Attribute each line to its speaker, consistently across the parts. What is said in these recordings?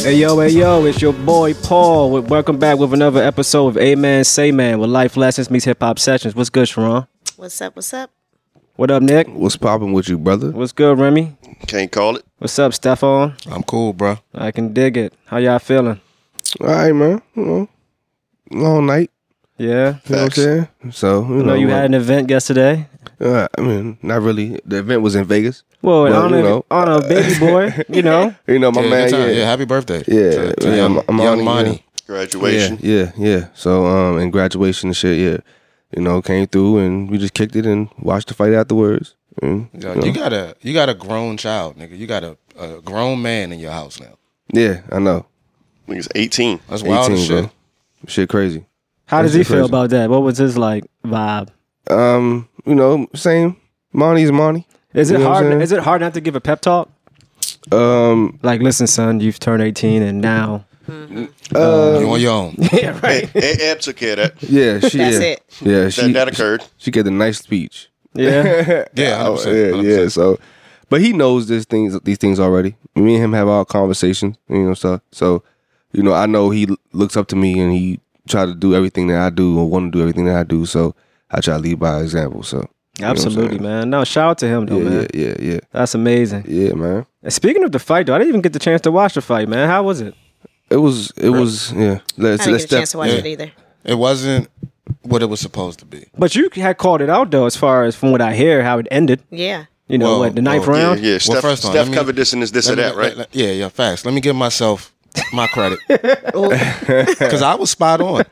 Speaker 1: Hey yo, hey yo, it's your boy Paul. with- Welcome back with another episode of Amen Say Man with Life Lessons Meets Hip Hop Sessions. What's good, Sharon?
Speaker 2: What's up? What's up?
Speaker 1: What up, Nick?
Speaker 3: What's popping with you, brother?
Speaker 1: What's good, Remy?
Speaker 4: Can't call it.
Speaker 1: What's up, Stefan?
Speaker 3: I'm cool, bro.
Speaker 1: I can dig it. How y'all feeling?
Speaker 3: All right, man. You know, long night.
Speaker 1: Yeah.
Speaker 3: You know what
Speaker 4: Facts.
Speaker 3: I'm saying? So you
Speaker 1: I know you had an event yesterday.
Speaker 3: uh, I mean, not really. The event was in Vegas.
Speaker 1: Well,
Speaker 3: Well,
Speaker 1: on, a,
Speaker 3: you know. uh,
Speaker 1: on a baby boy, you know.
Speaker 3: You know, my
Speaker 5: Yeah,
Speaker 3: man.
Speaker 5: good time.
Speaker 3: Yeah,
Speaker 5: yeah, happy birthday.
Speaker 3: Yeah,
Speaker 5: to, to
Speaker 3: yeah,
Speaker 5: young,
Speaker 3: I'm- I'm
Speaker 5: young
Speaker 3: on it,
Speaker 5: Monty.
Speaker 3: yeah,
Speaker 4: Graduation.
Speaker 3: yeah, yeah. So um, and graduation and shit. Yeah, you know, came through and we just kicked it and watched the fight afterwards. And, you
Speaker 5: Yo,
Speaker 3: know.
Speaker 5: You got a you got a grown child, nigga. You got a, a grown man in your house now.
Speaker 3: yeah, I know.
Speaker 4: I think it's 18.
Speaker 5: That's wild as
Speaker 3: 18,
Speaker 5: shit.
Speaker 3: bro. Shit, crazy.
Speaker 1: How does
Speaker 3: That's
Speaker 1: he feel
Speaker 3: crazy.
Speaker 1: about that? What was his like vibe?
Speaker 3: Um, you know, same. Monty's Monty.
Speaker 1: Is
Speaker 3: You
Speaker 1: it
Speaker 3: know what I'm
Speaker 1: hard?
Speaker 3: saying?
Speaker 1: Is it hard not to give a pep talk?
Speaker 3: Um,
Speaker 1: Like, listen, son, you've turned eighteen, and now,
Speaker 3: uh,
Speaker 5: You on your own.
Speaker 1: yeah, right,
Speaker 4: A- Ab took care of that.
Speaker 3: yeah, she.
Speaker 2: That's
Speaker 3: yeah,
Speaker 2: it.
Speaker 3: Yeah, she.
Speaker 4: That, that occurred.
Speaker 3: She gave a nice speech.
Speaker 1: yeah.
Speaker 5: Yeah,
Speaker 3: Oh,
Speaker 5: 100%,
Speaker 3: yeah,
Speaker 5: 100%.
Speaker 3: yeah. So, but he knows these things. These things already. Me and him have our conversations. You know stuff. So, you know, I know he l- looks up to me and he try to do everything that I do and want to do everything that I do. So I try to lead by example. So what I'm
Speaker 1: Absolutely,
Speaker 3: saying?
Speaker 1: man. No, shout out to him though,
Speaker 3: yeah,
Speaker 1: man.
Speaker 3: yeah, yeah, yeah,
Speaker 1: That's amazing.
Speaker 3: yeah, man.
Speaker 1: And speaking of the fight, though, I didn't even get the chance to watch the fight, man. How was it?
Speaker 3: It was. It was. Yeah. Let's
Speaker 2: I didn't get
Speaker 3: let's
Speaker 2: a chance to
Speaker 3: step.
Speaker 2: watch
Speaker 5: yeah.
Speaker 2: it either.
Speaker 5: It wasn't what it was supposed to be.
Speaker 1: But you had called it out though, as far as from what I hear, how it ended.
Speaker 2: Yeah.
Speaker 1: You know,
Speaker 5: Well,
Speaker 1: what the ninth
Speaker 5: well,
Speaker 4: Yeah,
Speaker 1: round?
Speaker 4: yeah. Steph,
Speaker 5: first on,
Speaker 4: Steph
Speaker 5: let me-
Speaker 4: covered this and this, this and
Speaker 5: Let me-
Speaker 4: that, right?
Speaker 5: let- yeah, yeah, facts. Let me give myself my credit because I was spot on.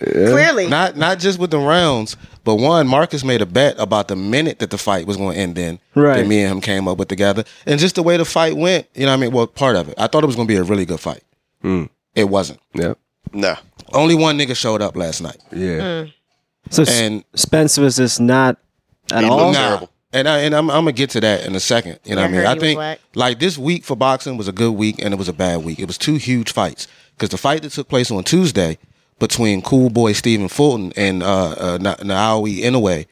Speaker 2: Clearly.
Speaker 5: Not not just with the rounds, but one Marcus made a bet about the minute that the fight was going to end. Then
Speaker 1: Right.
Speaker 5: that me and him came up with together, and just the way the fight went, you know, what I mean, well, part of it. I thought it was going to be a really good fight.
Speaker 3: Mm.
Speaker 5: It wasn't.
Speaker 3: Yeah.
Speaker 4: nah.
Speaker 5: Only one nigga showed up last night.
Speaker 3: Yeah.
Speaker 2: Mm.
Speaker 1: So S-
Speaker 5: And-
Speaker 1: Spence was just not at
Speaker 4: He
Speaker 1: all.
Speaker 4: looked terrible.
Speaker 5: And I and I'm, I'm gonna get to that in a second. You know
Speaker 2: Yeah,
Speaker 5: what I mean?
Speaker 2: I heard
Speaker 5: I
Speaker 2: he was
Speaker 5: think
Speaker 2: whack.
Speaker 5: like this week for boxing was a good week and it was a bad week. It was two huge fights because the fight that took place on Tuesday between Cool Boy Stephen Fulton and uh, uh, Na- Naomi Inoue,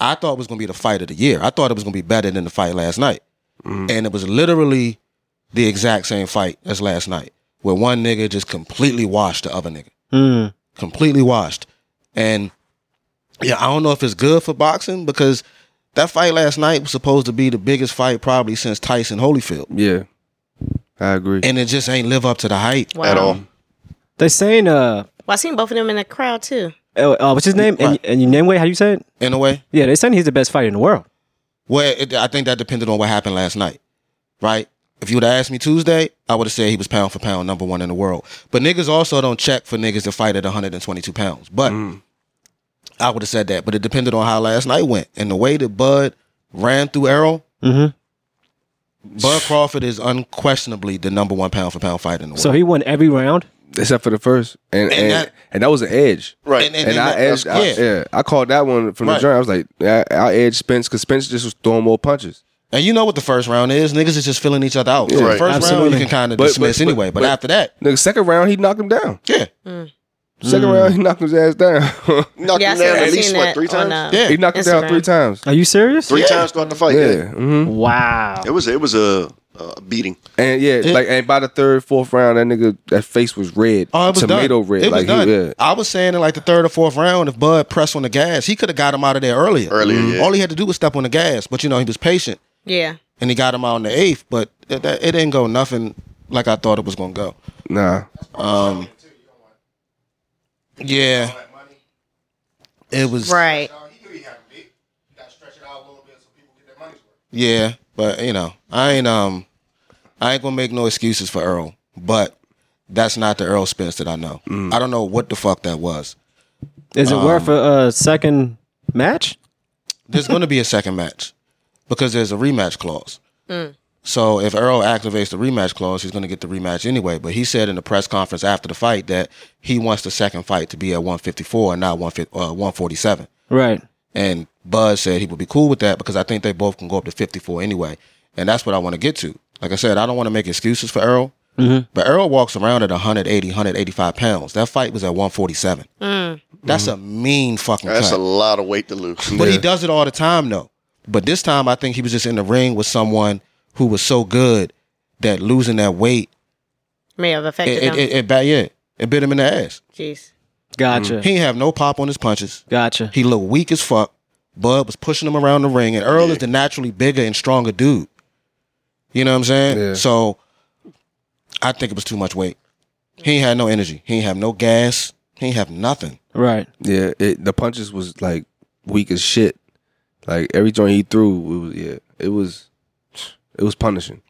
Speaker 5: I thought was gonna be the fight of the year. I thought it was gonna be better than the fight last night, and it was literally the exact same fight as last night, where one nigga just completely washed the other nigga
Speaker 1: Mm.
Speaker 5: completely washed. And yeah, I don't know if it's good for boxing because that fight last night was supposed to be the biggest fight probably since Tyson Holyfield,
Speaker 3: Yeah. I agree.
Speaker 5: and it just ain't live up to the hype.
Speaker 2: Wow.
Speaker 4: At all.
Speaker 1: They saying uh,
Speaker 2: Well, I seen both of them in the crowd too.
Speaker 1: uh, uh what's his name? And,
Speaker 5: Right.
Speaker 1: and your name? Wait, how you say it?
Speaker 5: In a way,
Speaker 1: Yeah, they saying he's the best fighter in the world.
Speaker 5: well, it, I think that depended on what happened last night, right? If you would have asked me Tuesday, I would have said he was pound for pound number one in the world. But niggas also don't check for niggas to fight at 122 pounds. But I would have said that. But it depended on how last night went and the way that Bud ran through Errol.
Speaker 1: Mm-hmm.
Speaker 5: Bud Crawford is unquestionably the number one pound for pound fighter in the world.
Speaker 1: So he won every round.
Speaker 3: Except for the first, and and and that,
Speaker 5: that-
Speaker 3: was an edge.
Speaker 4: Right.
Speaker 5: And-
Speaker 3: And, I
Speaker 5: that-
Speaker 3: edged, I,
Speaker 5: yeah.
Speaker 3: yeah, I called that one from the
Speaker 5: Right.
Speaker 3: joint. I was like, I, I edged Spence because Spence just was throwing more punches.
Speaker 5: and you know what the first round is? Niggas is just filling each other out. So
Speaker 4: Right.
Speaker 5: the first round
Speaker 1: Absolutely.
Speaker 5: you can kind of
Speaker 3: But-
Speaker 5: dismiss
Speaker 3: but- but-
Speaker 5: anyway, but,
Speaker 3: but-
Speaker 5: after that,
Speaker 3: The second round, he knocked him down.
Speaker 5: yeah,
Speaker 3: Second round, he knocked his ass down.
Speaker 4: Knocked
Speaker 2: Yeah, I
Speaker 4: him down
Speaker 2: seen, I
Speaker 4: at least,
Speaker 2: seen
Speaker 4: what,
Speaker 2: that
Speaker 4: three
Speaker 2: on
Speaker 4: times?
Speaker 2: uh,
Speaker 5: yeah.
Speaker 3: he knocked him down
Speaker 2: Instagram.
Speaker 3: three times.
Speaker 1: Are you serious?
Speaker 4: Three times throughout
Speaker 5: Oh,
Speaker 4: the fight.
Speaker 3: Yeah,
Speaker 4: Yeah.
Speaker 3: hmm
Speaker 1: Wow.
Speaker 4: It was it was a, a beating.
Speaker 3: and yeah, like and by the third, fourth round, that nigga, that face was red,
Speaker 5: Oh, it was
Speaker 3: tomato
Speaker 5: done.
Speaker 3: red.
Speaker 5: It was
Speaker 3: like
Speaker 5: done.
Speaker 3: He, yeah.
Speaker 5: I was saying in like the third or fourth round, if Bud pressed on the gas, he could have got him out of there earlier.
Speaker 4: Earlier,
Speaker 3: Mm-hmm.
Speaker 4: yeah.
Speaker 5: All he had to do was step on the gas, but you know he was patient
Speaker 2: Yeah.
Speaker 5: and he got him out in the eighth. But it, that- it didn't go nothing like I thought it was gonna go. Um,
Speaker 3: Nah,
Speaker 5: Yeah, it was
Speaker 2: Right.
Speaker 5: Yeah, but you know, I ain't um, I ain't gonna make no excuses for Earl, but that's not the Earl Spence that I know. I don't know what the fuck that was.
Speaker 1: Is it worth a, a second match?
Speaker 5: There's gonna be a second match because there's a rematch clause. So if Earl activates the rematch clause, he's gonna get the rematch anyway. But he said in the press conference after the fight that he wants the second fight to be at 154 and not 150 uh, 147.
Speaker 1: Right.
Speaker 5: And Buzz said he would be cool with that because I think they both can go up to 54 anyway. And that's what I want to get to. Like I said, I don't want to make excuses for Earl, but Earl walks around at 180, 185 pounds. That fight was at 147.
Speaker 2: Mm.
Speaker 5: That's a mean fucking
Speaker 4: That's
Speaker 5: cut.
Speaker 4: a lot of weight to lose.
Speaker 5: but he does it all the time, though. But this time, I think he was just in the ring with someone who was so good that losing that weight
Speaker 2: May have affected
Speaker 5: It, it,
Speaker 2: him.
Speaker 5: it, it, ba- yeah, it bit him in the ass.
Speaker 2: Jeez.
Speaker 1: Gotcha.
Speaker 5: Mm. He ain't have no pop on his punches.
Speaker 1: Gotcha.
Speaker 5: He looked weak as fuck. Bud was pushing him around the ring, and Earl is the naturally bigger and stronger dude. You know what I'm saying?
Speaker 3: Yeah.
Speaker 5: So I think it was too much weight. He ain't had no energy. He ain't have no gas. He ain't have nothing.
Speaker 1: Right.
Speaker 3: Yeah, it, the punches was like weak as shit. Like every joint he threw, it was yeah, it was it was punishing.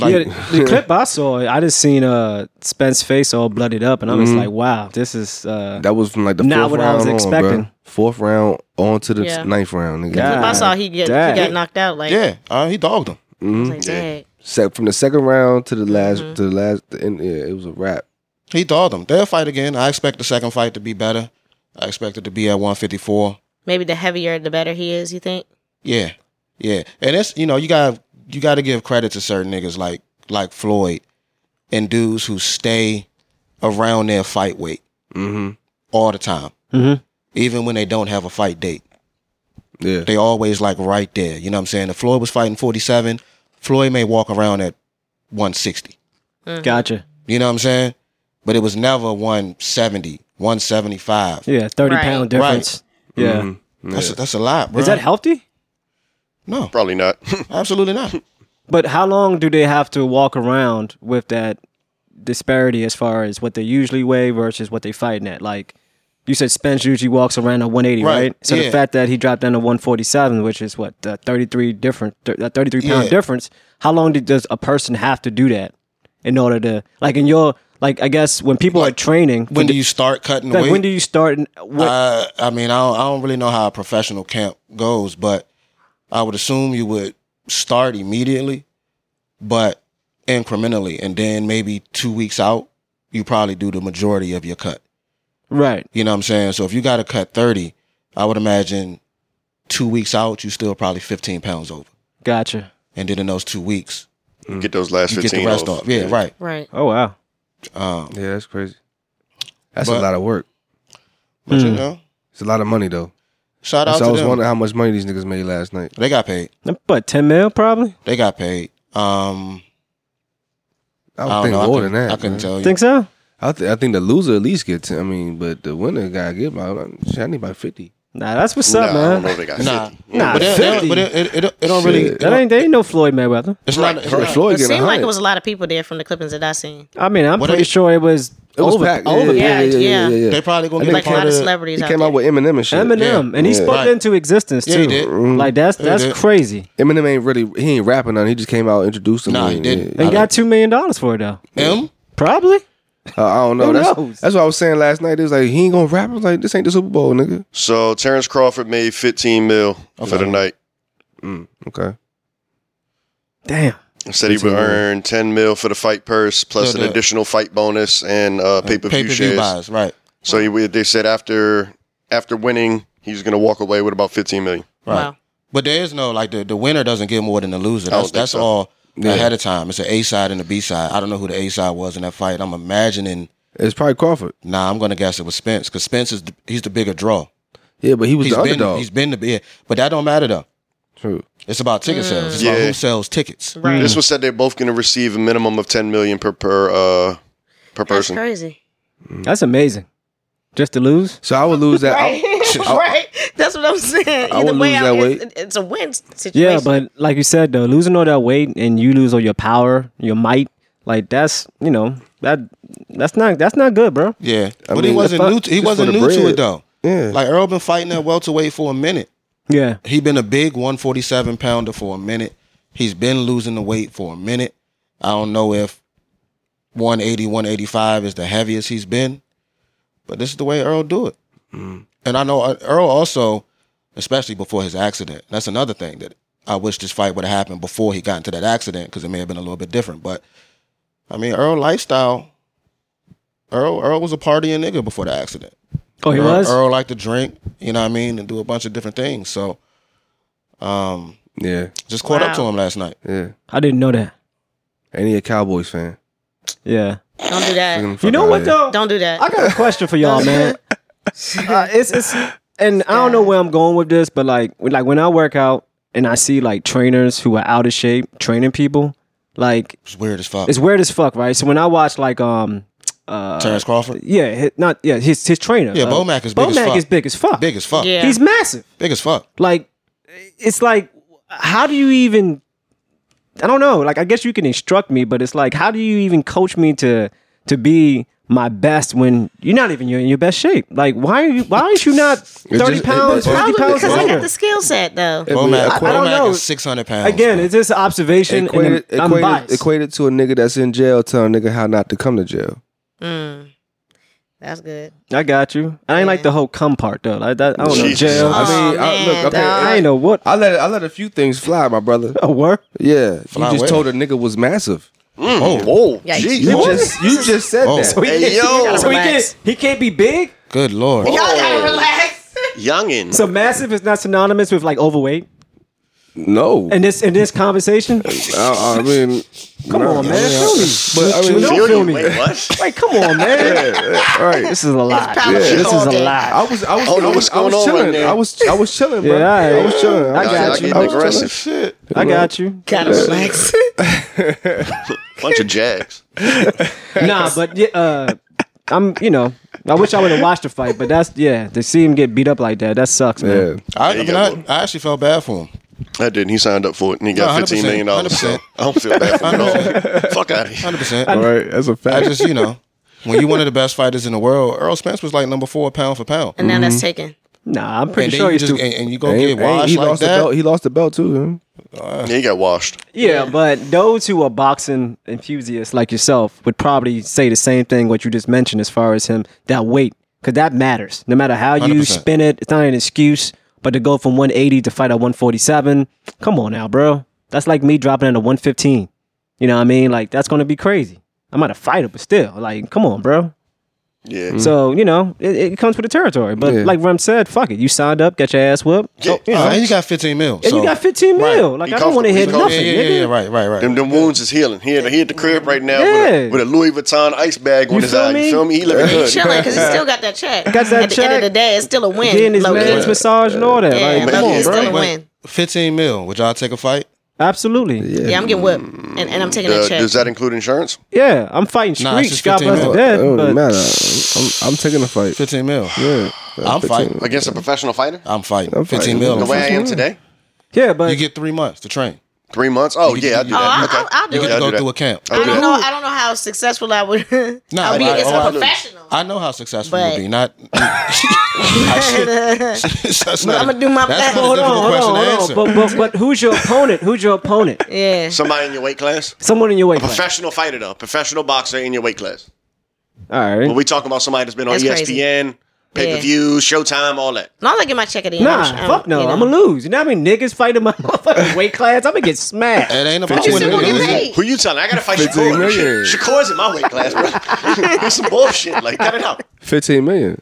Speaker 5: Like
Speaker 1: yeah, the, the clip I saw, I just seen uh Spence face all blooded up, and I'm just like, wow, this is uh
Speaker 3: That was from like the
Speaker 1: Not
Speaker 3: fourth
Speaker 1: what I
Speaker 3: round
Speaker 1: was
Speaker 3: on,
Speaker 1: expecting.
Speaker 3: bruh. Fourth round on to the
Speaker 2: Yeah.
Speaker 3: ninth round, nigga.
Speaker 1: God.
Speaker 2: I saw he get
Speaker 1: dang.
Speaker 2: he got knocked out. Like,
Speaker 5: yeah, uh, he dogged him.
Speaker 2: I
Speaker 3: Mhm.
Speaker 2: was like Mm-hmm. dang.
Speaker 3: Se- from the second round to the last to the last the end, yeah, it was a wrap.
Speaker 5: He dogged him. They'll fight again. I expect the second fight to be better. I expect it to be at 154.
Speaker 2: Maybe the heavier, the better he is. You think?
Speaker 5: Yeah, yeah, and it's you know you got you got to give credit to certain niggas like like Floyd and dudes who stay around their fight weight all the time,
Speaker 1: Mhm.
Speaker 5: even when they don't have a fight date.
Speaker 3: Yeah.
Speaker 5: They always like right there. You know what I'm saying? If Floyd was fighting 47, Floyd may walk around at 160.
Speaker 1: gotcha.
Speaker 5: You know what I'm saying? But it was never 170, 175.
Speaker 1: Yeah, thirty
Speaker 2: Right.
Speaker 1: pound difference. Yeah,
Speaker 5: That's, a, that's a lot, bro.
Speaker 1: is that healthy?
Speaker 5: No,
Speaker 4: Probably not.
Speaker 5: Hmm. absolutely not.
Speaker 1: But how long do they have to walk around with that disparity as far as what they usually weigh versus what they fighting at? Like you said, Spence usually walks around at 180, right?
Speaker 5: Right,
Speaker 1: So the
Speaker 5: yeah.
Speaker 1: fact that he dropped down to 147, which is what uh, 33 different, thir- uh, 33 pound
Speaker 5: Yeah.
Speaker 1: difference. How long did, does a person have to do that in order to like in your like? I guess when people are training,
Speaker 5: When do you start cutting
Speaker 1: like
Speaker 5: weight?
Speaker 1: when do you start? and What,
Speaker 5: I, I mean, I don't, I don't really know how a professional camp goes, but I would assume you would start immediately, but incrementally, and then maybe two weeks out, you probably do the majority of your cut.
Speaker 1: right,
Speaker 5: You know what I'm saying? So if you got to cut 30, I would imagine two weeks out, you still probably 15 pounds over.
Speaker 1: gotcha.
Speaker 5: And then in those two weeks,
Speaker 4: Get those last
Speaker 5: you get
Speaker 4: fifteen
Speaker 5: the rest
Speaker 4: off.
Speaker 5: off. Yeah, right.
Speaker 2: Right.
Speaker 1: Oh wow,
Speaker 5: Um,
Speaker 3: Yeah, that's crazy. That's a
Speaker 5: But-
Speaker 3: lot of work.
Speaker 5: but you know,
Speaker 3: It's a lot of money though.
Speaker 5: shout out
Speaker 3: So Hmm. I
Speaker 5: to
Speaker 3: was
Speaker 5: them.
Speaker 3: wondering how much money these niggas made last night.
Speaker 5: They got paid.
Speaker 1: but 10 mil probably.
Speaker 5: They got paid. Um,
Speaker 3: I
Speaker 5: I
Speaker 3: would
Speaker 5: don't
Speaker 3: think
Speaker 5: know. I
Speaker 3: more
Speaker 5: couldn't-
Speaker 3: than that.
Speaker 5: I couldn't
Speaker 3: man.
Speaker 5: tell you.
Speaker 1: Think so?
Speaker 3: I, th- I think the loser at least gets. I mean, but the winner gotta get about. Shit, I need about fifty.
Speaker 1: Nah, that's what's
Speaker 4: Nah,
Speaker 1: up,
Speaker 4: I don't
Speaker 1: man.
Speaker 4: know if they got
Speaker 5: Nah,
Speaker 4: 50.
Speaker 1: Nah,
Speaker 5: but, it,
Speaker 1: 50.
Speaker 5: it, but it, it, it, it don't really.
Speaker 3: Shit.
Speaker 5: It
Speaker 1: That
Speaker 5: don't,
Speaker 1: ain't they ain't no Floyd Mayweather.
Speaker 5: it's not. It's
Speaker 3: Floyd
Speaker 5: not
Speaker 3: Floyd
Speaker 2: It
Speaker 3: getting
Speaker 2: seemed like
Speaker 3: 100.
Speaker 2: it was a lot of people there from the clippings that I seen.
Speaker 1: I mean, I'm
Speaker 5: What
Speaker 1: pretty
Speaker 5: they-
Speaker 1: sure it was,
Speaker 3: It was
Speaker 1: over,
Speaker 3: packed.
Speaker 1: over
Speaker 2: yeah,
Speaker 1: packed.
Speaker 2: yeah.
Speaker 3: yeah,
Speaker 5: they probably gonna
Speaker 3: That
Speaker 5: get
Speaker 3: nigga
Speaker 2: Like a lot
Speaker 5: part
Speaker 2: of
Speaker 5: of.
Speaker 3: He
Speaker 2: celebrities out
Speaker 3: came
Speaker 2: there.
Speaker 3: out with Eminem and shit.
Speaker 1: Eminem, and he
Speaker 3: Yeah.
Speaker 1: spoke
Speaker 5: Right.
Speaker 1: into existence
Speaker 5: Yeah,
Speaker 1: too.
Speaker 5: he did. Mhm.
Speaker 1: Like that's
Speaker 5: He
Speaker 1: that's
Speaker 5: did.
Speaker 1: crazy.
Speaker 3: Eminem ain't really. He ain't rapping on. He just came out introducing.
Speaker 5: Nah,
Speaker 3: him.
Speaker 5: he didn't.
Speaker 1: And he got two million dollars for it though.
Speaker 5: M.
Speaker 1: Probably.
Speaker 3: Uh, I don't know.
Speaker 1: Who
Speaker 3: that's,
Speaker 1: knows?
Speaker 3: that's what I was saying last night. It was like he ain't gonna rap. I was like, this ain't the Super Bowl, nigga.
Speaker 4: So Terrence Crawford made fifteen mil for the night.
Speaker 3: Okay.
Speaker 1: Damn.
Speaker 4: Said he would
Speaker 3: 15 mil.
Speaker 4: earn ten mil for the fight purse plus
Speaker 5: No,
Speaker 4: an
Speaker 5: the-
Speaker 4: additional fight bonus and uh, pay per view
Speaker 5: Pay-per-view
Speaker 4: shares.
Speaker 5: buys, right?
Speaker 4: So he, would- they said after after winning, he's going to walk away with about fifteen million.
Speaker 5: Right.
Speaker 2: Wow.
Speaker 5: But there is no like the, the winner doesn't get more than the loser.
Speaker 4: don't
Speaker 5: That's
Speaker 4: think
Speaker 5: that's
Speaker 4: so.
Speaker 5: all
Speaker 3: Yeah.
Speaker 5: ahead of time. It's an A side and a B side. I don't know who the A side was in that fight. I'm imagining.
Speaker 3: It's probably Crawford.
Speaker 5: Nah, I'm gonna guess it was Spence because Spence is the, he's the bigger draw.
Speaker 3: Yeah, but he was
Speaker 5: He's
Speaker 3: the
Speaker 5: been
Speaker 3: underdog.
Speaker 5: he's been the yeah, but that don't matter though.
Speaker 3: True.
Speaker 5: It's about ticket sales. It's about
Speaker 4: Yeah.
Speaker 5: who sells tickets.
Speaker 2: Right.
Speaker 4: This was said they're both going to receive a minimum of ten million per per uh, per
Speaker 2: That's
Speaker 4: person.
Speaker 2: crazy.
Speaker 1: That's amazing. Just to lose?
Speaker 3: So I would lose that.
Speaker 2: Right. right. That's what I'm saying.
Speaker 3: I would
Speaker 2: Either way,
Speaker 3: lose
Speaker 2: I-
Speaker 3: that
Speaker 2: it's,
Speaker 3: weight.
Speaker 2: it's a win situation.
Speaker 1: Yeah, but like you said though, losing all that weight and you lose all your power, your might, like that's you know, that that's not that's not good, bro.
Speaker 5: Yeah, but
Speaker 3: mean,
Speaker 5: he wasn't
Speaker 1: fuck-
Speaker 5: new. To, he
Speaker 3: just for
Speaker 5: wasn't
Speaker 3: the
Speaker 5: new to
Speaker 3: bread.
Speaker 5: it though.
Speaker 3: Yeah.
Speaker 5: like Earl been fighting at welterweight for a minute.
Speaker 1: Yeah.
Speaker 5: He been a big 147 pounder for a minute. He's been losing the weight for a minute. I don't know if 180, 185 is the heaviest he's been, but this is the way Earl do it. And I know uh, Earl also, especially before his accident. That's another thing that I wish this fight would have happened before he got into that accident because it may have been a little bit different. But I mean, Earl lifestyle. Earl Earl was a partying nigga before the accident.
Speaker 1: Oh, he
Speaker 5: Earl,
Speaker 1: was.
Speaker 5: Earl liked to drink, you know what I mean, and do a bunch of different things. So, um,
Speaker 3: Yeah.
Speaker 5: just caught up to
Speaker 2: Wow.
Speaker 5: him last night.
Speaker 3: Yeah.
Speaker 1: I didn't know that.
Speaker 3: And he a Cowboys fan.
Speaker 1: Yeah.
Speaker 2: don't do that.
Speaker 3: Fuck
Speaker 1: You know
Speaker 3: outta
Speaker 1: what
Speaker 3: here.
Speaker 1: though?
Speaker 2: Don't do that.
Speaker 1: I got a question for y'all, man. Uh, it's it's and I don't know where I'm going with this, but like like when I work out and I see like trainers who are out of shape training people, Like
Speaker 5: It's weird as fuck.
Speaker 1: it's weird as fuck, right? So when I watch like um uh
Speaker 5: Terrence Crawford,
Speaker 1: yeah, hi- not yeah, his his trainer.
Speaker 5: Yeah,
Speaker 1: uh,
Speaker 5: Bomack is big as
Speaker 1: Bomack
Speaker 5: fuck.
Speaker 1: is big as fuck.
Speaker 5: big as fuck.
Speaker 2: Yeah.
Speaker 1: He's massive.
Speaker 5: Big as fuck.
Speaker 1: Like it's like how do you even I don't know. Like I guess you can instruct me, but it's like how do you even coach me to to be my best when you're not even you're in your best shape. Like why are you why aren't you not thirty
Speaker 3: just-
Speaker 1: pounds,
Speaker 3: it-
Speaker 1: fifty
Speaker 2: Probably
Speaker 1: pounds
Speaker 2: because I got
Speaker 1: lighter?
Speaker 2: the skill set though.
Speaker 5: Bomack,
Speaker 3: I- I
Speaker 1: don't
Speaker 5: Bomack
Speaker 1: know.
Speaker 5: is 600 pounds.
Speaker 1: Again, it's just observation
Speaker 3: Equated,
Speaker 1: and I'm
Speaker 3: equated,
Speaker 1: biased.
Speaker 3: equated to a nigga that's in jail telling a nigga how not to come to jail.
Speaker 2: Mm. That's good.
Speaker 1: I got you. I ain't like the whole cum part though. Like that I don't know,
Speaker 4: Jesus.
Speaker 1: jail.
Speaker 3: I
Speaker 1: I,
Speaker 2: Oh,
Speaker 3: mean, I,
Speaker 2: man,
Speaker 3: look, okay,
Speaker 2: dog.
Speaker 3: I,
Speaker 1: ain't know what
Speaker 3: I let I let a few things fly, my brother.
Speaker 1: a word.
Speaker 3: Yeah,
Speaker 5: Fly
Speaker 3: you just
Speaker 5: where?
Speaker 3: told a nigga was massive.
Speaker 4: Mm. Whoa,
Speaker 2: Yikes.
Speaker 4: jeez.
Speaker 3: You
Speaker 2: What?
Speaker 3: just you just said
Speaker 5: Oh.
Speaker 3: that.
Speaker 1: So he,
Speaker 4: Hey,
Speaker 1: can't,
Speaker 4: yo.
Speaker 1: so he,
Speaker 2: Relax.
Speaker 1: can't, he can't be big.
Speaker 5: Good lord.
Speaker 2: Y'all gotta relax.
Speaker 4: Youngin.
Speaker 1: So massive is not synonymous with like overweight.
Speaker 3: no,
Speaker 1: In this in this conversation,
Speaker 3: I, I mean,
Speaker 1: come
Speaker 3: no.
Speaker 1: on, man, feel me.
Speaker 3: But I mean,
Speaker 1: Don't
Speaker 4: Feel
Speaker 1: feel
Speaker 4: you.
Speaker 1: me.
Speaker 4: Wait, what?
Speaker 1: Like, come on, man.
Speaker 3: yeah, all right.
Speaker 1: This is a lot.
Speaker 2: It's probably
Speaker 1: This is
Speaker 2: all
Speaker 1: a
Speaker 2: day.
Speaker 1: lot.
Speaker 3: I was I was
Speaker 4: Hold
Speaker 3: I
Speaker 4: on,
Speaker 3: was,
Speaker 4: what's
Speaker 3: I was
Speaker 4: going on right
Speaker 3: chilling.
Speaker 4: now?
Speaker 3: I was I was chilling, bro.
Speaker 1: Yeah, all right.
Speaker 3: I was chilling. I
Speaker 1: Y'all-
Speaker 3: got
Speaker 1: y'all
Speaker 3: you.
Speaker 1: getting
Speaker 3: I was
Speaker 4: aggressive.
Speaker 3: chilling. Shit.
Speaker 1: I got you.
Speaker 2: Gotta relax.
Speaker 4: Bunch of jags.
Speaker 1: Nah, but yeah, uh, I'm. You know, I wish I would have watched the fight, but that's yeah. To see him get beat up like that, that sucks, man.
Speaker 3: Yeah.
Speaker 5: I, I,
Speaker 4: There you
Speaker 5: mean, I, I actually felt bad for him.
Speaker 4: I didn't. He signed up for it and he got
Speaker 5: No,
Speaker 4: $15 million. So
Speaker 5: 100%.
Speaker 4: I don't feel bad for him at all. Fuck out of here.
Speaker 5: 100%.
Speaker 3: All right, that's a
Speaker 5: I
Speaker 3: fact.
Speaker 5: just, you know, when you one of the best fighters in the world, Earl Spence was like number four pound for pound.
Speaker 2: and now that's taken.
Speaker 1: Nah, I'm
Speaker 5: And
Speaker 1: pretty
Speaker 5: then
Speaker 1: sure
Speaker 5: you
Speaker 1: he's
Speaker 5: just
Speaker 1: too.
Speaker 5: and, and you go
Speaker 3: And-
Speaker 5: get
Speaker 3: and
Speaker 5: washed
Speaker 3: he
Speaker 5: like
Speaker 3: lost the
Speaker 5: that.
Speaker 3: belt. He lost the belt too. Huh?
Speaker 4: He got washed.
Speaker 1: Yeah, but those who are boxing enthusiasts like yourself would probably say the same thing what you just mentioned as far as him that weight because that matters. No matter how you
Speaker 5: 100%.
Speaker 1: spin it, it's not an excuse. But to go from 180 to fight at 147, come on now, bro. That's like me dropping into 115. You know what I mean? Like that's gonna be crazy. I'm not a fighter, but still, like, come on, bro.
Speaker 4: Yeah.
Speaker 1: So you know, it, it comes with the territory. But
Speaker 3: Yeah.
Speaker 1: like Rem said, fuck it. You signed up, got your ass whooped, Oh,
Speaker 4: Yeah.
Speaker 1: you know,
Speaker 5: Uh, and you got 15 mil.
Speaker 1: and
Speaker 5: so-
Speaker 1: you got 15 mil. Like
Speaker 4: He
Speaker 1: I don't want to hit
Speaker 4: comfortable. He comfortable.
Speaker 1: nothing.
Speaker 5: yeah, yeah,
Speaker 1: nigga.
Speaker 5: yeah, yeah, right, right, right.
Speaker 4: Them, them wounds is healing. He at, he at the crib right now
Speaker 1: Yeah.
Speaker 4: with, a, with a Louis Vuitton ice bag on
Speaker 1: You
Speaker 4: his
Speaker 1: feel
Speaker 4: eye.
Speaker 1: me?
Speaker 4: You feel me? He living good.
Speaker 2: Chilling because he still got that check.
Speaker 1: Got that
Speaker 2: At the end
Speaker 1: check.
Speaker 2: of the day, it's still a win.
Speaker 1: getting his
Speaker 2: low-key.
Speaker 1: man's massage and all that.
Speaker 2: Yeah,
Speaker 1: like,
Speaker 2: but
Speaker 1: come on,
Speaker 2: it's
Speaker 1: bro.
Speaker 2: still a
Speaker 5: But
Speaker 2: win.
Speaker 5: 15 mil. Would y'all take a fight?
Speaker 1: Absolutely. Yeah.
Speaker 2: Yeah, I'm getting whipped, and, and I'm taking
Speaker 4: Uh,
Speaker 2: that check.
Speaker 4: does that include insurance?
Speaker 1: I'm fighting
Speaker 5: Nah, it's
Speaker 1: streets.
Speaker 5: just
Speaker 1: God
Speaker 5: 15
Speaker 1: bless the
Speaker 5: mil.
Speaker 3: It
Speaker 1: dead.
Speaker 3: don't
Speaker 1: But
Speaker 3: matter. I'm, I'm taking the fight.
Speaker 5: 15 mil.
Speaker 3: Yeah,
Speaker 5: I'm fighting.
Speaker 4: Against a professional fighter?
Speaker 5: I'm fighting.
Speaker 3: I'm
Speaker 5: 15
Speaker 3: fighting.
Speaker 5: mil.
Speaker 4: The
Speaker 5: I'm
Speaker 4: way I
Speaker 5: fighting.
Speaker 4: am today?
Speaker 1: yeah, but
Speaker 5: You get three months to train.
Speaker 4: Three months? Oh, yeah, I do
Speaker 5: Oh,
Speaker 2: I-
Speaker 4: that.
Speaker 2: I'll-
Speaker 4: Okay.
Speaker 2: I'll do it.
Speaker 5: You get
Speaker 4: Yeah,
Speaker 5: to
Speaker 4: I
Speaker 5: go
Speaker 4: do
Speaker 5: through
Speaker 4: that.
Speaker 5: a camp.
Speaker 2: I don't know. I don't know how successful I would.
Speaker 5: Nah,
Speaker 2: I'll be
Speaker 5: I-
Speaker 2: against
Speaker 5: oh, I
Speaker 2: a
Speaker 5: do.
Speaker 2: professional.
Speaker 5: I know how successful
Speaker 2: But-
Speaker 5: you'll be. Not. I should- that's not.
Speaker 2: I'ma do my
Speaker 5: That's
Speaker 2: best.
Speaker 5: not a
Speaker 1: hold
Speaker 5: difficult
Speaker 1: on, hold
Speaker 5: question
Speaker 1: on,
Speaker 5: to
Speaker 1: hold
Speaker 5: answer.
Speaker 1: on. But, but but who's your opponent? Who's your opponent?
Speaker 2: Yeah.
Speaker 4: Somebody in your weight class?
Speaker 1: Someone in your weight class.
Speaker 4: Professional fighter, though. Professional boxer in your weight class.
Speaker 1: All
Speaker 4: But
Speaker 1: right.
Speaker 4: we talking about somebody that's been on E
Speaker 2: That's crazy.
Speaker 4: ESPN, pay per view, Showtime, all that.
Speaker 2: Not like get my check at the end.
Speaker 1: Nah,
Speaker 2: I'm- I'm-
Speaker 1: fuck no.
Speaker 2: you know.
Speaker 1: I'm gonna lose. You know how many niggas fighting my motherfucking weight class? I'm gonna get smashed.
Speaker 5: It ain't about
Speaker 2: You
Speaker 5: winning
Speaker 2: still
Speaker 5: or
Speaker 2: gonna get
Speaker 5: losing.
Speaker 2: paid.
Speaker 4: Who you telling? I gotta fight
Speaker 3: 15
Speaker 4: Shakur.
Speaker 3: million.
Speaker 4: Sh- Shakur's in my weight class, bro. That's some bullshit. Like, cut it out.
Speaker 3: Fifteen million.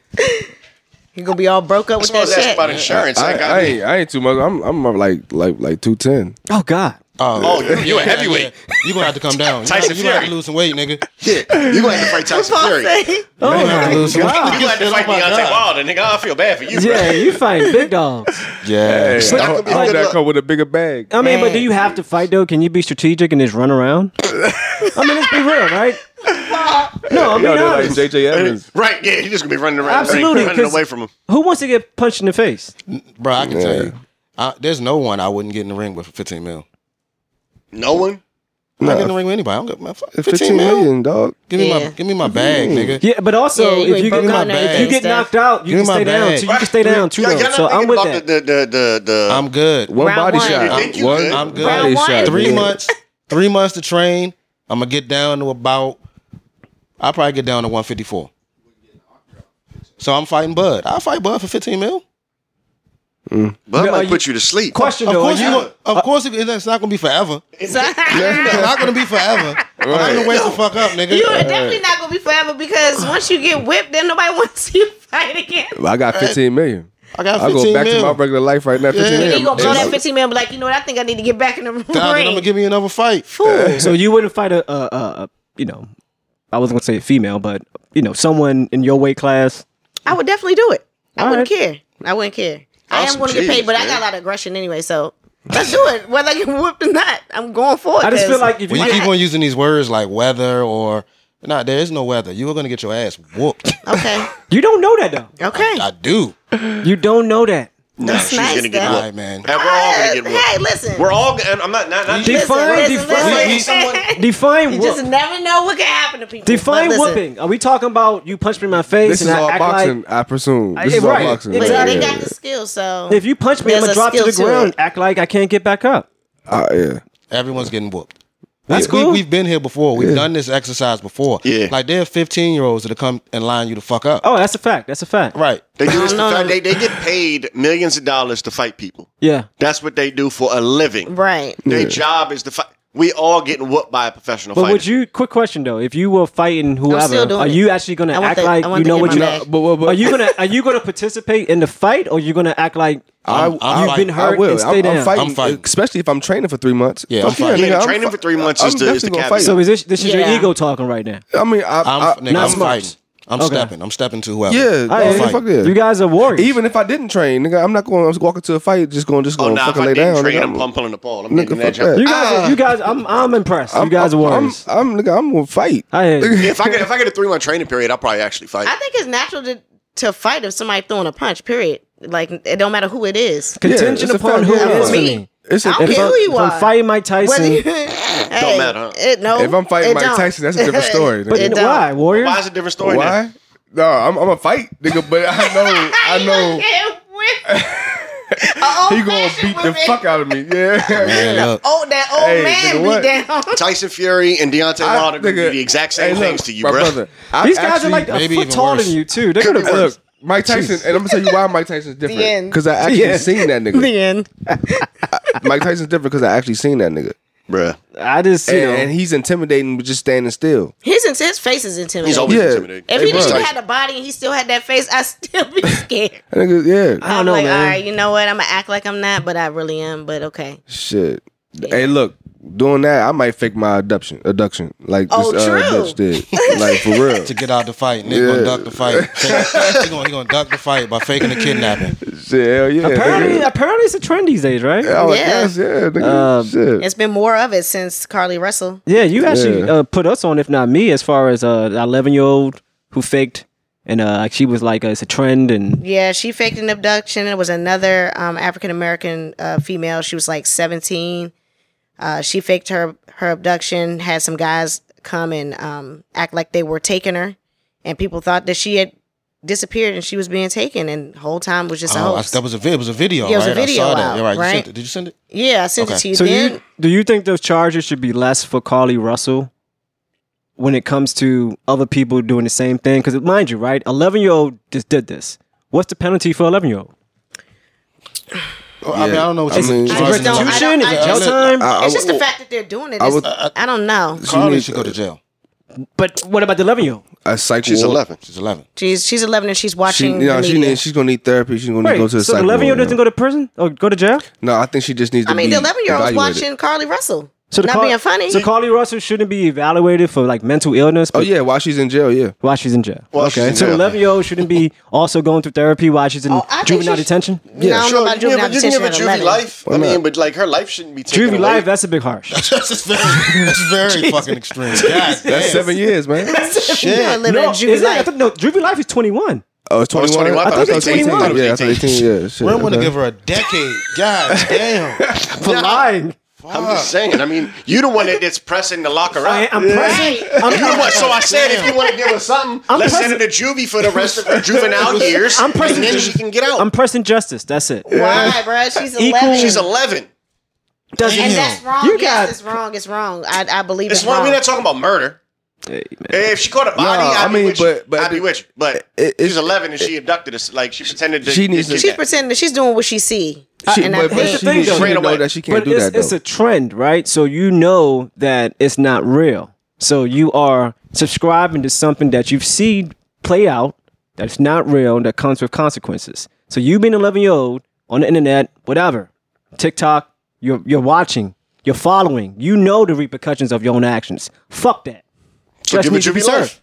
Speaker 2: You gonna be all broke up
Speaker 4: I'm
Speaker 2: with that
Speaker 4: supposed to ask
Speaker 2: check?
Speaker 4: about insurance.
Speaker 3: I,
Speaker 4: I, got
Speaker 3: I, ain't, I ain't too much. I'm I'm like like like two ten.
Speaker 1: Oh God.
Speaker 4: Oh, you, you a heavyweight.
Speaker 5: You gonna have to come down. You gonna-
Speaker 4: Tyson
Speaker 5: you gonna have to
Speaker 4: Fury.
Speaker 5: lose some weight, nigga.
Speaker 4: Yeah. You gonna have to fight Tyson Fury. You
Speaker 1: Oh my
Speaker 5: lose some
Speaker 1: God.
Speaker 4: gonna have to fight Deontay Wilder, nigga. I feel bad for you, bro.
Speaker 1: Yeah, you fighting big dogs.
Speaker 5: Yeah.
Speaker 3: Hey, I
Speaker 4: that
Speaker 3: hope
Speaker 4: could be
Speaker 3: I hope
Speaker 4: good
Speaker 3: that
Speaker 4: luck.
Speaker 3: come with a bigger bag.
Speaker 1: I mean, but do you have to fight though? Can you be strategic and just run around? I mean, let's be real, right? No, I'm
Speaker 3: Yo,
Speaker 1: being
Speaker 3: they're like
Speaker 1: honest.
Speaker 3: JJ Evans.
Speaker 4: Right, yeah, he's just gonna be running around,
Speaker 1: Absolutely,
Speaker 4: running
Speaker 1: 'cause-
Speaker 4: away from him.
Speaker 1: Who wants to get punched in the face?
Speaker 5: Bro, I can tell
Speaker 3: Yeah.
Speaker 5: you. I, there's no one I wouldn't get in the ring with for 15 mil.
Speaker 4: No one.
Speaker 5: I'm
Speaker 3: Nah.
Speaker 5: not getting in the ring with anybody. I don't give my fuck. 15,
Speaker 3: Fifteen
Speaker 5: mil.
Speaker 3: million, dog.
Speaker 5: Give me
Speaker 2: Yeah.
Speaker 5: my give me my bag, nigga.
Speaker 1: Yeah, but also
Speaker 2: Yeah, you
Speaker 1: if
Speaker 2: ain't
Speaker 1: you get,
Speaker 2: broke
Speaker 1: if
Speaker 5: out and
Speaker 1: you
Speaker 5: everything
Speaker 1: get
Speaker 2: stuff.
Speaker 1: knocked out, you
Speaker 5: Give me
Speaker 1: can
Speaker 5: my
Speaker 1: stay down.
Speaker 5: bag.
Speaker 1: So you can stay down too.
Speaker 4: Y'all-
Speaker 1: though.
Speaker 4: y'all not
Speaker 1: So I'm
Speaker 4: thinking
Speaker 1: with
Speaker 4: about
Speaker 1: that.
Speaker 4: The, the, the, the,
Speaker 5: I'm good.
Speaker 3: One
Speaker 2: Round
Speaker 3: body
Speaker 2: one.
Speaker 3: shot.
Speaker 2: You
Speaker 4: think you
Speaker 3: one
Speaker 4: good?
Speaker 5: I'm good.
Speaker 3: body
Speaker 2: Round one.
Speaker 3: shot.
Speaker 5: Three
Speaker 3: yeah.
Speaker 5: months. Three months to train. I'm gonna get down to about. I probably get down to 154. So I'm fighting Bud. I'll fight Bud for 15 mil.
Speaker 4: but I
Speaker 1: are
Speaker 4: might
Speaker 1: you-
Speaker 4: put you to sleep.
Speaker 1: Question
Speaker 5: Of
Speaker 1: though,
Speaker 5: course,
Speaker 1: are
Speaker 5: you,
Speaker 1: you,
Speaker 5: gon- of course, it- it's not gonna be forever.
Speaker 2: So-
Speaker 5: It's not gonna be forever. I'm not gonna wake the fuck up, nigga.
Speaker 2: You're definitely not gonna be forever because once you get whipped, then nobody wants you to fight again.
Speaker 3: I got fifteen million.
Speaker 5: I got
Speaker 3: I
Speaker 5: 15
Speaker 3: go back
Speaker 5: mil.
Speaker 3: to my regular life right now. Fifteen
Speaker 2: Then
Speaker 3: million.
Speaker 2: you gonna blow
Speaker 3: It's-
Speaker 2: that 15 man, be like, you know what? I think I need to get back in the ring.
Speaker 5: Nah, then I'm gonna give me another fight.
Speaker 1: so you wouldn't fight a, a, a, a you know, I wasn't gonna say a female, but you know, someone in your weight class.
Speaker 2: I would definitely do it. I
Speaker 1: All
Speaker 2: wouldn't care. I wouldn't care. I am
Speaker 4: Awesome.
Speaker 2: gonna get paid,
Speaker 4: Jeez,
Speaker 2: but I
Speaker 4: man.
Speaker 2: got a lot of aggression anyway, so Let's do it. Whether I get whipped or not, I'm going for it.
Speaker 1: I just
Speaker 2: 'cause
Speaker 1: feel like if you,
Speaker 5: When you keep on using these words like weather or nah, there is no weather. You are gonna get your ass whooped.
Speaker 2: okay,
Speaker 1: you don't know that though.
Speaker 2: okay.
Speaker 5: I do.
Speaker 1: You don't know that.
Speaker 4: No,
Speaker 2: That's
Speaker 4: she's
Speaker 2: nice,
Speaker 4: gonna get
Speaker 2: though.
Speaker 5: All
Speaker 4: whooped.
Speaker 5: right, man.
Speaker 4: And we're all gonna
Speaker 2: Uh,
Speaker 4: get whooped.
Speaker 2: Hey, listen.
Speaker 4: We're all. And I'm not not not.
Speaker 1: Define-
Speaker 2: listen,
Speaker 1: define-
Speaker 2: listen,
Speaker 1: We-
Speaker 5: we-
Speaker 2: listen.
Speaker 1: Define
Speaker 2: You just
Speaker 1: whoop.
Speaker 2: never know what can happen to people.
Speaker 1: Define
Speaker 2: But listen,
Speaker 1: whooping. Are we talking about you punch me in my face
Speaker 3: This is
Speaker 1: and I
Speaker 3: all
Speaker 1: act
Speaker 3: boxing,
Speaker 1: like
Speaker 3: I presume. This
Speaker 1: I-
Speaker 3: is all
Speaker 1: right,
Speaker 3: boxing.
Speaker 2: But
Speaker 1: exactly.
Speaker 2: they got the skill, so
Speaker 1: if you punch me, I'm
Speaker 2: There's
Speaker 1: gonna drop
Speaker 2: a
Speaker 1: to
Speaker 2: skill
Speaker 1: the
Speaker 2: to
Speaker 1: ground.
Speaker 2: it.
Speaker 1: act like I can't get back up.
Speaker 3: Ah, yeah.
Speaker 5: Everyone's getting whooped.
Speaker 1: That's
Speaker 5: we,
Speaker 1: cool.
Speaker 5: We, have been here before. We've done this exercise before.
Speaker 4: Yeah.
Speaker 5: Like there are 15 year olds that'll come and line you to fuck up.
Speaker 1: Oh, that's a fact. That's a fact.
Speaker 5: Right.
Speaker 4: They do this. to
Speaker 2: No, no,
Speaker 4: fight-
Speaker 2: no.
Speaker 4: They, they get paid millions of dollars to fight people.
Speaker 1: Yeah.
Speaker 4: That's what they do for a living.
Speaker 2: right,
Speaker 4: Their job is to fight. We all getting whooped by a professional
Speaker 1: But
Speaker 4: fighter.
Speaker 1: would you? Quick question though. If you were fighting whoever,
Speaker 2: still doing
Speaker 1: are
Speaker 2: it.
Speaker 1: you actually gonna
Speaker 2: I want
Speaker 1: act
Speaker 2: the-
Speaker 1: like
Speaker 2: I
Speaker 1: you
Speaker 2: want
Speaker 1: know
Speaker 2: to
Speaker 1: what
Speaker 2: get
Speaker 1: you?
Speaker 2: my bag.
Speaker 3: But, but, but
Speaker 1: Are you gonna Are you gonna participate in the fight, or you gonna act like
Speaker 3: I, I,
Speaker 5: You've been
Speaker 1: hurt
Speaker 3: I will.
Speaker 1: and stay
Speaker 3: I'm,
Speaker 1: down.
Speaker 3: I'm, fighting,
Speaker 5: I'm fighting.
Speaker 3: especially if I'm training for three months.
Speaker 5: Yeah,
Speaker 3: Fuck
Speaker 5: I'm fighting.
Speaker 4: Yeah,
Speaker 3: nigga, I'm
Speaker 4: training for
Speaker 3: fi-
Speaker 4: three months
Speaker 3: I'm
Speaker 4: is the- is the
Speaker 3: definitely gonna
Speaker 4: cap.
Speaker 3: fight.
Speaker 1: So is this this is your
Speaker 2: Yeah.
Speaker 1: ego talking right now?
Speaker 3: I mean, I,
Speaker 5: I'm,
Speaker 3: I,
Speaker 5: nigga,
Speaker 1: not
Speaker 5: I'm
Speaker 1: smart.
Speaker 5: fighting. I'm
Speaker 1: Okay.
Speaker 5: stepping. I'm stepping to whoever.
Speaker 3: yeah,
Speaker 1: All right,
Speaker 3: no, fuck yeah.
Speaker 1: You guys are warriors.
Speaker 3: Even if I didn't train, nigga, I'm not going. I'm just walking to a fight. Just going, just
Speaker 4: Oh,
Speaker 3: going,
Speaker 4: nah, if
Speaker 3: fucking
Speaker 4: I
Speaker 3: lay
Speaker 4: didn't
Speaker 3: down.
Speaker 4: train,
Speaker 3: nigga.
Speaker 4: I'm,
Speaker 3: I'm-
Speaker 4: pumping on the ball. I'm
Speaker 3: Nigga,
Speaker 4: getting that
Speaker 3: fuck that.
Speaker 4: job.
Speaker 1: you guys, are- you guys, I'm I'm impressed. you guys are warriors.
Speaker 3: ah. I'm, I'm, nigga, I'm gonna fight.
Speaker 1: I hear you.
Speaker 4: If I get if I get a three month training period, I'll probably actually fight.
Speaker 2: I think it's natural to to fight if somebody throwing a punch. Period. Like it don't matter who it is. Uh,
Speaker 1: Contingent
Speaker 3: it's a
Speaker 1: upon
Speaker 3: fact,
Speaker 1: who
Speaker 3: yeah.
Speaker 1: it is to
Speaker 2: Me.
Speaker 1: me.
Speaker 3: It's a,
Speaker 2: I don't
Speaker 1: If
Speaker 2: care
Speaker 1: I'm,
Speaker 2: who you
Speaker 1: if I'm
Speaker 2: are.
Speaker 1: fighting Mike
Speaker 2: Whether you,
Speaker 1: Tyson,
Speaker 2: Hey,
Speaker 4: matter, huh?
Speaker 2: It, no,
Speaker 3: If I'm fighting
Speaker 2: it
Speaker 3: Mike
Speaker 2: don't.
Speaker 3: Tyson, that's a different story.
Speaker 1: but
Speaker 2: It
Speaker 3: nigga.
Speaker 2: don't.
Speaker 1: why warriors?
Speaker 4: Why is it a different story? Now?
Speaker 3: Why? No, I'm, I'm a fight, nigga. But I know, I know. He gonna beat the fuck out of me. Yeah.
Speaker 5: Man, look.
Speaker 2: Oh, that old
Speaker 3: Hey, nigga,
Speaker 2: man
Speaker 3: what?
Speaker 2: beat down.
Speaker 4: Tyson Fury and Deontay
Speaker 3: I-
Speaker 4: Wilder could do
Speaker 3: nigga,
Speaker 4: the exact same
Speaker 3: hey, look,
Speaker 4: things to you,
Speaker 3: my
Speaker 4: bro.
Speaker 3: brother, I
Speaker 1: These guys are
Speaker 3: actually-
Speaker 1: like a
Speaker 5: maybe
Speaker 1: foot
Speaker 5: even
Speaker 1: taller
Speaker 5: worse.
Speaker 1: than you too. They're gonna
Speaker 3: Hey, look, Mike Tyson, and I'm gonna tell you why Mike Tyson's
Speaker 2: The end.
Speaker 3: different. Because I actually seen that nigga.
Speaker 2: The end.
Speaker 3: Mike Tyson's different because I actually seen that nigga,
Speaker 4: Bruh.
Speaker 1: I just you
Speaker 3: and,
Speaker 1: know.
Speaker 3: and he's intimidating, but just standing still.
Speaker 2: His his face is
Speaker 4: He's
Speaker 2: intimidating.
Speaker 4: always
Speaker 3: Yeah.
Speaker 4: intimidated.
Speaker 2: If
Speaker 3: Hey,
Speaker 2: he
Speaker 3: bro.
Speaker 2: didn't even have the body and he still had that face, I still be scared.
Speaker 3: That nigga, yeah,
Speaker 1: I don't
Speaker 2: I'm
Speaker 1: know,
Speaker 2: like,
Speaker 1: man.
Speaker 2: all right, you know what? I'm gonna act like I'm not, but I really am. But okay.
Speaker 3: shit. Hey, look, doing that, I might fake my abduction, abduction, like
Speaker 2: Oh,
Speaker 3: this uh,
Speaker 2: true.
Speaker 3: bitch did, like for real.
Speaker 5: To get out the fight, nigga gonna duck the fight. he, gonna, he gonna duck the fight by faking the kidnapping.
Speaker 3: Shit, hell yeah.
Speaker 1: apparently,
Speaker 3: nigga.
Speaker 1: apparently, it's a trend these days, right?
Speaker 2: Yeah.
Speaker 3: Oh, yes, yeah, nigga.
Speaker 1: Um,
Speaker 3: shit.
Speaker 2: It's been more of it since Carly Russell.
Speaker 1: Yeah, you actually
Speaker 3: Yeah.
Speaker 1: Uh, put us on, if not me, as far as uh, the 11 year old who faked, and uh, she was like, uh, it's a trend, and
Speaker 2: Yeah, she faked an abduction. It was another um, African American uh, female. She was like 17. Uh, she faked her her abduction. Had some guys come and um, act like they were taking her, and people thought that she had disappeared and she was being taken. And whole time was just a
Speaker 5: Oh, I,
Speaker 2: hoax.
Speaker 5: that was a vid. It was a video.
Speaker 2: Yeah, it was a
Speaker 5: right?
Speaker 2: video
Speaker 5: I saw that.
Speaker 2: out,
Speaker 5: Yeah, right. You sent
Speaker 2: right?
Speaker 5: it. Did you send it?
Speaker 2: yeah, I sent it
Speaker 5: Okay.
Speaker 2: to you.
Speaker 1: so do
Speaker 2: then
Speaker 1: you do you think those charges should be less for Carly Russell when it comes to other people doing the same thing? Because mind you, right, 11 year old just did this. What's the penalty for 11 year old?
Speaker 5: Well, Oh, I mean, I don't know what
Speaker 3: I
Speaker 5: you
Speaker 3: mean,
Speaker 5: mean.
Speaker 3: I
Speaker 5: Charging
Speaker 2: just don't- I
Speaker 5: them.
Speaker 1: Restitution? Is it jail
Speaker 5: I-
Speaker 1: time?
Speaker 3: I- I
Speaker 2: it's just
Speaker 3: would-
Speaker 2: the fact that they're doing it.
Speaker 3: I
Speaker 2: I,
Speaker 3: would-
Speaker 2: I don't know.
Speaker 5: Carly should go to jail.
Speaker 1: but what about the 11 year old?
Speaker 3: a psych
Speaker 4: She's
Speaker 3: ward.
Speaker 4: 11.
Speaker 5: She's 11.
Speaker 2: She's she's 11 and she's
Speaker 3: She,
Speaker 2: watching.
Speaker 3: you know,
Speaker 2: the
Speaker 3: she
Speaker 2: media.
Speaker 3: need, she's gonna need therapy. She's gonna need to go
Speaker 1: Wait,
Speaker 3: to the
Speaker 1: so the
Speaker 3: psych
Speaker 1: 11 year old
Speaker 3: ward,
Speaker 1: doesn't go to prison or go to jail?
Speaker 3: yeah. No, I think she just needs to.
Speaker 2: I mean,
Speaker 3: be
Speaker 2: the 11 year old's
Speaker 3: evaluated.
Speaker 2: watching Carly Russell.
Speaker 1: So the
Speaker 2: not
Speaker 1: Car-
Speaker 2: being funny.
Speaker 1: So Carly Russell shouldn't be evaluated for like mental illness.
Speaker 3: Oh
Speaker 1: but-
Speaker 3: yeah, while she's in jail, yeah.
Speaker 1: while she's in jail.
Speaker 4: While she's
Speaker 1: okay.
Speaker 4: in
Speaker 1: So
Speaker 4: jail.
Speaker 1: eleven year old shouldn't be also going through therapy while she's in
Speaker 2: Oh, I think
Speaker 1: juvenile
Speaker 2: she-
Speaker 1: detention.
Speaker 2: No, I don't know about
Speaker 4: you can
Speaker 2: juvenile
Speaker 4: give, you can give
Speaker 2: detention
Speaker 4: a
Speaker 2: at
Speaker 4: juvie
Speaker 2: 11.
Speaker 4: life. I
Speaker 3: Why not?
Speaker 4: mean, but like her life shouldn't be taken
Speaker 1: Juvie
Speaker 4: away.
Speaker 1: life, that's a big harsh.
Speaker 5: That's very, that's very fucking extreme. God,
Speaker 3: That's seven years, man.
Speaker 2: You're not living
Speaker 1: no,
Speaker 2: a juvie
Speaker 1: is that- I
Speaker 2: life.
Speaker 1: thought- no, juvie life is twenty one.
Speaker 3: Oh, it's
Speaker 4: Oh, it's
Speaker 3: 21.
Speaker 4: 21. I
Speaker 1: thought it was 18.
Speaker 3: Yeah, that's 18. Yeah, shit.
Speaker 5: We're going to
Speaker 3: okay.
Speaker 5: give her a decade. God damn.
Speaker 1: For lying.
Speaker 4: I'm just saying. I mean, you the one that- that's pressing the locker
Speaker 1: I,
Speaker 4: up.
Speaker 1: am pressing. I'm,
Speaker 4: You the one- so I said, if you want to give her something,
Speaker 1: I'm
Speaker 4: let's send her to
Speaker 1: pressing-
Speaker 4: juvie for the rest of her juvenile years,
Speaker 1: I'm pressing
Speaker 4: and then
Speaker 1: ju-
Speaker 4: she can get out.
Speaker 1: I'm pressing justice. That's it.
Speaker 2: Why, bruh? She's 11.
Speaker 4: She's 11.
Speaker 1: Doesn't
Speaker 2: and
Speaker 5: Damn.
Speaker 2: that's wrong.
Speaker 1: You
Speaker 2: yes,
Speaker 1: got-
Speaker 2: it's wrong. It's wrong. I, I believe it's,
Speaker 4: It's wrong.
Speaker 2: wrong.
Speaker 4: We're not talking about murder. If she caught a body,
Speaker 3: Nah,
Speaker 4: I'd
Speaker 3: I mean,
Speaker 4: be with you.
Speaker 3: but- but-
Speaker 4: I'd be with you. But
Speaker 3: It- it-
Speaker 4: she's 11 and she abducted us. Like she pretended to.
Speaker 3: She needs to-
Speaker 2: she's
Speaker 4: kidnap.
Speaker 2: pretending that she's doing what she see.
Speaker 3: She,
Speaker 2: and I
Speaker 3: but, but
Speaker 2: think
Speaker 3: she,
Speaker 1: Here's the thing,
Speaker 3: she
Speaker 1: though.
Speaker 3: didn't know
Speaker 4: Right
Speaker 3: that she can't
Speaker 1: But
Speaker 3: do
Speaker 1: it's,
Speaker 3: that though.
Speaker 1: it's a trend, right? So you know that it's not real. So you are subscribing to something that you've seen play out that's not real and that comes with consequences. So you being an 11 year old on the internet, whatever, TikTok, you're, you're watching, you're following, you know the repercussions of your own actions. Fuck that.
Speaker 4: So
Speaker 1: Just
Speaker 4: give her
Speaker 1: needs to be
Speaker 4: juvie life.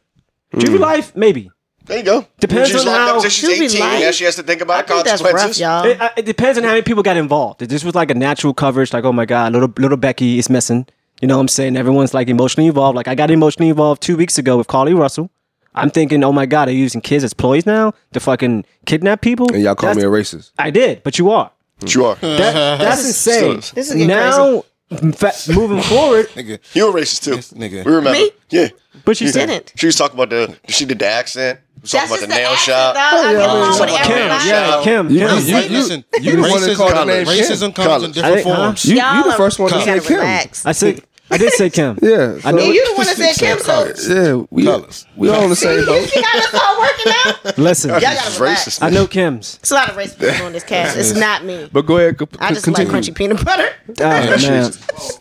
Speaker 3: Hmm.
Speaker 1: served. Juvie life, maybe.
Speaker 4: There you go.
Speaker 1: Depends
Speaker 4: she's
Speaker 1: on
Speaker 4: locked
Speaker 1: how-
Speaker 4: up until she's
Speaker 2: She'll be
Speaker 4: 18. Now
Speaker 2: light.
Speaker 4: she has to
Speaker 2: I
Speaker 4: think about
Speaker 2: think that's rough,
Speaker 4: consequences.
Speaker 2: y'all.
Speaker 1: It, I- it depends on how many people got involved. If this was like a natural coverage, like, oh my God, little little Becky is missing. You know what I'm saying? Everyone's like emotionally involved. Like I got emotionally involved two weeks ago with Carly Russell. I'm thinking, oh my God, are you using kids as ploys now to fucking kidnap people?
Speaker 3: And y'all call
Speaker 1: That's-
Speaker 3: me a racist.
Speaker 1: I did, but you are.
Speaker 4: you are.
Speaker 1: That, that's insane.
Speaker 2: This is getting
Speaker 1: now, in fact, moving forward,
Speaker 4: You were racist too.
Speaker 5: nigga.
Speaker 4: We remember.
Speaker 2: Me?
Speaker 4: Yeah.
Speaker 1: but she
Speaker 2: Didn't.
Speaker 4: She was talking about the. She did the accent. She was
Speaker 2: That's
Speaker 4: talking
Speaker 2: just
Speaker 4: about the nail
Speaker 2: accent,
Speaker 4: shop.
Speaker 2: dog. I get along with
Speaker 4: Kim,
Speaker 1: Kim,
Speaker 2: everybody.
Speaker 1: yeah, Kim,
Speaker 3: You-
Speaker 1: Kim.
Speaker 5: You,
Speaker 3: you-
Speaker 5: listen,
Speaker 3: you the one that
Speaker 5: racism,
Speaker 3: called
Speaker 5: comes-
Speaker 3: her name
Speaker 5: racism
Speaker 3: Kim.
Speaker 5: comes in
Speaker 4: Collins.
Speaker 1: I
Speaker 5: different
Speaker 1: think- huh?
Speaker 5: forms.
Speaker 3: You, you
Speaker 2: Y'all
Speaker 3: the
Speaker 2: are-
Speaker 3: first one to
Speaker 2: you
Speaker 3: say
Speaker 2: gotta
Speaker 3: Kim.
Speaker 2: relax.
Speaker 1: I said, I did say Kim.
Speaker 3: Yeah,
Speaker 1: I
Speaker 3: so-
Speaker 1: know.
Speaker 2: You the one that said Kim, so
Speaker 3: Yeah, we
Speaker 5: Colors.
Speaker 3: we all in the same boat.
Speaker 2: you gotta start working out.
Speaker 1: Listen,
Speaker 2: Y'all
Speaker 4: This is
Speaker 2: gotta relax.
Speaker 4: racist.
Speaker 1: I
Speaker 4: man.
Speaker 1: know Kim's.
Speaker 2: It's a lot of racist people on this cast. It's not me.
Speaker 3: But go ahead, co-
Speaker 2: I just
Speaker 3: continue.
Speaker 2: like crunchy peanut butter.
Speaker 1: Oh, man.
Speaker 5: Psychopath.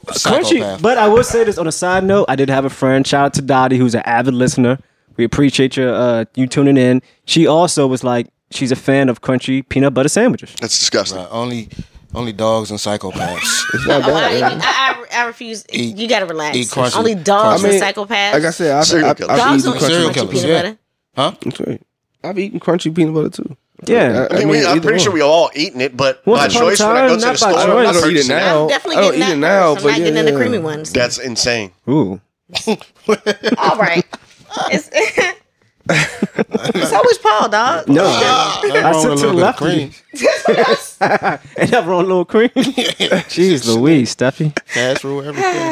Speaker 1: Crunchy, but I will say this on a side note. I did have a friend, shout out to Dottie, who's an avid listener. We appreciate your uh, you tuning in. She also was like, she's a fan of crunchy peanut butter sandwiches.
Speaker 4: That's disgusting.
Speaker 5: Uh, only, only dogs and psychopaths.
Speaker 3: It's not
Speaker 2: Oh, I,
Speaker 3: bad.
Speaker 2: even- I, I, I refuse.
Speaker 5: Eat-
Speaker 2: you gotta relax.
Speaker 5: eat crunchy-
Speaker 2: Only dogs
Speaker 5: crunchy.
Speaker 2: and
Speaker 5: I mean,
Speaker 2: psychopaths.
Speaker 3: Like I said, I've,
Speaker 4: Serial
Speaker 3: I've,
Speaker 4: killers.
Speaker 3: I've
Speaker 2: dogs
Speaker 3: eaten
Speaker 2: don't eat
Speaker 5: Serial
Speaker 3: crunchy.
Speaker 2: crunchy
Speaker 5: killers,
Speaker 2: peanut
Speaker 5: yeah.
Speaker 2: butter.
Speaker 3: That's right. I've eaten crunchy peanut butter too.
Speaker 1: Yeah.
Speaker 4: I mean, we, I'm
Speaker 3: either
Speaker 4: pretty sure
Speaker 3: one.
Speaker 4: we all eaten it, but
Speaker 1: Once
Speaker 4: by
Speaker 1: upon a
Speaker 4: choice when I go
Speaker 1: time,
Speaker 4: to
Speaker 1: not
Speaker 4: the
Speaker 1: by
Speaker 4: store,
Speaker 1: choice.
Speaker 4: I'm
Speaker 1: I
Speaker 4: not
Speaker 1: don't
Speaker 3: eat it now.
Speaker 4: purchasing
Speaker 2: I'm
Speaker 4: that.
Speaker 1: Oh,
Speaker 3: No,
Speaker 2: definitely
Speaker 3: I don't
Speaker 2: getting
Speaker 3: eat
Speaker 2: that
Speaker 3: it now,
Speaker 2: first.
Speaker 3: but
Speaker 2: I'm not getting in the
Speaker 3: yeah.
Speaker 2: creamy ones.
Speaker 4: That's insane.
Speaker 1: Ooh.
Speaker 2: All right. It's, it's always Paul, dog.
Speaker 1: No.
Speaker 4: uh,
Speaker 1: I
Speaker 5: Wrong
Speaker 1: said
Speaker 5: with
Speaker 1: to
Speaker 5: a
Speaker 1: the
Speaker 5: little bit of
Speaker 1: left.
Speaker 5: cream.
Speaker 1: And that wrong little cream. Jeez Louise, Steffi.
Speaker 5: Cash rule everything.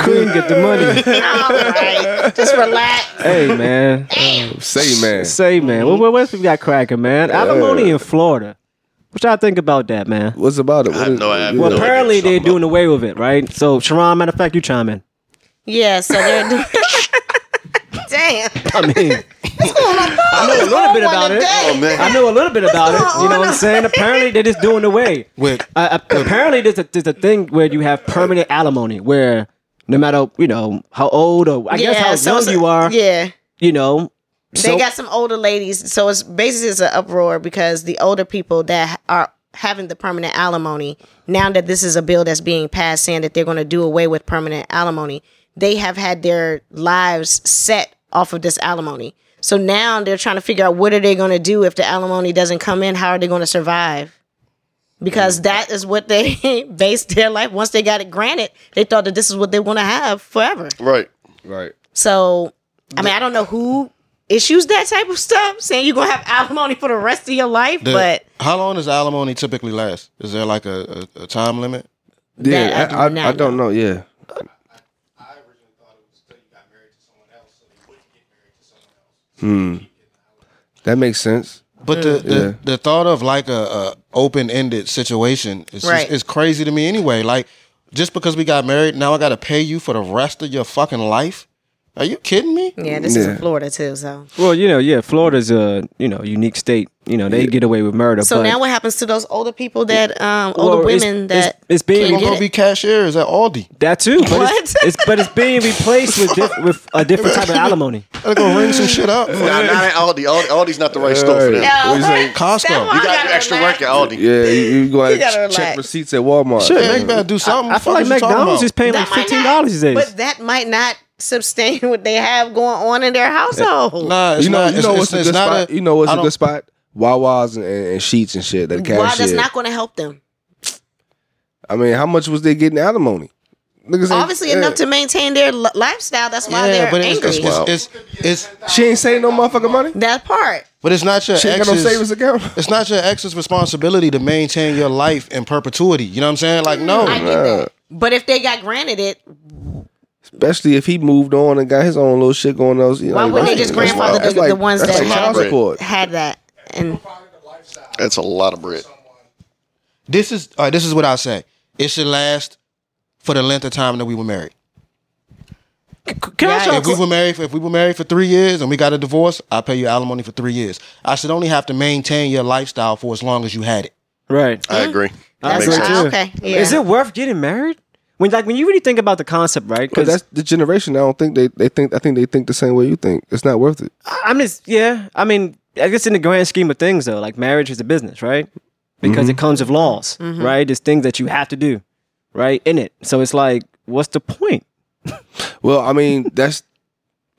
Speaker 1: Cream, get the money.
Speaker 2: All right. Just relax.
Speaker 1: hey, man.
Speaker 3: Say man,
Speaker 1: Say, man. What, what else we got cracking, man? Alimony in Florida. What y'all think about that, man?
Speaker 3: what's about it? What
Speaker 4: have
Speaker 3: is-
Speaker 4: no idea.
Speaker 1: Well,
Speaker 4: No idea
Speaker 1: apparently
Speaker 4: what you're
Speaker 1: they're
Speaker 4: talking
Speaker 1: doing away with it, right? So, Sharon, matter of fact, you chime in.
Speaker 2: Yeah, so they're doing. Damn.
Speaker 1: I mean,
Speaker 2: What's going on, Paul? I
Speaker 1: know a little bit about it.
Speaker 4: Oh man,
Speaker 1: I know a little bit about it. You know what I'm saying? Apparently, they're just doing away.
Speaker 5: With
Speaker 1: Uh, apparently, there's a, there's a thing where you have permanent alimony, where no matter you know how old or I guess how young you are,
Speaker 2: Yeah.
Speaker 1: you know,
Speaker 2: they
Speaker 1: so-
Speaker 2: got some older ladies, so it's basically it's an uproar because the older people that are having the permanent alimony now that this is a bill that's being passed saying that they're going to do away with permanent alimony, they have had their lives set off of this alimony. So now they're trying to figure out what are they going to do if the alimony doesn't come in? How are they going to survive? Because that is what they based their life. Once they got it granted, they thought that this is what they want to have forever.
Speaker 4: right?
Speaker 3: right?
Speaker 2: So, I mean, I don't know who issues that type of stuff, saying you're gonna have alimony for the rest of your life,
Speaker 5: the,
Speaker 2: but
Speaker 5: how long does alimony typically last? Is there like a, a, a time limit?
Speaker 3: Yeah,
Speaker 2: That I
Speaker 3: I,
Speaker 2: do
Speaker 3: I, I
Speaker 2: not
Speaker 3: don't know. Yeah, Hmm. that makes sense.
Speaker 5: But the, the, the thought of like a, a open ended situation is
Speaker 2: Right.
Speaker 5: just, is crazy to me anyway. Like just because we got married, now I got to pay you for the rest of your fucking life. Are you kidding me?
Speaker 2: yeah, this is in
Speaker 3: Yeah.
Speaker 2: Florida too. So,
Speaker 1: well, you know, yeah, Florida's a you know unique state. You know, they get away with murder.
Speaker 2: so
Speaker 1: but,
Speaker 2: now what happens to those older people that um
Speaker 1: Well,
Speaker 2: older
Speaker 1: it's-
Speaker 2: women
Speaker 1: it's-
Speaker 2: that
Speaker 1: it's being-
Speaker 5: I'm
Speaker 2: can't
Speaker 5: gonna
Speaker 2: get
Speaker 5: be
Speaker 2: it?
Speaker 5: cashiers at Aldi.
Speaker 1: that too? But It's,
Speaker 2: What?
Speaker 1: it's but it's being replaced with diff, with a different type of alimony.
Speaker 5: They're gonna ring some shit up.
Speaker 4: Nah, not at Aldi. Aldi. Aldi's not the right store for that.
Speaker 2: No.
Speaker 3: What you say?
Speaker 5: Costco.
Speaker 2: Stop. I
Speaker 4: You got to
Speaker 2: gotta
Speaker 4: do extra work at Aldi.
Speaker 3: Yeah, you, you go
Speaker 2: You gotta
Speaker 3: ahead and
Speaker 2: relax.
Speaker 3: check receipts at Walmart.
Speaker 1: Shit,
Speaker 5: Yeah,
Speaker 1: man.
Speaker 5: you better do something.
Speaker 1: I feel like McDonald's is paying like
Speaker 2: That might
Speaker 1: fifteen
Speaker 2: not-
Speaker 1: dollars these days.
Speaker 2: but that might not sustain what they have going on in their household.
Speaker 5: Nah, it's
Speaker 3: You know,
Speaker 5: not,
Speaker 3: you know
Speaker 5: it's,
Speaker 3: what's
Speaker 5: it's,
Speaker 3: a good
Speaker 5: it's not
Speaker 3: spot.
Speaker 5: a-
Speaker 3: you know what's
Speaker 5: I
Speaker 3: a
Speaker 5: don't-
Speaker 3: good spot? Wawas and, and, and sheets and shit. That
Speaker 2: Why that's
Speaker 3: cashier.
Speaker 2: not going to help them?
Speaker 3: I mean, how much was they getting alimony? Niggas ain't-
Speaker 2: Obviously,
Speaker 3: yeah.
Speaker 2: enough to maintain their li- lifestyle. That's why
Speaker 5: Yeah,
Speaker 2: they're
Speaker 5: but it's,
Speaker 2: angry.
Speaker 5: it's, it's, it's, it's
Speaker 3: She ain't saving no motherfucking money.
Speaker 2: that part.
Speaker 5: but it's not your
Speaker 3: She ain't got no
Speaker 5: ex's-
Speaker 3: savings account.
Speaker 5: It's not your ex's responsibility to maintain your life in perpetuity. You know what I'm saying? Like, no.
Speaker 2: I get that. But if they got granted it,
Speaker 3: Especially if he moved on and got his own little shit going else. You know,
Speaker 2: Why wouldn't they just
Speaker 3: that's
Speaker 2: grandfather
Speaker 3: like-
Speaker 2: the,
Speaker 3: that's
Speaker 2: the
Speaker 3: like-
Speaker 2: ones
Speaker 3: that's
Speaker 2: that
Speaker 3: like
Speaker 2: had,
Speaker 3: child
Speaker 4: bread.
Speaker 3: support.
Speaker 2: had that? And
Speaker 4: That's a lot of bread.
Speaker 5: This is all right, this is what I say. It should last for the length of time that we were married.
Speaker 1: Can I ask y'all a
Speaker 5: If we were married, for, if we were married for three years and we got a divorce, I pay you alimony for three years. I should only have to maintain your lifestyle for as long as you had it.
Speaker 1: Right.
Speaker 4: I agree.
Speaker 1: I
Speaker 4: That
Speaker 1: agree
Speaker 4: makes
Speaker 2: why-
Speaker 4: sense.
Speaker 1: too.
Speaker 2: okay, yeah.
Speaker 1: Is it worth getting married? When like when you really think about the concept, right?
Speaker 3: Because
Speaker 1: Because
Speaker 3: that's the generation. I don't think they, they think. I think they think the same way you think. It's not worth it.
Speaker 1: I'm just yeah. I mean, I guess in the grand scheme of things, though, like marriage is a business, right? Because
Speaker 3: Mm-hmm.
Speaker 1: it comes with
Speaker 2: Mm-hmm.
Speaker 1: laws, right? There's things that you have to do, right? In it, so it's like, what's the point?
Speaker 3: Well, I mean, that's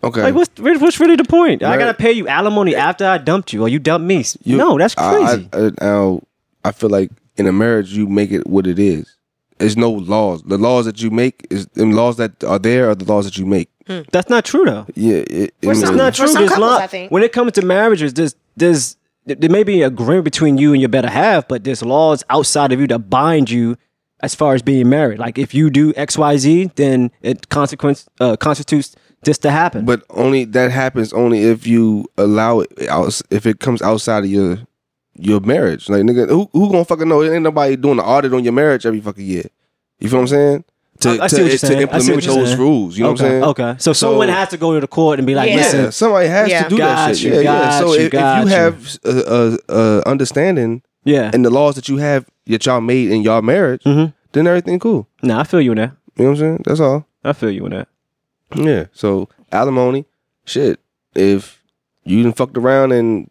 Speaker 3: okay.
Speaker 1: Like, what's what's really the point? I
Speaker 3: Right.
Speaker 1: gotta pay you alimony after I dumped you, or you dumped me.
Speaker 3: You-
Speaker 1: no, that's crazy.
Speaker 3: I, I, I, I feel like in a marriage, you make it what it is. There's no laws. The laws that you make is the laws that are there are the laws that you make.
Speaker 1: that's not true though.
Speaker 3: Yeah, it, it
Speaker 1: Well, it's
Speaker 3: mean-
Speaker 1: not true.
Speaker 2: some
Speaker 1: There's
Speaker 2: couples,
Speaker 1: lot-
Speaker 2: I think.
Speaker 1: When it comes to marriages, there's there's there there may be an agreement between you and your better half, but there's laws outside of you that bind you as far as being married. Like if you do X Y Z, then it consequence uh, constitutes this to happen.
Speaker 3: But only that happens only if you allow it. outs- If it comes outside of your your marriage, like nigga, who who gonna fucking know? Ain't nobody doing an audit on your marriage every fucking year. You feel what I'm saying? To
Speaker 1: I- I see
Speaker 3: to,
Speaker 1: what you're
Speaker 3: to
Speaker 1: saying. I see what
Speaker 3: implement
Speaker 1: you're
Speaker 3: those
Speaker 1: saying.
Speaker 3: rules. You know
Speaker 1: okay,
Speaker 3: what I'm saying?
Speaker 1: okay. So, someone has to go to the court and be like,
Speaker 2: Yeah.
Speaker 1: listen,
Speaker 3: Yeah, somebody has
Speaker 2: Yeah.
Speaker 3: to do
Speaker 1: Got
Speaker 3: that shit.
Speaker 1: you,
Speaker 3: yeah,
Speaker 1: got
Speaker 3: yeah. So
Speaker 1: you,
Speaker 3: if,
Speaker 1: got
Speaker 3: if
Speaker 1: you.
Speaker 3: you have a, a, a understanding
Speaker 1: yeah.
Speaker 3: and the laws that you have that y'all made in y'all marriage,
Speaker 1: Mm-hmm.
Speaker 3: then everything cool.
Speaker 1: nah, I feel you in that.
Speaker 3: You know what I'm saying? That's all.
Speaker 1: I feel you in that.
Speaker 3: Yeah. So alimony, shit. If you didn't fucked around and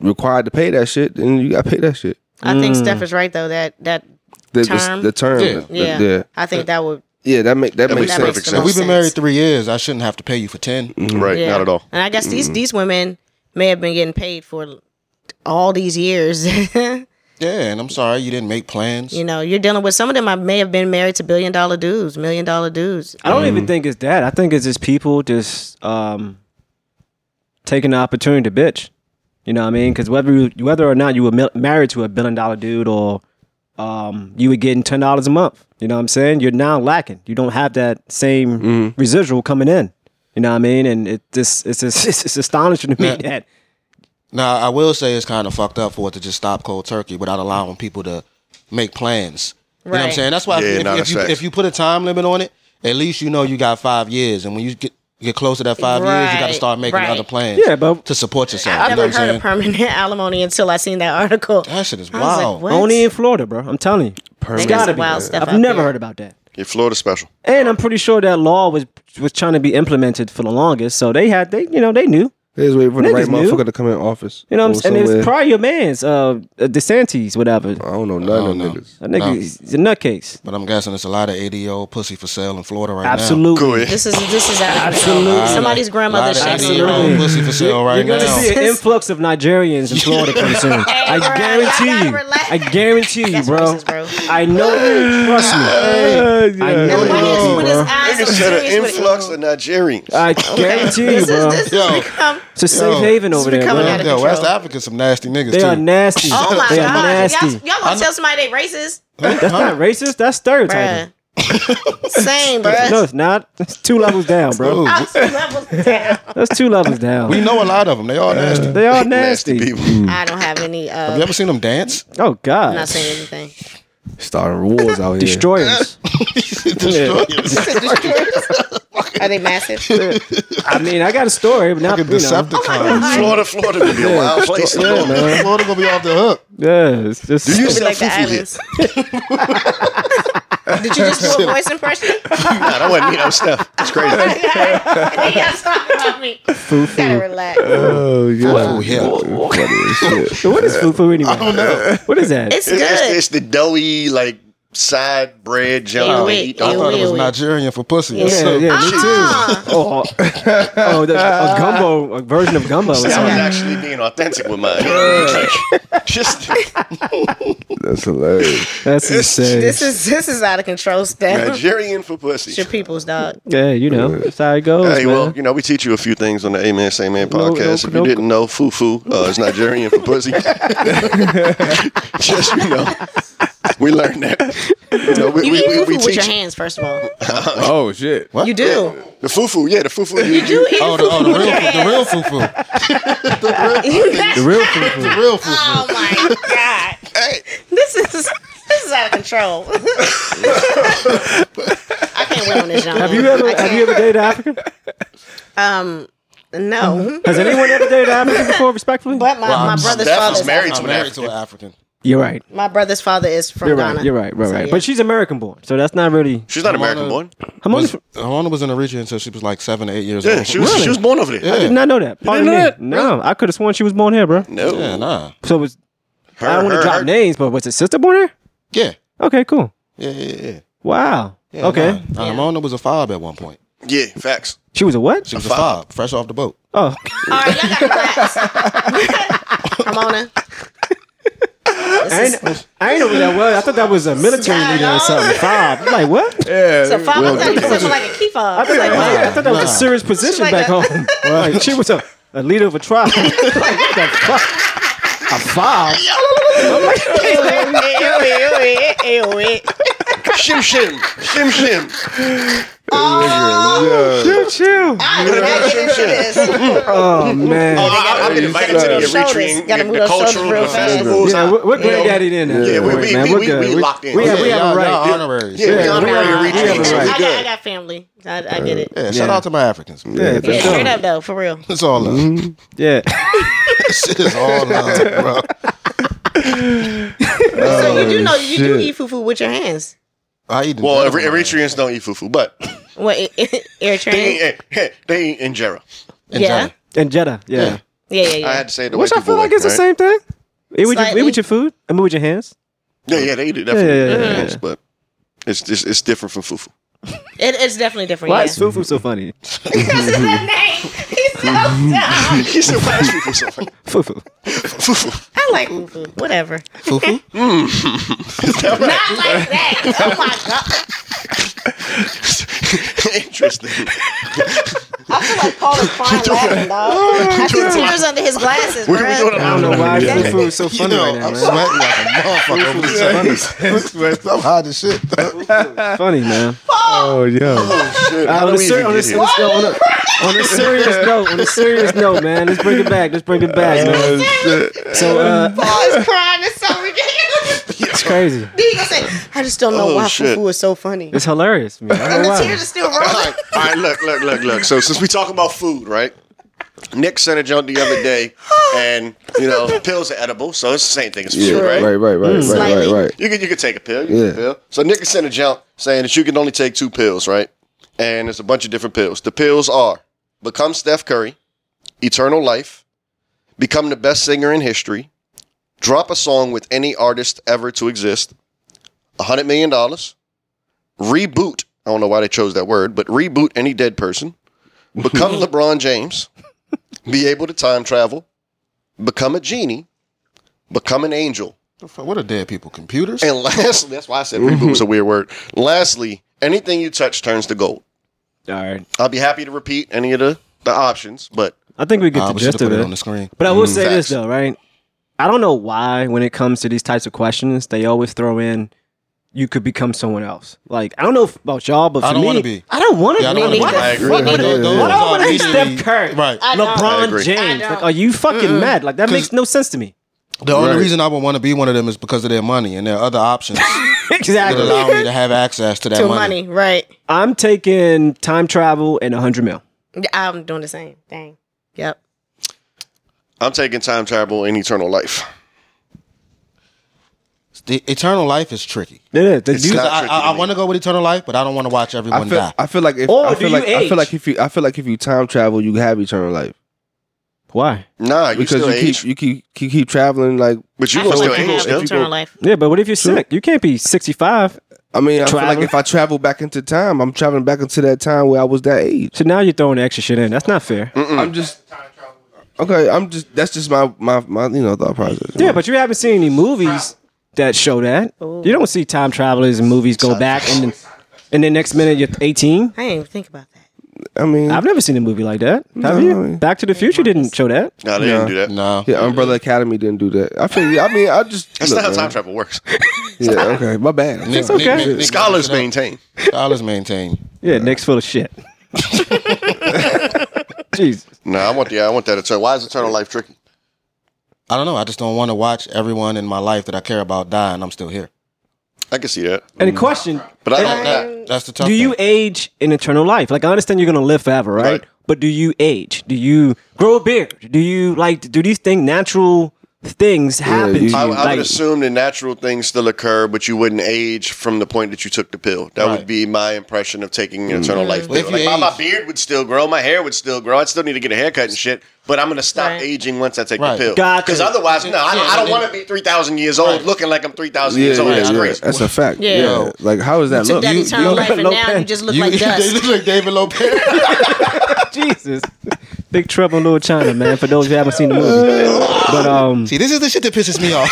Speaker 3: required to pay that shit, then you got to pay that shit.
Speaker 2: I think Steph is right though. That that
Speaker 3: The
Speaker 2: Term.
Speaker 3: The, the term.
Speaker 5: Yeah.
Speaker 3: the- the-
Speaker 2: yeah,
Speaker 3: yeah.
Speaker 2: I think that would
Speaker 3: Yeah, That make that,
Speaker 4: That
Speaker 3: makes
Speaker 4: makes
Speaker 3: sense.
Speaker 4: perfect
Speaker 2: the
Speaker 4: sense.
Speaker 5: If
Speaker 2: most
Speaker 5: we've been
Speaker 2: sense.
Speaker 5: married three years, I shouldn't have to pay you for ten.
Speaker 4: Right,
Speaker 2: Yeah.
Speaker 4: not at all.
Speaker 2: And I guess these these women may have been getting paid for all these years. you
Speaker 5: Yeah, and I'm sorry you didn't make plans.
Speaker 2: know, you're dealing with some of them. I may have been married to billion dollar dudes, million dollar dudes.
Speaker 1: I don't even think it's that. I think it's just people just um, taking the opportunity to bitch. You know what I mean? Because whether you, whether or not you were mil- married to a billion dollar dude or um, you were getting ten dollars a month, you know what I'm saying? You're now lacking. You don't have that same
Speaker 2: Mm-hmm.
Speaker 1: residual coming in. You know what I mean? And it just it's just, it's just astonishing to me
Speaker 5: Yeah.
Speaker 1: that
Speaker 5: Now, I will say it's kind of fucked up for it to just stop cold turkey without allowing people to make plans. You know what I'm
Speaker 2: Right.
Speaker 5: saying? That's why if-
Speaker 4: Yeah,
Speaker 5: if,
Speaker 4: not
Speaker 5: if you,
Speaker 4: effects.
Speaker 5: if you put a time limit on it, at least you know you got five years. And when you get, get close to that five years, you got to
Speaker 2: Right,
Speaker 5: start making
Speaker 2: right.
Speaker 5: other plans
Speaker 1: Yeah, but-
Speaker 5: to support yourself.
Speaker 2: I've
Speaker 5: you
Speaker 2: never
Speaker 5: know what I'm
Speaker 2: heard
Speaker 5: saying?
Speaker 2: of permanent alimony until I seen that article.
Speaker 5: that shit is
Speaker 2: I was
Speaker 5: wild.
Speaker 2: like, what?
Speaker 1: only in Florida, bro. I'm telling you,
Speaker 2: They
Speaker 1: it's
Speaker 2: got
Speaker 1: gotta
Speaker 2: some
Speaker 1: be.
Speaker 2: wild stuff
Speaker 1: I've
Speaker 2: out
Speaker 1: never
Speaker 2: there.
Speaker 1: heard about that.
Speaker 4: Your Florida special.
Speaker 1: And I'm pretty sure that law was was trying to be implemented for the longest. So they had they you know they knew.
Speaker 3: They just waiting for the
Speaker 1: Niggas
Speaker 3: right
Speaker 1: knew.
Speaker 3: motherfucker to come in office.
Speaker 1: You know what I'm
Speaker 3: Or
Speaker 1: saying? And it's
Speaker 3: somewhere.
Speaker 1: probably your man's, uh, DeSantis, whatever.
Speaker 3: I don't know none of them niggas.
Speaker 1: That nigga
Speaker 5: No.
Speaker 1: is a nutcase.
Speaker 5: But I'm guessing it's a lot of 80 year old pussy for sale in Florida right now.
Speaker 1: Absolutely.
Speaker 4: Cool.
Speaker 2: This is this is out of control.
Speaker 1: Absolutely.
Speaker 2: Somebody's grandmother
Speaker 5: Lot of
Speaker 2: shaking.
Speaker 5: 80 year old pussy for sale right
Speaker 1: You're gonna
Speaker 5: now.
Speaker 1: see an influx of Nigerians in Florida pretty soon. I
Speaker 2: bruh, y'all
Speaker 1: guarantee
Speaker 2: gotta
Speaker 1: you.
Speaker 2: relax.
Speaker 1: I guarantee you,
Speaker 2: That's
Speaker 1: bro.
Speaker 2: racist, bro.
Speaker 1: I know. Trust me. I know.
Speaker 2: Why
Speaker 1: they
Speaker 2: is
Speaker 1: do,
Speaker 2: when
Speaker 1: bro.
Speaker 2: his eyes
Speaker 4: Nigga
Speaker 2: are
Speaker 4: said an
Speaker 2: serious with it?
Speaker 4: influx of Nigerians.
Speaker 1: I guarantee you,
Speaker 2: This is
Speaker 1: bro.
Speaker 2: this
Speaker 5: Yo.
Speaker 2: has become.
Speaker 1: It's a safe
Speaker 5: Yo.
Speaker 1: haven over there,
Speaker 2: becoming
Speaker 1: bro.
Speaker 2: out of
Speaker 5: Yo,
Speaker 2: control.
Speaker 5: West Africa, some nasty niggas
Speaker 1: They
Speaker 5: too.
Speaker 1: are nasty.
Speaker 2: Oh my
Speaker 1: They are
Speaker 2: god! Y'all,
Speaker 1: nasty.
Speaker 2: y'all gonna tell somebody they racist,
Speaker 1: That's not racist. That's stereotyping.
Speaker 2: bruh? Same, bruh.
Speaker 1: No, it's not. It's two levels down, bro.
Speaker 5: Ooh,
Speaker 2: Levels down.
Speaker 1: That's two levels down.
Speaker 5: we know a lot of them. They all nasty.
Speaker 1: They are
Speaker 4: Nasty
Speaker 1: nasty.
Speaker 4: people.
Speaker 2: I don't have any. Uh,
Speaker 5: You ever seen them dance?
Speaker 1: Oh
Speaker 2: I'm
Speaker 1: God.
Speaker 2: not saying anything.
Speaker 3: Starting wars out here.
Speaker 1: Destroyers. Yeah.
Speaker 2: Are they massive?
Speaker 1: I mean, I got a story, but not you
Speaker 5: Fucking
Speaker 1: know.
Speaker 5: Decepticons.
Speaker 4: Florida, Florida would be a wild place. to
Speaker 1: Yeah,
Speaker 4: go.
Speaker 1: man.
Speaker 5: Oh Florida gonna be off the hook.
Speaker 1: Yeah, it's just.
Speaker 4: Do you
Speaker 2: Be
Speaker 4: sell
Speaker 2: like the
Speaker 4: fufu here?
Speaker 2: islands. Did you just do a voice impression?
Speaker 4: Nah, that wasn't me. That was Steph. That's crazy.
Speaker 2: They got something about me. Gotta relax.
Speaker 3: Oh yeah.
Speaker 5: Fufu hill.
Speaker 3: Funny as shit.
Speaker 1: what is fufu anyway? I don't know. What is that?
Speaker 2: It's
Speaker 4: It's, it's,
Speaker 2: good.
Speaker 4: it's the doughy like side
Speaker 2: Ew,
Speaker 4: bread junk. they
Speaker 2: ew,
Speaker 4: eat. Oh,
Speaker 5: I thought it was
Speaker 2: Really?
Speaker 5: Nigerian for pussy.
Speaker 1: yeah,
Speaker 5: So-
Speaker 1: yeah, me too. Oh, oh, oh, the, a gumbo, a version of gumbo.
Speaker 4: See, I was actually being authentic with mine. Like, just
Speaker 3: That's hilarious.
Speaker 1: That's insane.
Speaker 2: This is this is out of control stuff.
Speaker 4: Nigerian for pussy.
Speaker 2: It's your people's dog.
Speaker 1: yeah, you know, that's how it goes,
Speaker 4: Hey,
Speaker 1: man.
Speaker 4: well, you know, we teach you a few things on the Amen Say Man
Speaker 1: No, no,
Speaker 4: podcast. if you
Speaker 1: no.
Speaker 4: didn't know, fufu uh, is Nigerian for pussy. Just you know, we learned that. You know, we,
Speaker 2: You
Speaker 4: we,
Speaker 2: eat
Speaker 4: we,
Speaker 2: fufu
Speaker 4: we
Speaker 2: with your
Speaker 4: teach
Speaker 2: hands, first of all.
Speaker 3: Oh shit.
Speaker 2: You do.
Speaker 4: the fufu. Yeah, the fufu. You,
Speaker 2: You eat
Speaker 5: Oh, the, oh,
Speaker 2: fufu
Speaker 5: the
Speaker 2: with
Speaker 5: real,
Speaker 2: your
Speaker 5: the
Speaker 2: hands.
Speaker 5: real fufu.
Speaker 2: The real
Speaker 5: The real fufu.
Speaker 2: Oh my god. This is this is out of control. I can't wait on this young.
Speaker 1: have you ever have you ever dated Africa?
Speaker 2: No.
Speaker 1: Has anyone ever dated Africa before? Respectfully,
Speaker 2: But my, my brother's
Speaker 4: Steph
Speaker 2: father
Speaker 4: is
Speaker 2: is
Speaker 4: married
Speaker 5: I'm
Speaker 4: to an
Speaker 5: married to
Speaker 4: African.
Speaker 5: an African.
Speaker 1: you're right.
Speaker 2: my brother's father is from
Speaker 1: You're
Speaker 2: Ghana.
Speaker 1: right. You're right. Right.
Speaker 2: So,
Speaker 1: Right.
Speaker 2: yeah.
Speaker 1: But she's American born, so that's not really.
Speaker 4: She's not American born.
Speaker 1: I'm only.
Speaker 5: Was, Harona was in Eritrea until she was like seven, eight years
Speaker 4: Yeah,
Speaker 5: old.
Speaker 4: she was she was born over there.
Speaker 1: I did not know that. Pardon
Speaker 4: didn't know
Speaker 1: me.
Speaker 4: that?
Speaker 1: No, I could have sworn she was born here, bro.
Speaker 4: No,
Speaker 5: Yeah, nah.
Speaker 1: So was
Speaker 4: her,
Speaker 1: I don't want
Speaker 4: her-
Speaker 1: to drop
Speaker 4: her-
Speaker 1: names, but was his sister born here?
Speaker 5: Yeah.
Speaker 1: Okay, cool.
Speaker 5: Yeah, yeah, yeah.
Speaker 1: Wow.
Speaker 5: Yeah,
Speaker 1: okay.
Speaker 5: Nah, nah, Ramona was a fob at one point.
Speaker 4: Yeah, facts.
Speaker 1: She was a what?
Speaker 5: She was a fob, fresh off the boat.
Speaker 1: Oh,
Speaker 2: All right, y'all got to relax. Ramona.
Speaker 1: I ain't, I ain't know what that was. I thought that was a military
Speaker 2: Nah,
Speaker 1: leader
Speaker 2: nah.
Speaker 1: or something. Fob. I'm like what?
Speaker 2: It's a fob. I thought you said like a key fob. I was like, wow.
Speaker 1: I thought that was a serious position
Speaker 2: She's
Speaker 1: back
Speaker 2: like
Speaker 1: home. Like, she was a, a leader of a tribe. like, what the fuck? A fob.
Speaker 4: Shim shim. Shim shim.
Speaker 1: Chill, chill.
Speaker 2: I did not get into this.
Speaker 1: Oh man.
Speaker 4: I- I've been invited to the
Speaker 2: Shoulders.
Speaker 4: Eritrean
Speaker 2: Gotta move
Speaker 4: the
Speaker 2: those shoulders
Speaker 4: cultural
Speaker 2: real
Speaker 4: the
Speaker 2: fast.
Speaker 4: festivals.
Speaker 1: Yeah, we're, we're glad
Speaker 4: Yeah.
Speaker 1: that it in there.
Speaker 4: Yeah, we- we-
Speaker 1: man,
Speaker 4: we-
Speaker 1: we're
Speaker 4: we-
Speaker 1: good.
Speaker 4: we locked in.
Speaker 1: We have, we
Speaker 5: Yeah,
Speaker 1: have a
Speaker 5: y'all-
Speaker 1: right.
Speaker 5: y'all honoraries.
Speaker 4: Yeah,
Speaker 5: Yeah,
Speaker 4: we
Speaker 2: No,
Speaker 4: honor
Speaker 2: no,
Speaker 4: our
Speaker 2: I
Speaker 1: Yeah,
Speaker 4: Eritreans.
Speaker 2: get
Speaker 4: It's
Speaker 2: you.
Speaker 1: right.
Speaker 4: good.
Speaker 2: I got I got family. I I get it.
Speaker 5: Yeah, shout
Speaker 1: Yeah.
Speaker 5: out to my Africans.
Speaker 1: Yeah, for
Speaker 2: Yeah,
Speaker 1: sure.
Speaker 2: straight up though, for real.
Speaker 5: It's all love.
Speaker 1: Yeah.
Speaker 5: Shit is all love, bro.
Speaker 2: So you do know you do eat fufu with your hands.
Speaker 5: I eat the
Speaker 4: Well,
Speaker 5: devil,
Speaker 4: Eri-
Speaker 5: man.
Speaker 4: Eritreans don't eat fufu, but
Speaker 2: What
Speaker 4: they
Speaker 2: Eritrean?
Speaker 4: ain't, eh, they ain't injera.
Speaker 5: And
Speaker 2: Yeah.
Speaker 5: Johnny.
Speaker 1: And Jeddah. Yeah.
Speaker 5: Yeah.
Speaker 2: Yeah, yeah,
Speaker 4: I
Speaker 2: yeah.
Speaker 4: had to say it the
Speaker 1: Which
Speaker 4: way
Speaker 1: I
Speaker 4: people
Speaker 1: feel like
Speaker 4: way,
Speaker 1: it's the
Speaker 4: right?
Speaker 1: same thing. Eat with, your, eat
Speaker 2: Slightly.
Speaker 1: with your food and move with your hands.
Speaker 4: Yeah, yeah, they eat it
Speaker 1: Yeah,
Speaker 4: definitely.
Speaker 1: yeah, yeah. yeah.
Speaker 4: Yes, but it's, it's it's different from fufu.
Speaker 2: It, it's definitely different.
Speaker 1: Why
Speaker 2: yeah.
Speaker 1: is fufu so funny?
Speaker 2: Because of the name. He's so dumb.
Speaker 4: He said, "Why is fufu so funny?"
Speaker 1: Fufu.
Speaker 4: Fufu.
Speaker 2: I like fufu. Whatever.
Speaker 5: Fufu?
Speaker 4: Mm.
Speaker 2: Not like that. Oh my god.
Speaker 4: Interesting.
Speaker 2: I feel like Paul is crying laughing, dog.
Speaker 1: Oh,
Speaker 2: I see tears under his glasses,
Speaker 4: We're we doing a
Speaker 2: bro.
Speaker 1: I
Speaker 4: lot
Speaker 1: don't know
Speaker 4: of
Speaker 1: why
Speaker 4: Yeah.
Speaker 1: fufu is so funny
Speaker 5: Yo,
Speaker 1: right now,
Speaker 5: I'm
Speaker 1: man.
Speaker 5: sweating like a motherfucker over this funny. I'm hot as shit.
Speaker 1: Funny, man.
Speaker 3: Oh yeah.
Speaker 4: Shit,
Speaker 1: Uh,
Speaker 4: how
Speaker 1: on,
Speaker 4: do
Speaker 1: a
Speaker 4: we
Speaker 1: ser-
Speaker 4: even
Speaker 1: on, a
Speaker 4: get here?
Speaker 1: serious note, on, a, on a serious note, on a serious note, man, let's bring it back. Let's bring it back, man. So uh,
Speaker 2: Paul is crying. It's so ridiculous.
Speaker 1: it's crazy.
Speaker 2: Then you gonna say, I just don't know
Speaker 4: Oh,
Speaker 2: why
Speaker 4: shit.
Speaker 2: fufu is so funny.
Speaker 1: It's hilarious, man. I don't know
Speaker 2: And the
Speaker 1: why.
Speaker 2: tears are still rolling.
Speaker 4: All right, look, look, look, look. So since we talk about food, right? Nick sent a joke the other day, and you know, pills are edible, so it's the same thing as food,
Speaker 3: Yeah, right,
Speaker 4: right?
Speaker 3: right, right, right, right,
Speaker 2: Slightly.
Speaker 3: right.
Speaker 4: You can you can take a pill. You can
Speaker 3: Yeah.
Speaker 4: take a pill. So Nick sent a jump saying that you can only take two pills, right? And it's a bunch of different pills. The pills are become Steph Curry, eternal life, become the best singer in history, drop a song with any artist ever to exist, a hundred million dollars, reboot. I don't know why they chose that word, but reboot any dead person, become LeBron James, be able to time travel, become a genie, become an angel.
Speaker 5: What are dead people? Computers?
Speaker 4: And lastly, that's why I said reboot was a weird word. Lastly, anything you touch turns to gold.
Speaker 1: All right.
Speaker 4: I'll be happy to repeat any of the, the options, but
Speaker 1: I think we get
Speaker 5: Ah,
Speaker 1: the
Speaker 5: we should
Speaker 1: gist
Speaker 5: have put
Speaker 1: of
Speaker 5: it
Speaker 4: eh?
Speaker 5: on the
Speaker 1: it.
Speaker 5: Mm. screen.
Speaker 1: But I will say this
Speaker 4: Facts.
Speaker 1: though, right? I don't know why when it comes to these types of questions, they always throw in you could become someone else. Like I don't know if- about y'all, but for
Speaker 5: I don't
Speaker 1: me,
Speaker 5: wanna be.
Speaker 1: I don't want to
Speaker 5: Yeah, I
Speaker 1: be.
Speaker 5: don't
Speaker 1: Why
Speaker 5: wanna
Speaker 1: the
Speaker 5: be.
Speaker 4: I agree.
Speaker 1: fuck would
Speaker 5: Those-
Speaker 1: it-
Speaker 5: those
Speaker 1: why do I
Speaker 5: are
Speaker 1: want to be
Speaker 5: immediately-
Speaker 1: Steph Curry?
Speaker 5: Right.
Speaker 2: I don't.
Speaker 4: I
Speaker 1: LeBron
Speaker 4: agree.
Speaker 2: I
Speaker 1: James.
Speaker 2: don't.
Speaker 1: Like, are you fucking mad? Like that makes no sense to me.
Speaker 5: The only
Speaker 4: Right.
Speaker 5: reason I would want to be one of them is because of their money and their other options that
Speaker 1: exactly.
Speaker 5: allow me to have access to that
Speaker 2: To
Speaker 5: money.
Speaker 2: money, right?
Speaker 1: I'm taking time travel and 100 mil.
Speaker 2: I'm doing the same thing. Yep.
Speaker 4: I'm taking time travel and eternal life.
Speaker 5: The eternal life is tricky.
Speaker 1: It is. The dude-
Speaker 4: not-
Speaker 5: I,
Speaker 4: tricky to me.
Speaker 5: want to go with eternal life, but I don't want to watch everyone
Speaker 3: I feel,
Speaker 5: die.
Speaker 3: I feel like if
Speaker 1: Or
Speaker 3: I
Speaker 1: do
Speaker 3: feel
Speaker 1: you
Speaker 3: like I
Speaker 1: age?
Speaker 3: feel like if you I feel like if you time travel you have eternal life
Speaker 1: why?
Speaker 4: Nah, you
Speaker 3: because
Speaker 4: still
Speaker 3: you
Speaker 4: age,
Speaker 3: keep you keep keep, keep traveling like
Speaker 4: but you
Speaker 2: I
Speaker 4: gonna
Speaker 2: feel
Speaker 4: still
Speaker 2: like I
Speaker 4: age.
Speaker 2: have
Speaker 4: though.
Speaker 3: if you
Speaker 2: eternal
Speaker 3: go-
Speaker 2: life.
Speaker 1: Yeah, but what if you're sick? You can't be 65.
Speaker 3: I mean I feel
Speaker 1: Travel.
Speaker 3: like if I travel back into time I'm traveling back into that time where I was that age.
Speaker 1: So now you're throwing extra shit in. That's not fair.
Speaker 3: I'm just okay. I'm just that's just my my, my you know thought process.
Speaker 1: Yeah, but you haven't seen any movies that show that. You don't see time travelers in movies go back and then, and then next minute you're 18.
Speaker 2: I didn't even think about that.
Speaker 3: I mean,
Speaker 1: I've never seen a movie like that. Have
Speaker 3: No.
Speaker 1: you? Back to the Future didn't show that.
Speaker 4: Nah, they didn't do that.
Speaker 5: no.
Speaker 3: yeah, Umbrella Academy didn't do that. I feel. you. I mean, I just
Speaker 4: That's
Speaker 3: look,
Speaker 4: not how
Speaker 3: man.
Speaker 4: time travel works.
Speaker 3: Yeah, okay, my bad.
Speaker 5: Nick-
Speaker 1: okay.
Speaker 5: Nick- Nick- Nick-
Speaker 4: Scholars
Speaker 5: Nick-
Speaker 4: maintain.
Speaker 5: Scholars maintain.
Speaker 1: Yeah, Nick's full of shit. Jesus.
Speaker 4: Nah, I want the I want that eternal. Why is eternal life tricky?
Speaker 5: I don't know. I just don't want to watch everyone in my life that I care about die, and I'm still here.
Speaker 4: I can see that,
Speaker 1: And the question
Speaker 4: but I don't.
Speaker 5: That- that's the tough.
Speaker 1: do you
Speaker 5: thing.
Speaker 1: age in eternal life? Like I understand you're gonna live forever, right?
Speaker 4: Right.
Speaker 1: But do you age? Do you grow a beard? Do you like do these things natural things happen
Speaker 3: you-
Speaker 1: to you.
Speaker 4: I, I
Speaker 1: like,
Speaker 4: would assume the natural things still occur, but you wouldn't age from the point that you took the pill. That would be my impression of taking an
Speaker 2: Mm.
Speaker 4: eternal life
Speaker 5: Well,
Speaker 4: pill.
Speaker 5: if
Speaker 4: Like,
Speaker 5: you
Speaker 4: my, my
Speaker 5: age-
Speaker 4: beard would still grow, my hair would still grow. I'd still need to get a haircut and shit, but I'm going to stop
Speaker 2: Right.
Speaker 4: aging once I take
Speaker 5: Right.
Speaker 4: the pill.
Speaker 1: Gotcha.
Speaker 4: Because otherwise, no, I,
Speaker 5: Yeah,
Speaker 4: I don't
Speaker 5: and-
Speaker 4: want to be 3,000 years old looking like I'm 3,000
Speaker 3: Yeah,
Speaker 4: years old.
Speaker 3: yeah,
Speaker 4: That's
Speaker 3: yeah.
Speaker 4: crazy.
Speaker 3: That's a fact. Yeah.
Speaker 2: Yeah.
Speaker 3: Like, how does that
Speaker 2: Took
Speaker 3: look?
Speaker 2: that
Speaker 3: You-
Speaker 2: eternal
Speaker 3: you-
Speaker 2: life, and now
Speaker 1: Lopez.
Speaker 2: you just look like
Speaker 5: they
Speaker 2: dust.
Speaker 5: look like David Lopez.
Speaker 1: Jesus. Big Trouble in Little China, man. For those who haven't seen the movie, but um,
Speaker 5: See, this is the shit that pisses me off.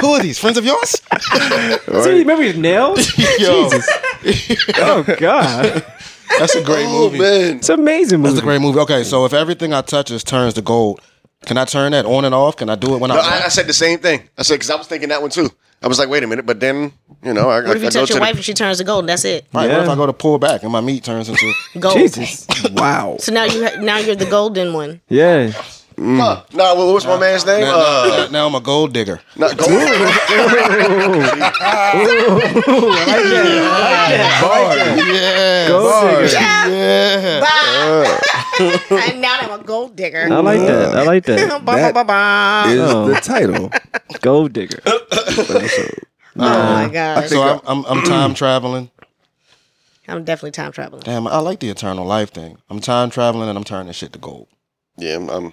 Speaker 5: Who are these friends of yours?
Speaker 1: see, remember his nails?
Speaker 5: Yo,
Speaker 1: Oh God,
Speaker 5: that's a great
Speaker 4: Oh,
Speaker 5: movie.
Speaker 4: man.
Speaker 1: it's an amazing movie.
Speaker 5: That's a great movie. Okay, so if everything I touches turns to gold, can I turn that on and off? Can I do it when
Speaker 4: No, I,
Speaker 5: I?
Speaker 4: I said the same thing. I said, because I was thinking that one too. I was like, wait a minute, but then, you know, I, I,
Speaker 2: What if you
Speaker 4: I go
Speaker 2: touch
Speaker 4: to
Speaker 2: your
Speaker 4: the-
Speaker 2: wife and she turns to gold? And that's it.
Speaker 5: Right, What if
Speaker 1: Yeah.
Speaker 5: I go to pull back and my meat turns into?
Speaker 2: Gold.
Speaker 1: Jesus.
Speaker 3: Wow.
Speaker 2: So now you ha- now you're the golden one.
Speaker 1: Yeah.
Speaker 4: Huh. No, what was my man's name?
Speaker 5: now,
Speaker 4: Uh,
Speaker 5: now- now I'm a gold digger.
Speaker 4: not Gold-
Speaker 5: Yeah,
Speaker 1: Gold digger.
Speaker 2: and now I'm a gold digger.
Speaker 1: I like that. I like that.
Speaker 2: Ba, ba, ba, ba.
Speaker 3: Is
Speaker 1: Oh.
Speaker 3: the title.
Speaker 1: Gold digger.
Speaker 2: Oh my gosh.
Speaker 5: So I'm, I'm, I'm time traveling.
Speaker 2: I'm definitely time traveling.
Speaker 5: Damn, I like the eternal life thing. I'm time traveling and I'm turning shit to gold.
Speaker 4: yeah, I'm, I'm-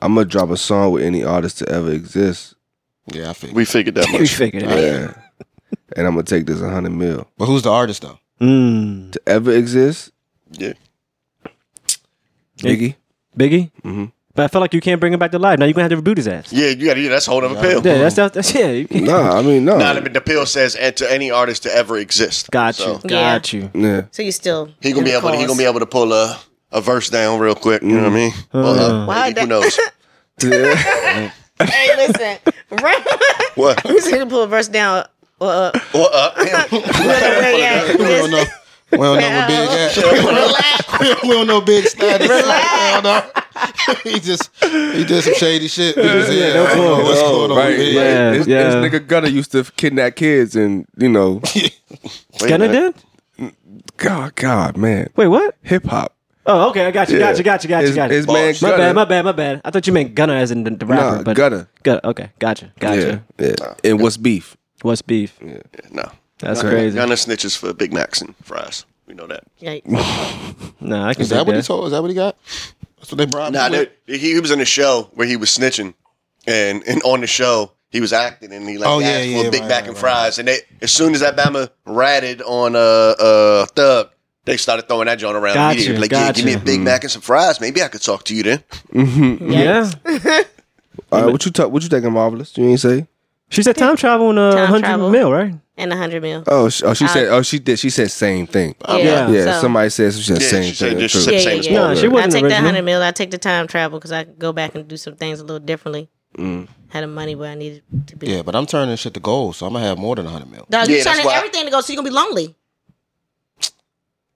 Speaker 3: I'm gonna drop a song with any artist to ever exist.
Speaker 5: Yeah, I figured.
Speaker 4: we figured that
Speaker 1: We
Speaker 4: much.
Speaker 1: figured it out.
Speaker 3: Yeah. and I'm gonna take this 100 mil
Speaker 5: But who's the artist though?
Speaker 1: Mm.
Speaker 3: to ever exist.
Speaker 4: Yeah.
Speaker 3: Biggie.
Speaker 1: Biggie.
Speaker 3: Mhm.
Speaker 1: But I feel like you can't bring him back to life. Now you're gonna have to reboot his ass.
Speaker 4: Mm-hmm. Yeah, you gotta, yeah, that's a whole other pill.
Speaker 1: Yeah, that's that's, that's yeah. You can't.
Speaker 3: Nah, I mean no.
Speaker 4: Nah, the, the pill says and to any artist to ever exist.
Speaker 1: Got
Speaker 4: So,
Speaker 1: you. Got you.
Speaker 3: yeah.
Speaker 2: So you still
Speaker 4: He gonna
Speaker 2: in
Speaker 4: be
Speaker 2: the
Speaker 4: able. To, he
Speaker 2: cause.
Speaker 4: gonna be able to pull a a verse down real quick. You know what I mean?
Speaker 1: Hmm.
Speaker 4: Well, uh,
Speaker 2: Wow,
Speaker 4: maybe, who
Speaker 2: that-
Speaker 4: knows?
Speaker 3: Yeah.
Speaker 2: Hey, listen. Right.
Speaker 4: What?
Speaker 2: Who's gonna pull a verse down? Uh,
Speaker 4: Well, uh, yeah.
Speaker 2: where you at?
Speaker 5: We don't know. We don't know what big at.
Speaker 2: Relax.
Speaker 5: we don't know big status. I don't know. he just he did some shady shit. He was yeah, I don't know what's going on.
Speaker 3: Oh, right,
Speaker 5: Big.
Speaker 3: right.
Speaker 1: Yeah,
Speaker 3: This,
Speaker 1: yeah.
Speaker 3: this nigga Gunner used to kidnap kids and you know,
Speaker 4: Wait a
Speaker 1: Gunna
Speaker 4: minute.
Speaker 1: did?
Speaker 3: God, God, man,
Speaker 1: Wait, what?
Speaker 3: hip hop.
Speaker 1: Oh, okay. I got you. Got you. Got you. Got you.
Speaker 3: His-
Speaker 1: Got
Speaker 3: his
Speaker 1: you.
Speaker 3: man
Speaker 1: My
Speaker 3: Gunna-
Speaker 1: bad. My bad. My bad. I thought you meant Gunner as in the, the rapper.
Speaker 3: Nah,
Speaker 1: but
Speaker 3: Gunna.
Speaker 1: Gun- okay. Gotcha. Gotcha.
Speaker 3: Yeah, yeah. And what's beef?
Speaker 1: What's beef?
Speaker 4: No,
Speaker 1: That's crazy.
Speaker 4: Gunna snitches for Big Macs and fries. We know that.
Speaker 2: Yeah.
Speaker 1: No, I can
Speaker 5: Is that what he
Speaker 1: that.
Speaker 5: told? Is that what he got? That's what they bribed.
Speaker 4: Nah,
Speaker 5: him with?
Speaker 4: dude, he, he was in a show where he was snitching, and and on the show he was acting, and he like
Speaker 5: Oh, yeah,
Speaker 4: asked
Speaker 5: yeah,
Speaker 4: for a Big
Speaker 5: right,
Speaker 4: Mac
Speaker 5: right,
Speaker 4: and
Speaker 5: right.
Speaker 4: fries, and they as soon as Alabama ratted on uh uh Thug. They started throwing that joint around.
Speaker 1: Gotcha,
Speaker 4: immediately. Like, yeah,
Speaker 1: gotcha.
Speaker 4: give me a Big Mac and some fries. Maybe I could talk to you then.
Speaker 1: Yeah.
Speaker 3: Mm-hmm. All right, what you talk? What you thinking, marvelous? You ain't say?
Speaker 1: She said time travel and uh,
Speaker 2: Time
Speaker 1: 100
Speaker 2: travel.
Speaker 1: mil, right?
Speaker 2: And a hundred mil.
Speaker 3: Oh, she, oh, she said. Oh, she did. She said same thing.
Speaker 1: Yeah.
Speaker 3: Yeah,
Speaker 2: so-
Speaker 3: somebody said she said
Speaker 4: Yeah,
Speaker 3: same
Speaker 4: she said
Speaker 3: thing.
Speaker 4: just
Speaker 3: too.
Speaker 4: said
Speaker 2: Yeah,
Speaker 4: same
Speaker 2: yeah,
Speaker 4: as
Speaker 2: yeah.
Speaker 1: No,
Speaker 4: Marvel.
Speaker 1: she
Speaker 2: I
Speaker 1: wasn't
Speaker 2: take that
Speaker 1: original.
Speaker 2: hundred mil. I take the time travel because I can go back and do some things a little differently.
Speaker 4: Mm.
Speaker 2: Had the money where I needed to be.
Speaker 5: Yeah, but I'm turning shit to gold, so I'm gonna have more than 100 mil.
Speaker 2: Dog,
Speaker 4: Yeah,
Speaker 2: you're
Speaker 4: that's
Speaker 2: turning
Speaker 4: why I-
Speaker 2: everything to gold, so you're gonna be lonely.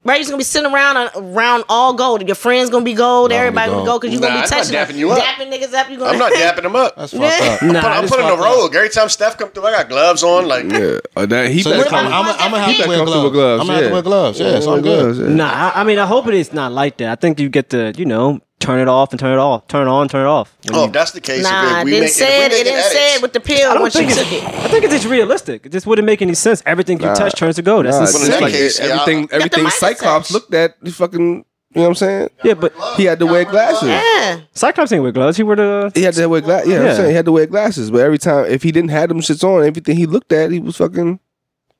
Speaker 2: Right, you're just gonna be sitting around on, around all gold. Your friends gonna be gold.
Speaker 5: Lonely
Speaker 2: everybody gonna
Speaker 5: gold.
Speaker 2: be gold because you're
Speaker 4: Nah,
Speaker 2: gonna
Speaker 4: I'm
Speaker 2: be
Speaker 4: not
Speaker 2: touching them.
Speaker 4: dapping you up.
Speaker 2: dapping niggas up. You gonna
Speaker 4: I'm not dapping him up.
Speaker 5: That's fucked up.
Speaker 1: Nah,
Speaker 4: But I'm
Speaker 1: this
Speaker 4: putting on
Speaker 1: fucked
Speaker 4: the
Speaker 1: up.
Speaker 4: rogue. Every time Steph come through, I got gloves on. Like,
Speaker 3: Yeah, oh, that, he
Speaker 5: So
Speaker 3: better
Speaker 5: I'm,
Speaker 3: come.
Speaker 5: I'm, I'm gonna have
Speaker 2: He
Speaker 5: to
Speaker 3: better
Speaker 5: wear
Speaker 3: come through with
Speaker 5: gloves.
Speaker 3: gloves.
Speaker 5: I'm gonna have
Speaker 3: yeah.
Speaker 5: to wear gloves. Yeah, so
Speaker 3: wear
Speaker 5: I'm good.
Speaker 3: gloves, yeah.
Speaker 1: Nah, I, I mean, I hope it is not like that. I think you get to, you know, turn it off and turn it off, turn it on, turn it off. When
Speaker 4: oh,
Speaker 1: you-
Speaker 4: if that's the case.
Speaker 2: Nah,
Speaker 4: if
Speaker 2: it
Speaker 4: we
Speaker 2: didn't
Speaker 4: make- if we
Speaker 2: say it. It
Speaker 4: making
Speaker 2: didn't say
Speaker 4: edits-
Speaker 2: it with the
Speaker 1: I
Speaker 2: pill
Speaker 1: don't
Speaker 2: once you
Speaker 1: think
Speaker 2: took
Speaker 1: it's.
Speaker 2: it.
Speaker 1: I think it's just realistic. It just wouldn't make any sense. Everything you
Speaker 3: Nah.
Speaker 1: touch turns to gold. That's
Speaker 3: Nah,
Speaker 1: just-
Speaker 3: it's
Speaker 4: in that
Speaker 3: like
Speaker 4: case, yeah,
Speaker 3: everything, everything
Speaker 2: mindset.
Speaker 3: Cyclops looked at, he fucking, you know what I'm saying?
Speaker 1: yeah, but
Speaker 3: He had to wear glasses.
Speaker 2: Yeah,
Speaker 1: Cyclops ain't wear gloves. He uh, wore the.
Speaker 3: He had to wear glasses. Yeah, I'm
Speaker 1: Yeah.
Speaker 3: saying he had to wear glasses. But every time, if he didn't have them shits on, everything he looked at, he was fucking.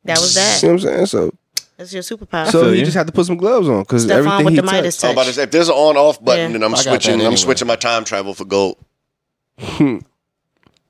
Speaker 2: that was
Speaker 3: You
Speaker 2: that.
Speaker 3: know what I'm saying? So,
Speaker 2: That's your superpower.
Speaker 3: so
Speaker 1: feel
Speaker 3: he
Speaker 1: you.
Speaker 3: just had to put some gloves on because
Speaker 2: Stephon
Speaker 3: everything
Speaker 2: with
Speaker 3: he
Speaker 2: the Midas
Speaker 3: touched.
Speaker 4: Oh, but
Speaker 2: touch.
Speaker 4: if there's an on-off button,
Speaker 2: Yeah.
Speaker 4: then I'm
Speaker 5: I got that
Speaker 4: switching.
Speaker 5: anyway.
Speaker 4: I'm switching my time travel for gold.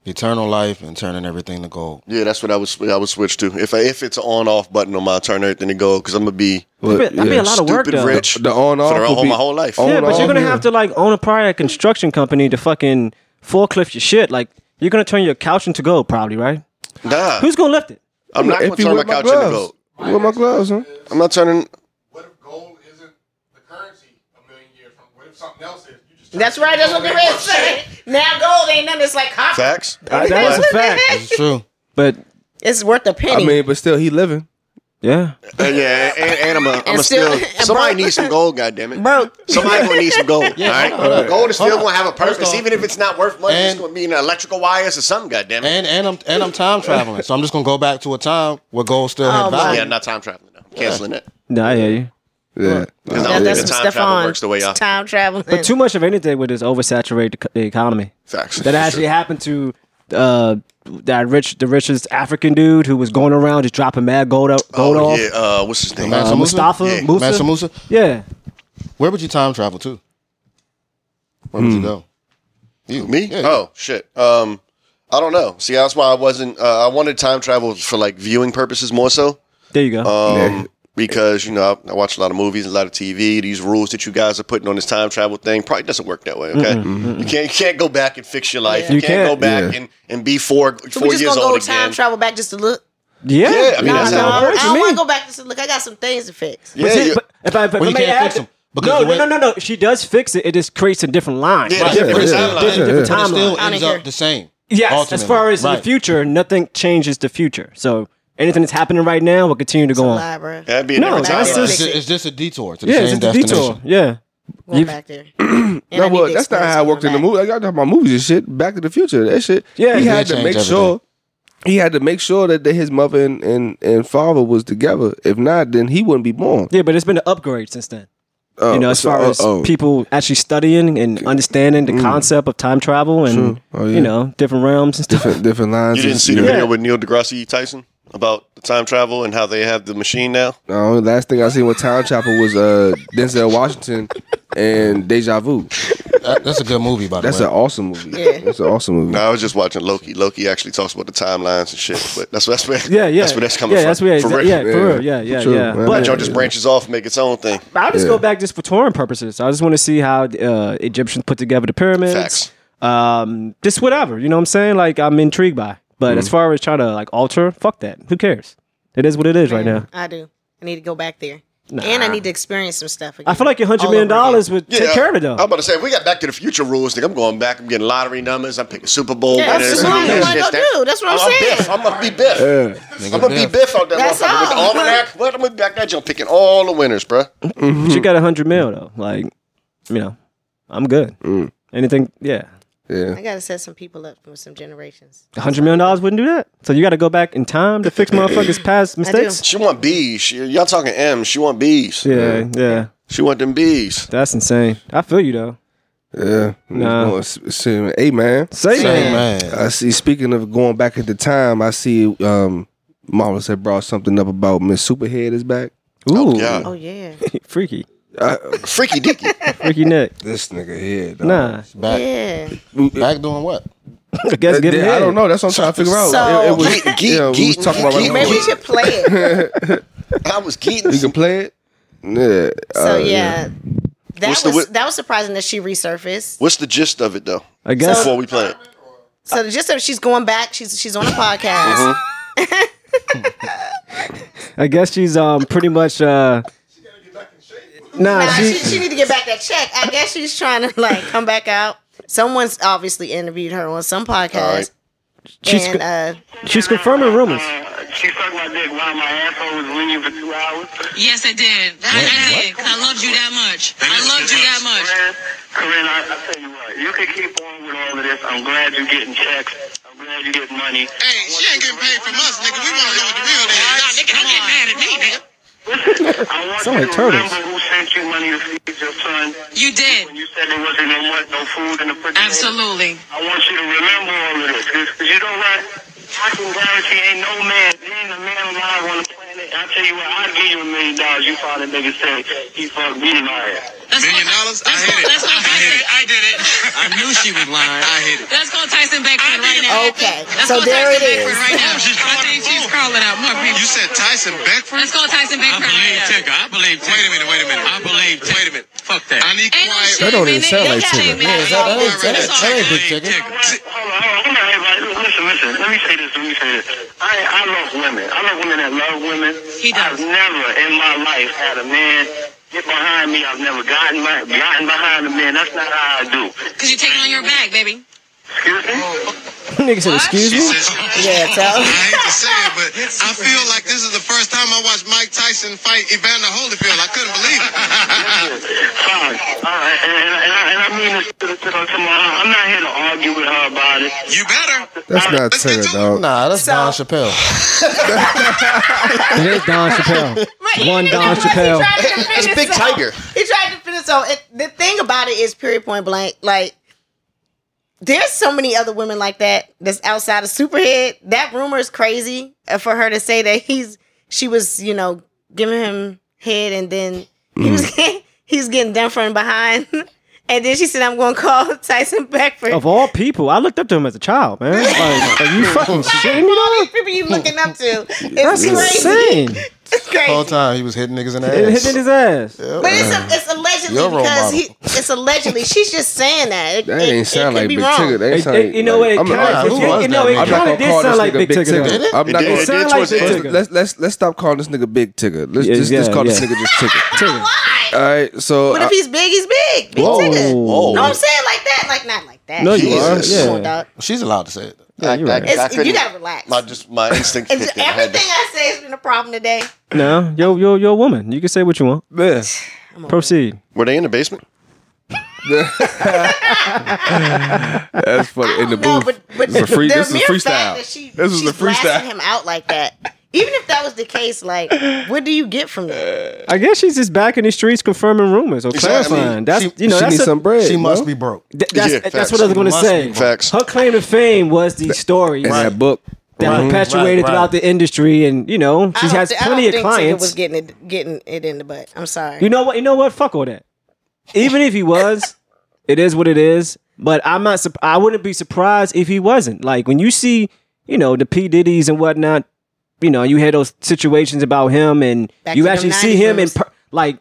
Speaker 5: Eternal life and turning everything to gold.
Speaker 4: Yeah, that's what I would sw- I would switch to. If I, if it's an on-off button on my turn everything to gold, because I'm gonna be
Speaker 3: But,
Speaker 1: That'd be- that'd be a
Speaker 3: yeah.
Speaker 1: lot of work
Speaker 4: stupid
Speaker 1: though.
Speaker 4: rich
Speaker 3: The on
Speaker 4: for the
Speaker 3: off
Speaker 4: whole, my whole life.
Speaker 3: on-
Speaker 1: Yeah, but you're gonna
Speaker 3: Yeah.
Speaker 1: have to like own a prior construction company to fucking forklift your shit. Like you're gonna turn your couch into gold, probably, right?
Speaker 4: Nah,
Speaker 1: Who's gonna lift it?
Speaker 4: I'm not gonna
Speaker 3: If he
Speaker 4: turn my
Speaker 3: wear my
Speaker 4: couch into
Speaker 3: gloves,
Speaker 4: gold.
Speaker 3: with my gloves, huh?
Speaker 4: I'm not turning.
Speaker 6: What if gold isn't the currency a million years from? What if something else is? You just
Speaker 2: That's right. That's what the red said. Now gold ain't nothing. It's like copper.
Speaker 4: Facts.
Speaker 1: That is a fact.
Speaker 5: It's true.
Speaker 1: But
Speaker 2: It's worth a penny.
Speaker 3: I mean, but still, he living.
Speaker 1: Yeah.
Speaker 4: Uh, yeah, and, and I'm a, I'm a
Speaker 2: still-
Speaker 4: still,
Speaker 2: and
Speaker 4: somebody
Speaker 2: broke.
Speaker 4: needs some gold. Goddamn it,
Speaker 2: Broke.
Speaker 4: Somebody gonna need some gold. all right, gold is still gonna have a purpose,
Speaker 5: off-
Speaker 4: even if it's not worth money. it's
Speaker 5: And-
Speaker 4: gonna be in electrical wires or something. Goddamn it.
Speaker 5: And and I'm and I'm time traveling, so I'm just gonna go back to a time where gold still had
Speaker 2: Oh, my.
Speaker 5: value.
Speaker 4: yeah, not time traveling. No. I'm canceling it.
Speaker 1: No, I hear you.
Speaker 2: That,
Speaker 3: Yeah.
Speaker 4: Because I don't
Speaker 2: that's
Speaker 4: think
Speaker 2: some
Speaker 4: the time
Speaker 2: stuff
Speaker 4: travel
Speaker 2: on
Speaker 4: works the way I.
Speaker 2: time traveling.
Speaker 1: But too much of anything with this oversaturated co- the economy.
Speaker 4: Facts.
Speaker 1: That actually happened to uh, that rich, the richest African dude who was going around just dropping mad gold, out, gold
Speaker 4: Oh
Speaker 1: off.
Speaker 4: yeah. Uh, what's his name?
Speaker 5: Man,
Speaker 1: Uh,
Speaker 5: Musa?
Speaker 1: Mustafa,
Speaker 4: Yeah.
Speaker 1: Musa.
Speaker 5: Mansa Musa,
Speaker 1: Yeah.
Speaker 5: where would you time travel to? Where would you go? You
Speaker 4: Me?
Speaker 5: Yeah.
Speaker 4: Oh shit. Um, I don't know. See, that's why I wasn't. Uh, I wanted time travel for like viewing purposes more so.
Speaker 1: There you go.
Speaker 4: Um,
Speaker 3: Yeah.
Speaker 4: Because you know, I, I watch a lot of movies, a lot of TV. These rules that you guys are putting on this time travel thing probably doesn't work that way. Okay, you can't you can't go back and fix your life.
Speaker 1: Yeah.
Speaker 4: You,
Speaker 1: You
Speaker 4: can't,
Speaker 1: can't.
Speaker 4: go back
Speaker 3: Yeah.
Speaker 4: and, and be four
Speaker 2: So
Speaker 4: four
Speaker 2: we just
Speaker 4: years
Speaker 2: gonna go
Speaker 4: old
Speaker 2: time
Speaker 4: again.
Speaker 2: travel back just to look.
Speaker 1: yeah.
Speaker 4: yeah, I mean,
Speaker 1: Nah,
Speaker 4: that's
Speaker 1: nah,
Speaker 4: how it
Speaker 1: I heard
Speaker 4: works
Speaker 2: I
Speaker 1: you
Speaker 2: don't want
Speaker 1: mean.
Speaker 2: to go back to look. I got some things to fix.
Speaker 4: yeah,
Speaker 1: But see,
Speaker 4: you-
Speaker 1: but if I, if
Speaker 5: Well,
Speaker 1: I
Speaker 5: you
Speaker 1: may
Speaker 5: can't
Speaker 1: add,
Speaker 5: fix them, because
Speaker 1: no,
Speaker 5: the way-
Speaker 1: no, no, no. She does fix it. It just creates a different line.
Speaker 4: Yeah,
Speaker 1: Right.
Speaker 4: yeah,
Speaker 1: Different-
Speaker 4: yeah,
Speaker 1: different-
Speaker 4: yeah,
Speaker 1: different
Speaker 3: yeah.
Speaker 1: timeline.
Speaker 5: It still
Speaker 2: I don't
Speaker 5: ends
Speaker 2: care.
Speaker 5: up the same.
Speaker 1: Yes, as
Speaker 5: ultimately.
Speaker 1: far as the
Speaker 5: Right.
Speaker 1: future, nothing changes the future. So anything that's happening right now will continue to go on.
Speaker 2: Lie, bro.
Speaker 4: that'd be a
Speaker 1: No,
Speaker 4: different time.
Speaker 1: that's
Speaker 2: Fix
Speaker 4: travel.
Speaker 5: It's
Speaker 2: it.
Speaker 5: ju- it's just a detour to the
Speaker 1: Yeah,
Speaker 5: same
Speaker 1: it's just a
Speaker 5: destination.
Speaker 1: detour. Yeah.
Speaker 2: Going
Speaker 1: You-
Speaker 2: back there.
Speaker 3: No, well, that's not how it worked in the movie. I got talking about movies and shit. Back to the Future, that shit.
Speaker 1: Yeah,
Speaker 3: he
Speaker 1: it
Speaker 3: had
Speaker 5: did
Speaker 3: to
Speaker 5: change
Speaker 3: make
Speaker 5: everything.
Speaker 3: sure. He had to make sure that that his mother and, and, and father was together. If not, then he wouldn't be born.
Speaker 1: Yeah, but it's been an upgrade since then.
Speaker 3: Oh,
Speaker 1: you know, as
Speaker 3: so-
Speaker 1: far
Speaker 3: oh,
Speaker 1: as
Speaker 3: oh.
Speaker 1: people actually studying and understanding the concept of time travel and
Speaker 3: True. Oh, yeah.
Speaker 1: you know different realms and stuff.
Speaker 3: different, different lines.
Speaker 4: You
Speaker 3: and-
Speaker 4: didn't see the
Speaker 3: yeah.
Speaker 4: video with Neil deGrasse Tyson about the time travel and how they have the machine now.
Speaker 3: The only last thing I seen with Time Chopper was uh, Denzel Washington and Deja Vu.
Speaker 5: That- that's a good movie, by the
Speaker 3: That's
Speaker 5: way.
Speaker 3: an awesome movie.
Speaker 2: Yeah.
Speaker 3: That's an awesome movie.
Speaker 4: No, I was just watching Loki. Loki actually talks about the timelines and shit, but that's that's where
Speaker 1: Yeah, yeah,
Speaker 4: that's where that's coming
Speaker 1: yeah,
Speaker 4: from.
Speaker 1: That's where,
Speaker 4: for
Speaker 1: exa-
Speaker 4: real.
Speaker 1: yeah, for
Speaker 3: Yeah.
Speaker 1: real, yeah, yeah,
Speaker 3: True.
Speaker 1: yeah.
Speaker 3: Yeah.
Speaker 1: But
Speaker 4: That joint just branches off, make its own thing.
Speaker 1: But I'll just go back just for touring purposes. I'll just want to see how uh, Egyptians put together the pyramids.
Speaker 4: Facts.
Speaker 1: Um, just whatever. You know what I'm saying? Like I'm intrigued by. But as far as trying to like alter, fuck that. Who cares? It is what it is right now.
Speaker 2: I do. I need to go back there. And I need to experience some stuff again.
Speaker 1: I feel like your hundred
Speaker 2: All
Speaker 1: million
Speaker 2: over
Speaker 1: dollars
Speaker 2: again.
Speaker 1: would take care of it though.
Speaker 4: I'm about to say, if we got Back to the Future rules, nigga, I'm going back. I'm getting lottery numbers. I'm picking Super Bowl
Speaker 2: Yeah,
Speaker 4: winners.
Speaker 2: that's what
Speaker 4: I'm
Speaker 2: I wanna go do. That's what I'm saying.
Speaker 4: Biff. I'm gonna be Biff. I'm gonna be Biff out there.
Speaker 2: That's
Speaker 4: motherfucker, With the
Speaker 2: all.
Speaker 4: almanac. What? I'm gonna be back that joint picking all the winners, bruh.
Speaker 1: But you got a hundred mil though. Like, you know, I'm good. Anything, yeah.
Speaker 3: Yeah.
Speaker 2: I gotta set some people up for some generations.
Speaker 1: A hundred million dollars wouldn't do that. So you got to go back in time to fix motherfuckers' past mistakes.
Speaker 4: She want B's. She, y'all talking M's. She want B's.
Speaker 1: Yeah, yeah,
Speaker 4: She want them B's.
Speaker 1: that's insane. I feel you though.
Speaker 3: Yeah.
Speaker 1: Nah.
Speaker 3: Going s- soon. Hey, man.
Speaker 1: Say
Speaker 5: Same
Speaker 1: that.
Speaker 5: man.
Speaker 3: I see. Speaking of going back into time, I see. Um, Marvelous had brought something up about Miss Superhead is back.
Speaker 1: Ooh,
Speaker 4: God.
Speaker 2: Oh yeah.
Speaker 1: freaky,
Speaker 4: Freaky deaky.
Speaker 1: freaky neck.
Speaker 3: This nigga here. dog.
Speaker 1: Nah,
Speaker 5: Back,
Speaker 2: Yeah.
Speaker 5: back doing what?
Speaker 1: I guess
Speaker 3: That-
Speaker 1: get
Speaker 3: that- Uh, I don't know. That's what I'm trying to figure out.
Speaker 2: So-
Speaker 3: it, it was,
Speaker 4: Geek,
Speaker 3: yeah, we was
Speaker 4: geek,
Speaker 3: talking about right before.
Speaker 4: geek,
Speaker 2: Maybe we should play it.
Speaker 4: I was geeting.
Speaker 3: You can play it. Yeah.
Speaker 2: So
Speaker 3: uh,
Speaker 2: yeah. That
Speaker 4: What's the
Speaker 2: was
Speaker 4: wi-
Speaker 2: that was surprising that she resurfaced.
Speaker 4: What's the gist of it though?
Speaker 1: I guess
Speaker 4: Before we play it,
Speaker 2: So just so she's going back, she's she's on a podcast.
Speaker 1: I guess she's um pretty much uh. Nah,
Speaker 2: Nah, she,
Speaker 1: she,
Speaker 2: she need to get back that check. I guess she's trying to like come back out. Someone's obviously interviewed her on some
Speaker 4: All
Speaker 2: podcast,
Speaker 4: right.
Speaker 1: she's
Speaker 2: and uh,
Speaker 1: she's confirming rumors.
Speaker 7: Uh, she sucked my dick while my asshole was leaning for two hours.
Speaker 8: Yes, I did. I did. 'cause I loved you that much. I loved you that much.
Speaker 7: Corinne, Corinne, I, I tell you what, you can keep on with all of this. I'm glad you're getting checks. I'm glad you're getting money.
Speaker 9: Hey, she ain't getting paid from us, nigga. We want to know what the real deal
Speaker 8: Nah,
Speaker 9: is.
Speaker 8: nigga, don't get mad at me, nigga.
Speaker 7: I want
Speaker 1: Sound
Speaker 7: you
Speaker 1: like
Speaker 7: to
Speaker 1: turtles.
Speaker 7: remember who sent you money to feed your son
Speaker 8: You did.
Speaker 7: when you said there wasn't no, mon- no food in the refrigerator.
Speaker 8: Absolutely.
Speaker 7: I want you to remember all of this. Because you know what? I can guarantee ain't no man, there ain't a man alive on the planet. I tell you what, I'll give you a million dollars. You probably nigga say he fucked me in my ass.
Speaker 8: That's
Speaker 9: Million dollars?
Speaker 8: called-
Speaker 9: I
Speaker 8: That's
Speaker 9: hit
Speaker 8: called-
Speaker 9: it.
Speaker 8: that's called
Speaker 9: I hit
Speaker 8: Tyson.
Speaker 9: it. I did it. I knew she was lying. I hit it.
Speaker 8: That's called Tyson Beckford right now.
Speaker 2: okay,
Speaker 8: That's
Speaker 2: so
Speaker 8: called
Speaker 2: there it is.
Speaker 8: Tyson Beckford right now.
Speaker 9: She's
Speaker 8: I
Speaker 9: calling
Speaker 8: think
Speaker 9: him
Speaker 8: she's
Speaker 9: fool.
Speaker 8: calling out more people.
Speaker 9: You said Tyson Beckford?
Speaker 8: Let's call Tyson
Speaker 9: I
Speaker 8: Beckford
Speaker 9: believe
Speaker 8: right now.
Speaker 9: Tigger. I believe Tigger. Wait a minute, wait a minute. I believe Wait a minute. Fuck that. I need
Speaker 8: Ain't no
Speaker 9: quiet.
Speaker 8: shame
Speaker 3: don't even
Speaker 8: in it.
Speaker 3: sound
Speaker 8: They
Speaker 3: like
Speaker 8: got
Speaker 3: Tigger.
Speaker 8: shame in
Speaker 5: Yeah,
Speaker 8: it.
Speaker 5: that- that ain't
Speaker 8: It's
Speaker 5: Tigger.
Speaker 8: all
Speaker 5: That ain't
Speaker 8: good.
Speaker 5: big Tigger.
Speaker 7: Hold on, hold on, everybody. Listen, listen. Let me say this. Let me say this. I, I love women. I love women that love women.
Speaker 8: He does.
Speaker 7: I've never in my life had a man get behind me. I've never gotten my, gotten behind a man. That's not how I do.
Speaker 8: Cause you take it on your back, baby.
Speaker 7: Excuse me?
Speaker 1: Nigga said, excuse
Speaker 9: She
Speaker 1: me?
Speaker 9: says,
Speaker 2: Yeah,
Speaker 9: I
Speaker 2: tell
Speaker 9: hate to say it, but I feel like this is the first time I watched Mike Tyson fight Evander Holyfield. I couldn't believe it.
Speaker 7: Sorry. All right, and, and, and, I, and I mean this to, the- to, the- to my, I'm not here to argue with her about it.
Speaker 9: You better.
Speaker 3: That's
Speaker 7: All right,
Speaker 3: not
Speaker 9: let's get
Speaker 3: fair,
Speaker 9: to it.
Speaker 3: dog.
Speaker 5: Nah, that's Don Chappelle.
Speaker 1: It is Don Chappelle. One Don Chappelle.
Speaker 2: It's
Speaker 4: Big Tiger.
Speaker 2: He tried to finish off. It, the thing about it is period point blank. Like, there's so many other women like that that's outside of Superhead. That rumor is crazy uh, for her to say that he's she was you know giving him head and then he
Speaker 1: Mm.
Speaker 2: was he's getting done from behind. And then she said, "I'm going to call Tyson Beckford."
Speaker 1: Of all people, I looked up to him as a child, man. Like, are you fucking shitting me,
Speaker 2: all
Speaker 1: dog?
Speaker 2: these people you looking up to. It's
Speaker 1: That's
Speaker 2: crazy.
Speaker 1: insane.
Speaker 2: It's
Speaker 5: Whole
Speaker 2: crazy.
Speaker 5: time he was hitting niggas in the
Speaker 1: It
Speaker 5: ass.
Speaker 1: hit in his ass.
Speaker 2: But it's, a, it's allegedly
Speaker 5: Your role
Speaker 2: because
Speaker 5: model.
Speaker 2: he, it's allegedly she's just saying that. It,
Speaker 3: That
Speaker 2: it-
Speaker 3: ain't sound
Speaker 2: it could
Speaker 3: like
Speaker 2: be
Speaker 3: Big
Speaker 2: wrong.
Speaker 3: Tigger. That
Speaker 1: It-
Speaker 3: ain't sound
Speaker 1: it-
Speaker 3: like-
Speaker 1: you know what? It
Speaker 3: I'm not-
Speaker 1: kinda-
Speaker 5: who
Speaker 1: it-
Speaker 5: was
Speaker 1: it- no, it
Speaker 5: that nigga?
Speaker 3: I'm not
Speaker 1: kinda
Speaker 3: gonna
Speaker 1: did
Speaker 3: call
Speaker 1: sound
Speaker 3: this
Speaker 1: like
Speaker 3: nigga
Speaker 1: Big Tigger. though.
Speaker 4: It
Speaker 3: I'm
Speaker 4: did-
Speaker 3: not
Speaker 4: it
Speaker 3: gonna
Speaker 4: did
Speaker 1: sound
Speaker 4: towards
Speaker 1: like
Speaker 4: the
Speaker 1: Big
Speaker 4: end.
Speaker 1: Tigger.
Speaker 3: let's, let's let's stop calling this nigga Big Tigger. Let's
Speaker 1: Yeah,
Speaker 3: just, just
Speaker 1: yeah,
Speaker 3: call
Speaker 1: yeah.
Speaker 3: this nigga just Tigger.
Speaker 1: Tigger.
Speaker 2: Why?
Speaker 3: All right, so
Speaker 2: But
Speaker 3: I-
Speaker 2: if Oh. he's big, he's big. Big
Speaker 1: Whoa.
Speaker 2: nigga.
Speaker 1: Whoa.
Speaker 2: No, I'm saying like that. Like not like that.
Speaker 1: No, you
Speaker 4: are.
Speaker 2: Come on,
Speaker 1: Yeah.
Speaker 2: dog.
Speaker 5: She's allowed to say it.
Speaker 4: I,
Speaker 1: you're right.
Speaker 4: I, I
Speaker 2: It's,
Speaker 4: couldn't-
Speaker 2: you gotta relax.
Speaker 4: My just my instinct
Speaker 2: It's-
Speaker 4: kicked in. I had to-
Speaker 2: everything I say has been a problem today.
Speaker 1: No, yo, yo, yo, woman. You can say what you want.
Speaker 3: yeah.
Speaker 1: Proceed.
Speaker 4: Were they in the basement?
Speaker 3: that's funny. In the
Speaker 2: No,
Speaker 3: booth,
Speaker 2: but but
Speaker 3: This is a free-
Speaker 2: the
Speaker 3: this is a
Speaker 2: mere
Speaker 3: freestyle.
Speaker 2: fact that she
Speaker 3: This is
Speaker 2: she's
Speaker 3: a freestyle.
Speaker 2: blasting him out like that. Even if that was the case, like, what do you get from that?
Speaker 1: I guess she's just back in the streets confirming rumors or
Speaker 4: Exactly.
Speaker 1: clarifying. that's
Speaker 5: She-
Speaker 1: you know
Speaker 3: she
Speaker 1: that's
Speaker 3: needs
Speaker 1: a-
Speaker 3: some bread.
Speaker 5: She must
Speaker 3: bro.
Speaker 5: be broke.
Speaker 1: th- that's,
Speaker 4: Yeah,
Speaker 1: that's
Speaker 4: facts.
Speaker 1: what I was
Speaker 4: She
Speaker 1: going to
Speaker 5: must
Speaker 1: say.
Speaker 5: be.
Speaker 4: Facts.
Speaker 1: Her claim to fame was these stories
Speaker 3: in that book.
Speaker 1: that
Speaker 5: Right.
Speaker 1: perpetuated
Speaker 5: Right, right.
Speaker 1: throughout the industry, and you know she
Speaker 2: I don't
Speaker 1: has
Speaker 2: thi- I
Speaker 1: plenty
Speaker 2: don't
Speaker 1: of
Speaker 2: think Tigger
Speaker 1: clients.
Speaker 2: was getting it getting it in the butt. I'm sorry.
Speaker 1: You know what? You know what? Fuck all that. Even if he was, it is what it is. But I'm not. Sup- I wouldn't be surprised if he wasn't. Like when you see, you know, the P Diddy's and whatnot. You know, you hear those situations about him, and
Speaker 2: Back
Speaker 1: you
Speaker 2: to them
Speaker 1: actually see
Speaker 2: 90s
Speaker 1: him in
Speaker 2: rumors.
Speaker 1: per- like,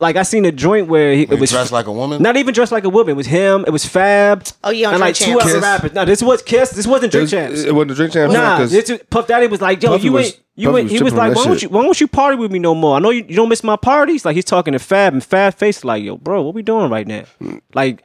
Speaker 1: like I seen a joint where he, it
Speaker 5: It
Speaker 1: was
Speaker 5: dressed like a woman.
Speaker 1: not even dressed like a woman. It was him. It was Fab.
Speaker 2: Oh, yeah, on
Speaker 1: and like two
Speaker 2: Drink Champs.
Speaker 1: other
Speaker 3: Kiss.
Speaker 1: rappers. No, this was Kiss. This wasn't
Speaker 3: It
Speaker 1: Drink
Speaker 3: was,
Speaker 1: Champs.
Speaker 3: it wasn't a drink champs.
Speaker 1: Nah,
Speaker 3: because
Speaker 1: this is, Puff Daddy was like, "Yo,
Speaker 3: Puffy
Speaker 1: you
Speaker 3: was-
Speaker 1: ain't, you
Speaker 3: Puffy
Speaker 1: ain't."
Speaker 3: was
Speaker 1: He was
Speaker 3: tripping on
Speaker 1: like,
Speaker 3: that
Speaker 1: "Why don't
Speaker 3: shit.
Speaker 1: you, why don't you party with me no more? I know you, you don't miss my parties." Like he's talking to Fab, and Fab face like, "Yo, bro, what we doing right now? Like,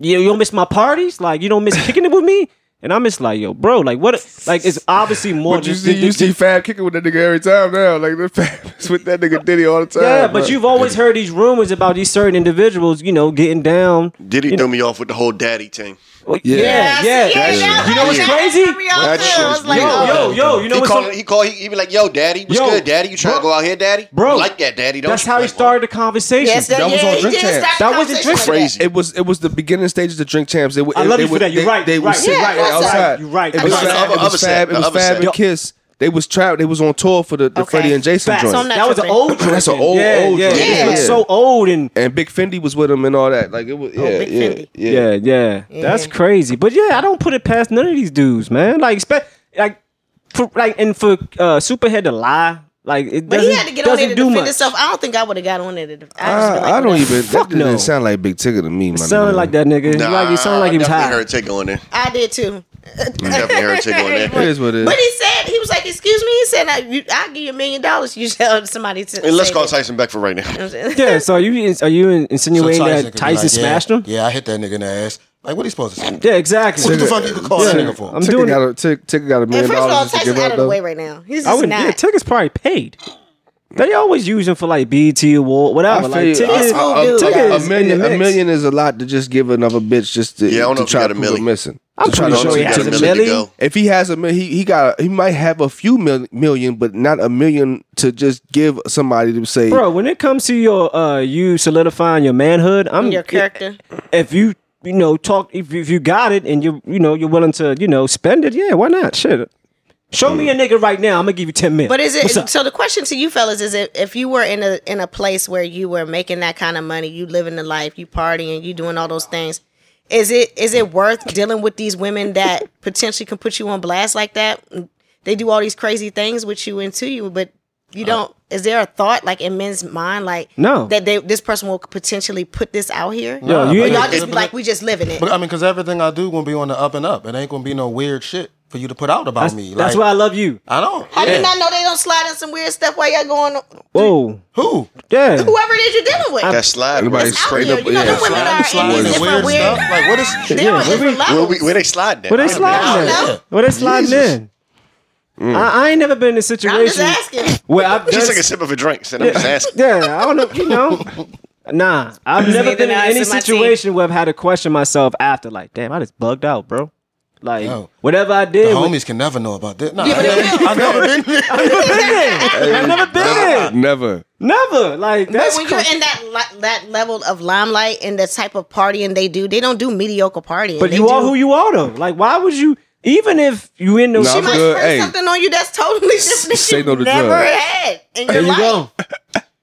Speaker 1: you, you don't miss my parties? Like, you don't miss kicking it with me?" And I'm just like, "Yo, bro, like what? Like it's obviously more."
Speaker 3: But you
Speaker 1: than-
Speaker 3: see,
Speaker 1: than- than-
Speaker 3: you see Fab kicking with that nigga every time now. Like the Fab is with that nigga Diddy all the time.
Speaker 1: yeah, but
Speaker 3: bro.
Speaker 1: you've always heard these rumors about these certain individuals, you know, getting down.
Speaker 4: Did he throw me off with the whole daddy thing?
Speaker 1: Well,
Speaker 3: Yeah.
Speaker 1: Yeah, yeah. You know what's crazy?
Speaker 3: That shit
Speaker 2: I was
Speaker 3: was
Speaker 2: like,
Speaker 1: Yo,
Speaker 2: oh.
Speaker 1: yo, yo, you know
Speaker 4: he
Speaker 1: what's
Speaker 4: called.
Speaker 1: so-
Speaker 4: he called. He, he be like, "Yo, daddy, what's
Speaker 1: Yo,
Speaker 4: good, daddy? You trying to
Speaker 1: bro.
Speaker 4: go out here, daddy?
Speaker 1: bro?
Speaker 4: You like that, daddy? Don't
Speaker 1: That's
Speaker 4: you?"
Speaker 1: how he
Speaker 4: Like,
Speaker 1: started the conversation.
Speaker 2: Yes, that,
Speaker 3: That was
Speaker 2: yeah,
Speaker 3: on
Speaker 2: he
Speaker 3: Drink
Speaker 2: did
Speaker 3: Champs.
Speaker 2: start the
Speaker 1: That was a Drink
Speaker 2: conversation like
Speaker 1: Champs.
Speaker 2: that.
Speaker 4: Crazy.
Speaker 3: It was it was the beginning stages of drink champs. It, wa-
Speaker 1: I
Speaker 3: it-
Speaker 1: love
Speaker 3: it
Speaker 1: you for
Speaker 3: was-
Speaker 1: that. You're
Speaker 3: they-
Speaker 1: right.
Speaker 3: They
Speaker 1: You're
Speaker 3: would
Speaker 1: right.
Speaker 3: sit
Speaker 1: You're
Speaker 3: right
Speaker 2: right.
Speaker 3: outside.
Speaker 1: You're right.
Speaker 3: It
Speaker 1: I
Speaker 3: was
Speaker 1: love
Speaker 2: the
Speaker 3: Fab.
Speaker 4: other-
Speaker 3: It was
Speaker 4: other
Speaker 3: Fab.
Speaker 4: side.
Speaker 3: It was
Speaker 4: Other
Speaker 3: Fab and
Speaker 4: side.
Speaker 3: Kiss. They was trapped. They was on tour for the, the
Speaker 2: Okay.
Speaker 3: Freddie and Jason
Speaker 1: Facts.
Speaker 3: joint.
Speaker 2: So I'm not
Speaker 1: that was an
Speaker 2: tripping.
Speaker 1: old joint.
Speaker 3: That's an old,
Speaker 1: yeah,
Speaker 3: old
Speaker 1: yeah,
Speaker 3: joint.
Speaker 1: yeah. It
Speaker 2: Yeah.
Speaker 1: was so old and
Speaker 3: and Big Fendi was with him and all that. Like it was, yeah,
Speaker 2: Big
Speaker 3: yeah,
Speaker 2: Fendi.
Speaker 3: yeah,
Speaker 1: yeah, yeah, That's crazy. But yeah, I don't put it past none of these dudes, man. Like, spe- like, for, like, and for uh, Superhead to lie, like, it
Speaker 2: But
Speaker 1: doesn't,
Speaker 2: he had to get on
Speaker 1: doesn't
Speaker 2: there to
Speaker 1: do
Speaker 2: defend
Speaker 1: much.
Speaker 2: himself. I don't think I would have got on there to defend.
Speaker 3: I, I don't even.
Speaker 1: Fuck
Speaker 3: that didn't
Speaker 1: no.
Speaker 3: sound like Big Tigger to me, my
Speaker 1: Sounded
Speaker 3: nigga.
Speaker 1: like that nigga.
Speaker 4: Nah,
Speaker 1: like, he sounded like he was
Speaker 4: I
Speaker 1: high.
Speaker 4: definitely heard Tigger on there.
Speaker 2: I did too.
Speaker 4: I definitely heard Tigger on there.
Speaker 3: It is what it is.
Speaker 2: But he said he was like, "Excuse me," he said, "I- you- "I'll give you a million dollars." You tell somebody to.
Speaker 4: And let's
Speaker 2: say
Speaker 4: call
Speaker 2: that.
Speaker 4: Tyson back for right now.
Speaker 1: Yeah. So are you are you insinuating
Speaker 5: could
Speaker 1: that
Speaker 5: be
Speaker 1: Tyson
Speaker 5: like,
Speaker 1: smashed
Speaker 5: yeah,
Speaker 1: him?
Speaker 5: Yeah, I hit that nigga in the ass. Like, what he supposed to say?
Speaker 1: Yeah, exactly.
Speaker 5: What the fuck you could call that nigga for?
Speaker 1: I'm
Speaker 3: Tigger
Speaker 1: doing
Speaker 3: got
Speaker 1: it.
Speaker 3: a Tig- Tigger got a
Speaker 2: And
Speaker 3: million
Speaker 2: first of all,
Speaker 3: dollars to give
Speaker 2: Tyson's out
Speaker 3: up
Speaker 2: of the
Speaker 3: though.
Speaker 2: way right now. He's
Speaker 1: I
Speaker 2: just
Speaker 1: would. Yeah,
Speaker 2: not.
Speaker 1: tickets probably paid. They always use him for like BT award, whatever.
Speaker 3: I feel
Speaker 1: Like
Speaker 3: you.
Speaker 1: tickets,
Speaker 3: I- I-
Speaker 2: Smooth dude,
Speaker 1: tickets
Speaker 2: yeah.
Speaker 3: a
Speaker 1: is in
Speaker 3: million,
Speaker 1: the
Speaker 3: a
Speaker 1: mix.
Speaker 3: million is a lot to just give another bitch just to,
Speaker 4: Yeah, I don't know
Speaker 3: to
Speaker 4: if he
Speaker 3: try
Speaker 4: got
Speaker 3: to
Speaker 4: a
Speaker 3: prove we're
Speaker 4: million.
Speaker 3: missing.
Speaker 1: I'm
Speaker 3: To try
Speaker 1: pretty
Speaker 3: to
Speaker 1: sure
Speaker 3: prove
Speaker 1: he
Speaker 3: we're
Speaker 1: has a
Speaker 3: missing.
Speaker 1: million.
Speaker 3: If he has a million, he, he got he might have a few mil- million, but not a million to just give somebody to say.
Speaker 1: Bro, when it comes to your uh you solidifying your manhood, I'm
Speaker 2: Your character.
Speaker 1: If you you know talk if you, if you got it and you you know you're willing to you know spend it, yeah, why not? Shit. Show me a
Speaker 3: Mm.
Speaker 1: nigga right now. I'm gonna give you ten minutes.
Speaker 2: But is
Speaker 1: What's
Speaker 2: it
Speaker 1: up?
Speaker 2: so? The question to you fellas is: if, if you were in a in a place where you were making that kind of money, you living the life, you partying, you doing all those things, is it is it worth dealing with these women that potentially can put you on blast like that? They do all these crazy things with you and to you, but you
Speaker 4: Uh,
Speaker 2: don't. is there a thought like in men's mind, like
Speaker 1: No.
Speaker 2: that they this person will potentially put this out here?
Speaker 1: Yo, you
Speaker 5: Nah,
Speaker 1: ain't-
Speaker 5: but-
Speaker 4: uh,
Speaker 2: Y'all just be like, we just living it.
Speaker 5: But I mean, because everything I do gonna be on the up and up. It ain't gonna be no weird shit. for you to put out about
Speaker 1: That's,
Speaker 5: me.
Speaker 1: that's
Speaker 5: like,
Speaker 1: why I love you.
Speaker 5: I don't.
Speaker 2: How do
Speaker 5: yeah.
Speaker 2: you not know they don't slide in some weird stuff while y'all going?
Speaker 1: Whoa,
Speaker 5: Who?
Speaker 1: yeah.
Speaker 2: Whoever it is you're dealing with,
Speaker 4: That slide.
Speaker 3: Everybody
Speaker 4: was-
Speaker 2: out
Speaker 3: straight
Speaker 2: here.
Speaker 3: up,
Speaker 2: You know
Speaker 3: yeah.
Speaker 2: the women
Speaker 5: Sliding,
Speaker 2: are
Speaker 5: sliding,
Speaker 2: in
Speaker 5: and
Speaker 2: different
Speaker 5: weird
Speaker 2: weird.
Speaker 5: stuff. Like what is?
Speaker 2: They're on different
Speaker 4: Where,
Speaker 2: levels.
Speaker 4: we, where they slide that?
Speaker 1: Where they
Speaker 4: I don't
Speaker 1: sliding
Speaker 2: I don't
Speaker 1: in?
Speaker 2: know.
Speaker 1: Where they sliding in?
Speaker 3: Mm.
Speaker 1: I, I ain't never been in a
Speaker 2: I'm just
Speaker 1: situation
Speaker 2: asking.
Speaker 1: where I've
Speaker 4: know. Just
Speaker 1: done.
Speaker 4: take a sip of a drink, and I'm just asking.
Speaker 1: Yeah, I don't know. You know, nah. I've never
Speaker 2: Neither
Speaker 1: been in
Speaker 2: nice
Speaker 1: any
Speaker 2: in my
Speaker 1: situation where I've had to question myself after. Like, damn, I just bugged out, bro. Like,
Speaker 5: No.
Speaker 1: whatever I
Speaker 5: The
Speaker 1: did, was-
Speaker 5: homies can never know about this. No, I never- I've never been there.
Speaker 1: I've never been there.
Speaker 3: Never.
Speaker 1: Never. Like,
Speaker 2: But
Speaker 1: that's
Speaker 2: when you're in that li- that level of limelight and the type of partying they do, they don't do mediocre partying.
Speaker 1: But
Speaker 2: They
Speaker 1: you are
Speaker 2: do-
Speaker 1: who you are though. Like, why would you? Even if you in those,
Speaker 3: Nah,
Speaker 2: She
Speaker 3: I'm
Speaker 2: might
Speaker 3: good.
Speaker 2: spray
Speaker 3: Hey.
Speaker 2: something on you that's totally different than
Speaker 3: say
Speaker 2: you
Speaker 3: no to
Speaker 2: never
Speaker 3: drugs.
Speaker 2: had in your
Speaker 1: there you
Speaker 2: life.
Speaker 1: go.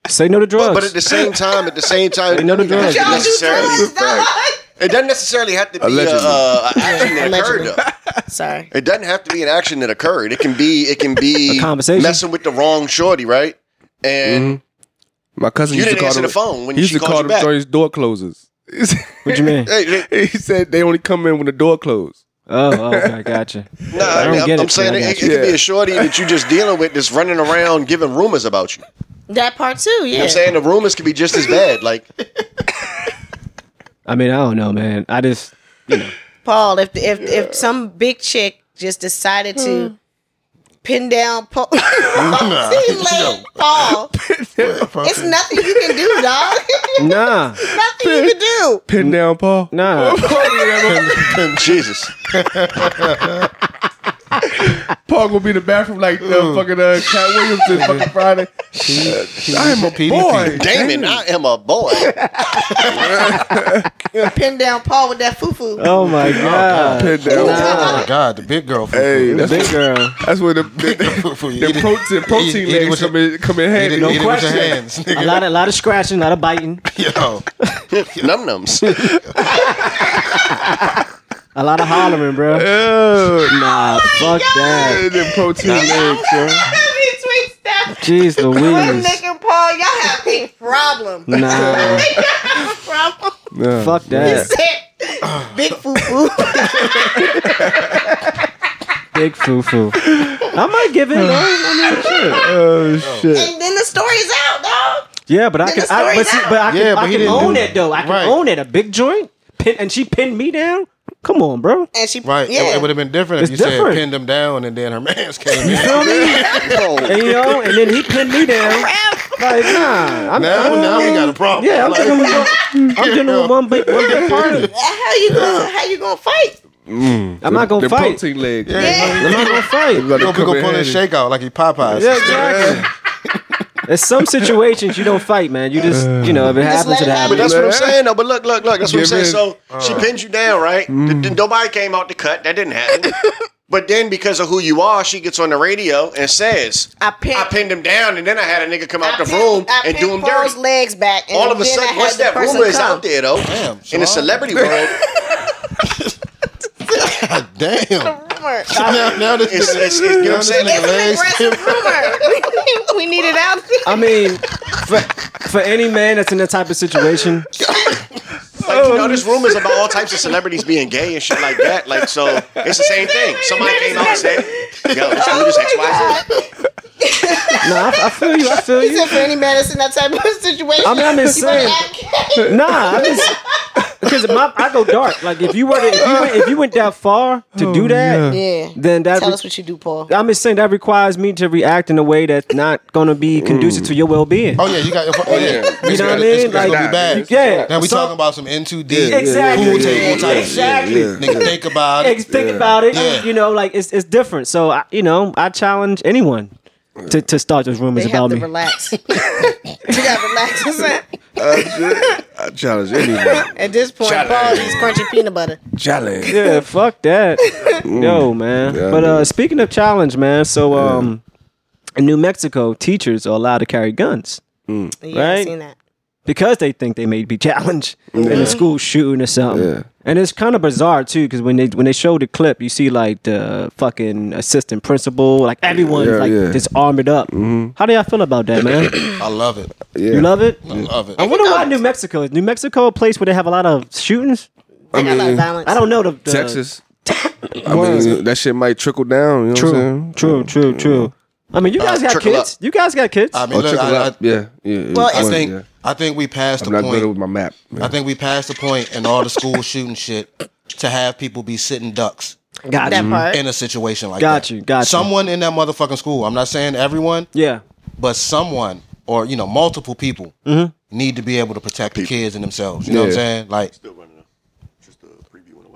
Speaker 1: Say no to drugs.
Speaker 4: But at the same time, at the same time,
Speaker 1: They know the drugs.
Speaker 4: it doesn't
Speaker 2: Y'all do
Speaker 4: necessarily-
Speaker 2: drugs, dog.
Speaker 4: it doesn't necessarily have to be a,
Speaker 3: Allegedly.
Speaker 4: uh, an action that occurred.
Speaker 2: Allegedly.
Speaker 4: though.
Speaker 2: Sorry.
Speaker 4: It doesn't have to be an action that occurred. It can be it can be
Speaker 1: A conversation.
Speaker 4: messing with the wrong shorty, right? And
Speaker 3: My cousin
Speaker 4: You
Speaker 3: used to
Speaker 4: didn't
Speaker 3: call
Speaker 4: answer
Speaker 3: them-
Speaker 4: the phone when
Speaker 3: he used to
Speaker 4: she called
Speaker 3: call
Speaker 4: you
Speaker 3: them
Speaker 4: back.
Speaker 3: joints door closers.
Speaker 1: what you mean?
Speaker 4: hey, hey,
Speaker 3: he said they only come in when the door closed.
Speaker 1: Oh, oh, okay, gotcha.
Speaker 4: nah, I
Speaker 1: I don't
Speaker 4: am
Speaker 1: get it.
Speaker 4: saying
Speaker 1: I
Speaker 4: it,
Speaker 1: got
Speaker 4: it
Speaker 1: you.
Speaker 4: could be
Speaker 3: Yeah.
Speaker 4: a shorty that you just dealing with that's running around giving rumors about you.
Speaker 2: That part too, yeah.
Speaker 4: You know what I'm saying the rumors could be just as bad. Like
Speaker 1: I mean, I don't know, man. I just
Speaker 2: Paul, if if if some big chick just decided to pin down Paul, Paul, it's nothing you can do, dog.
Speaker 1: nah,
Speaker 2: nothing you can do.
Speaker 3: Pin down, Paul.
Speaker 1: nah.
Speaker 4: Jesus.
Speaker 3: Paul gonna be in the bathroom like
Speaker 4: Mm.
Speaker 3: uh, fucking uh, Cat Williams this fucking Friday. I am a
Speaker 5: Oh
Speaker 3: boy.
Speaker 4: Damon, I am a boy.
Speaker 2: Pin down Paul with that foo foo.
Speaker 1: Oh my god,
Speaker 3: Pin down.
Speaker 5: Oh my god, the big girl.
Speaker 3: Hey, that's,
Speaker 1: big girl.
Speaker 3: that's where the, the,
Speaker 5: For you.
Speaker 3: the protein
Speaker 5: Eat it
Speaker 3: protein legs
Speaker 5: with
Speaker 3: come
Speaker 5: your-
Speaker 3: in come in
Speaker 5: Eat it,
Speaker 3: handy.
Speaker 5: eat it with your
Speaker 1: question.
Speaker 5: hands,
Speaker 1: A
Speaker 5: nigga.
Speaker 1: lot, a lot of scratching, a lot of biting,
Speaker 5: Yo,
Speaker 4: Num nums.
Speaker 1: a lot of hollering, bro.
Speaker 3: Ew.
Speaker 2: Oh
Speaker 1: Nah, fuck that.
Speaker 3: The protein legs, yo.
Speaker 1: Jeez
Speaker 2: Wait,
Speaker 1: Louise.
Speaker 2: Nick and Paul, y'all have a problem.
Speaker 1: Nah,
Speaker 2: Y'all have a problem.
Speaker 3: Nah.
Speaker 1: fuck that.
Speaker 2: Said Big foo foo.
Speaker 1: Big foo foo. I might give it. though. I mean, shit.
Speaker 3: Oh shit.
Speaker 2: and then the story's out, dog.
Speaker 1: Yeah, but I
Speaker 2: Then
Speaker 1: can.
Speaker 2: the
Speaker 1: I,
Speaker 2: story's
Speaker 1: but, see,
Speaker 2: out.
Speaker 1: but I can.
Speaker 5: Yeah, but
Speaker 1: I
Speaker 5: he
Speaker 1: can
Speaker 5: didn't do
Speaker 1: own
Speaker 5: it.
Speaker 1: it though. I can
Speaker 5: Right.
Speaker 1: own it. A big joint, pin, and she pinned me down. Come on, bro.
Speaker 2: And she
Speaker 5: right? It-
Speaker 2: Yeah.
Speaker 5: It, would have been different if
Speaker 1: It's
Speaker 5: you
Speaker 1: different.
Speaker 5: said pinned him down and then her man's came
Speaker 1: You
Speaker 5: in.
Speaker 1: feel me?
Speaker 4: Oh,
Speaker 1: And, you know, and then he pinned me down. Like nah, I'm,
Speaker 5: Now, now we got a problem.
Speaker 1: yeah, I'm
Speaker 5: Like,
Speaker 1: dealing with one, I'm dealing with one big, one big party.
Speaker 2: how you gonna how you gonna fight?
Speaker 1: I'm not gonna
Speaker 3: the
Speaker 1: fight.
Speaker 3: protein legs. Yeah.
Speaker 1: I'm not gonna fight.
Speaker 5: you gonna pull his shake out like he Popeyes.
Speaker 1: Yeah, exactly. There's some situations you don't fight, man. You just, you know, if it happens,
Speaker 2: let
Speaker 1: it
Speaker 2: it
Speaker 4: But
Speaker 1: happens.
Speaker 4: that's what I'm saying though. But look, look, look. That's what I'm
Speaker 3: Give
Speaker 4: saying. So she pins you down, right? Th- th- Nobody came out to cut. That didn't happen. But then, because of who you are, she gets on the radio and says,
Speaker 2: I pinned-
Speaker 4: I pinned him down, and then I had a nigga come out the
Speaker 2: pinned-
Speaker 4: room
Speaker 2: I
Speaker 4: and
Speaker 2: pinned
Speaker 4: do him
Speaker 2: Paul's
Speaker 4: dirty."
Speaker 2: legs back. And
Speaker 4: all of a
Speaker 2: then I
Speaker 4: sudden,
Speaker 2: had
Speaker 4: once
Speaker 2: the
Speaker 4: that
Speaker 2: person
Speaker 4: rumor is
Speaker 2: come.
Speaker 4: out there though,
Speaker 5: Damn,
Speaker 4: in the
Speaker 5: Shalon.
Speaker 4: celebrity world,
Speaker 5: Damn.
Speaker 2: Rumor.
Speaker 5: Now, now this
Speaker 4: it's,
Speaker 5: nigga-
Speaker 4: it's, it's, you know what
Speaker 5: now
Speaker 4: I'm
Speaker 5: this
Speaker 4: saying?
Speaker 5: nigga legs-
Speaker 2: It's an aggressive rumor. we need it out.
Speaker 1: I mean, for, for any man that's in that type of situation,
Speaker 4: Like, you know, there's rumors about all types of celebrities being gay and shit like that. Like, so it's the same thing. Somebody came out and said, "Yo, this dude is X, Y, Z."
Speaker 1: no, I, I feel you. I feel you.
Speaker 2: Except for any man that's in that type of situation.
Speaker 1: I mean, I'm just
Speaker 2: You better
Speaker 1: saying.
Speaker 2: act gay.
Speaker 1: Nah, I just because my, I go dark. Like if you were to, if you went, if you went that far to
Speaker 5: Oh,
Speaker 1: do that,
Speaker 2: Yeah.
Speaker 1: then that.
Speaker 2: Tell
Speaker 1: re-
Speaker 2: us what you do, Paul.
Speaker 1: I'm just saying that requires me to react in a way that's not gonna be conducive to your well being.
Speaker 5: Oh yeah, you got. Oh yeah,
Speaker 1: You
Speaker 5: It's
Speaker 1: know what I
Speaker 5: gonna-
Speaker 1: mean?
Speaker 5: It's, it's gonna be
Speaker 1: Like,
Speaker 5: bad.
Speaker 1: yeah.
Speaker 5: Now we
Speaker 1: So-
Speaker 5: talking about some N two D.
Speaker 1: yeah, Exactly.
Speaker 5: Pool
Speaker 1: yeah,
Speaker 5: table
Speaker 1: yeah,
Speaker 5: type.
Speaker 1: exactly.
Speaker 5: shit. Nigga, think about
Speaker 1: Ex-
Speaker 5: it.
Speaker 1: Think about it.
Speaker 5: Yeah.
Speaker 1: You know, like it's it's different. So I, you know, I challenge anyone to, to start those rumors
Speaker 2: They have
Speaker 1: about
Speaker 2: to
Speaker 1: me.
Speaker 2: relax. you gotta relax.
Speaker 3: I challenge anyone.
Speaker 2: At this point, Paul eats crunchy peanut butter.
Speaker 3: Challenge.
Speaker 1: yeah, fuck that. No, man.
Speaker 3: Mm. Yeah,
Speaker 1: but uh,
Speaker 3: dude.
Speaker 1: speaking of challenge, man, so um, in New Mexico, teachers are allowed to carry guns
Speaker 2: You
Speaker 1: Right.
Speaker 2: ain't seen that.
Speaker 1: because they think they may be challenged in a school shooting or something.
Speaker 3: Yeah.
Speaker 1: And it's kind of bizarre too, because when they when they show the clip, you see like the fucking assistant principal, like everyone
Speaker 3: Yeah,
Speaker 1: like
Speaker 3: yeah. Mm-hmm.
Speaker 1: just armored up. How do y'all feel about that, man?
Speaker 5: I love it.
Speaker 3: Yeah.
Speaker 1: You love it?
Speaker 5: I love it.
Speaker 1: I wonder why New Mexico is New Mexico a place where they have a lot of shootings.
Speaker 2: They got a lot of
Speaker 3: mean,
Speaker 2: violence.
Speaker 1: I don't know the, the
Speaker 3: Texas. I mean, that shit might trickle down. You know what I'm
Speaker 1: True, true,
Speaker 3: saying?
Speaker 1: true, true. I mean, you guys got
Speaker 4: trickle
Speaker 1: kids.
Speaker 4: up.
Speaker 1: You guys got kids.
Speaker 5: I mean,
Speaker 3: Or
Speaker 5: look,
Speaker 3: trickle
Speaker 5: I, I,
Speaker 3: up. yeah, yeah.
Speaker 2: Well,
Speaker 5: I
Speaker 2: it's-
Speaker 5: think
Speaker 3: yeah.
Speaker 5: I think we passed
Speaker 3: I'm
Speaker 5: the
Speaker 3: not
Speaker 5: point.
Speaker 3: good with my map.
Speaker 5: I think we passed the point in all the school shooting shit to have people be sitting ducks
Speaker 1: got
Speaker 2: that
Speaker 1: you.
Speaker 2: part.
Speaker 5: in a situation like
Speaker 1: Got
Speaker 5: that.
Speaker 1: you, got you.
Speaker 5: Someone in that motherfucking school. I'm not saying everyone,
Speaker 1: Yeah,
Speaker 5: but someone or you know multiple people
Speaker 1: Mm-hmm.
Speaker 5: need to be able to protect the kids and themselves. You know what I'm
Speaker 3: Yeah.
Speaker 5: saying? Like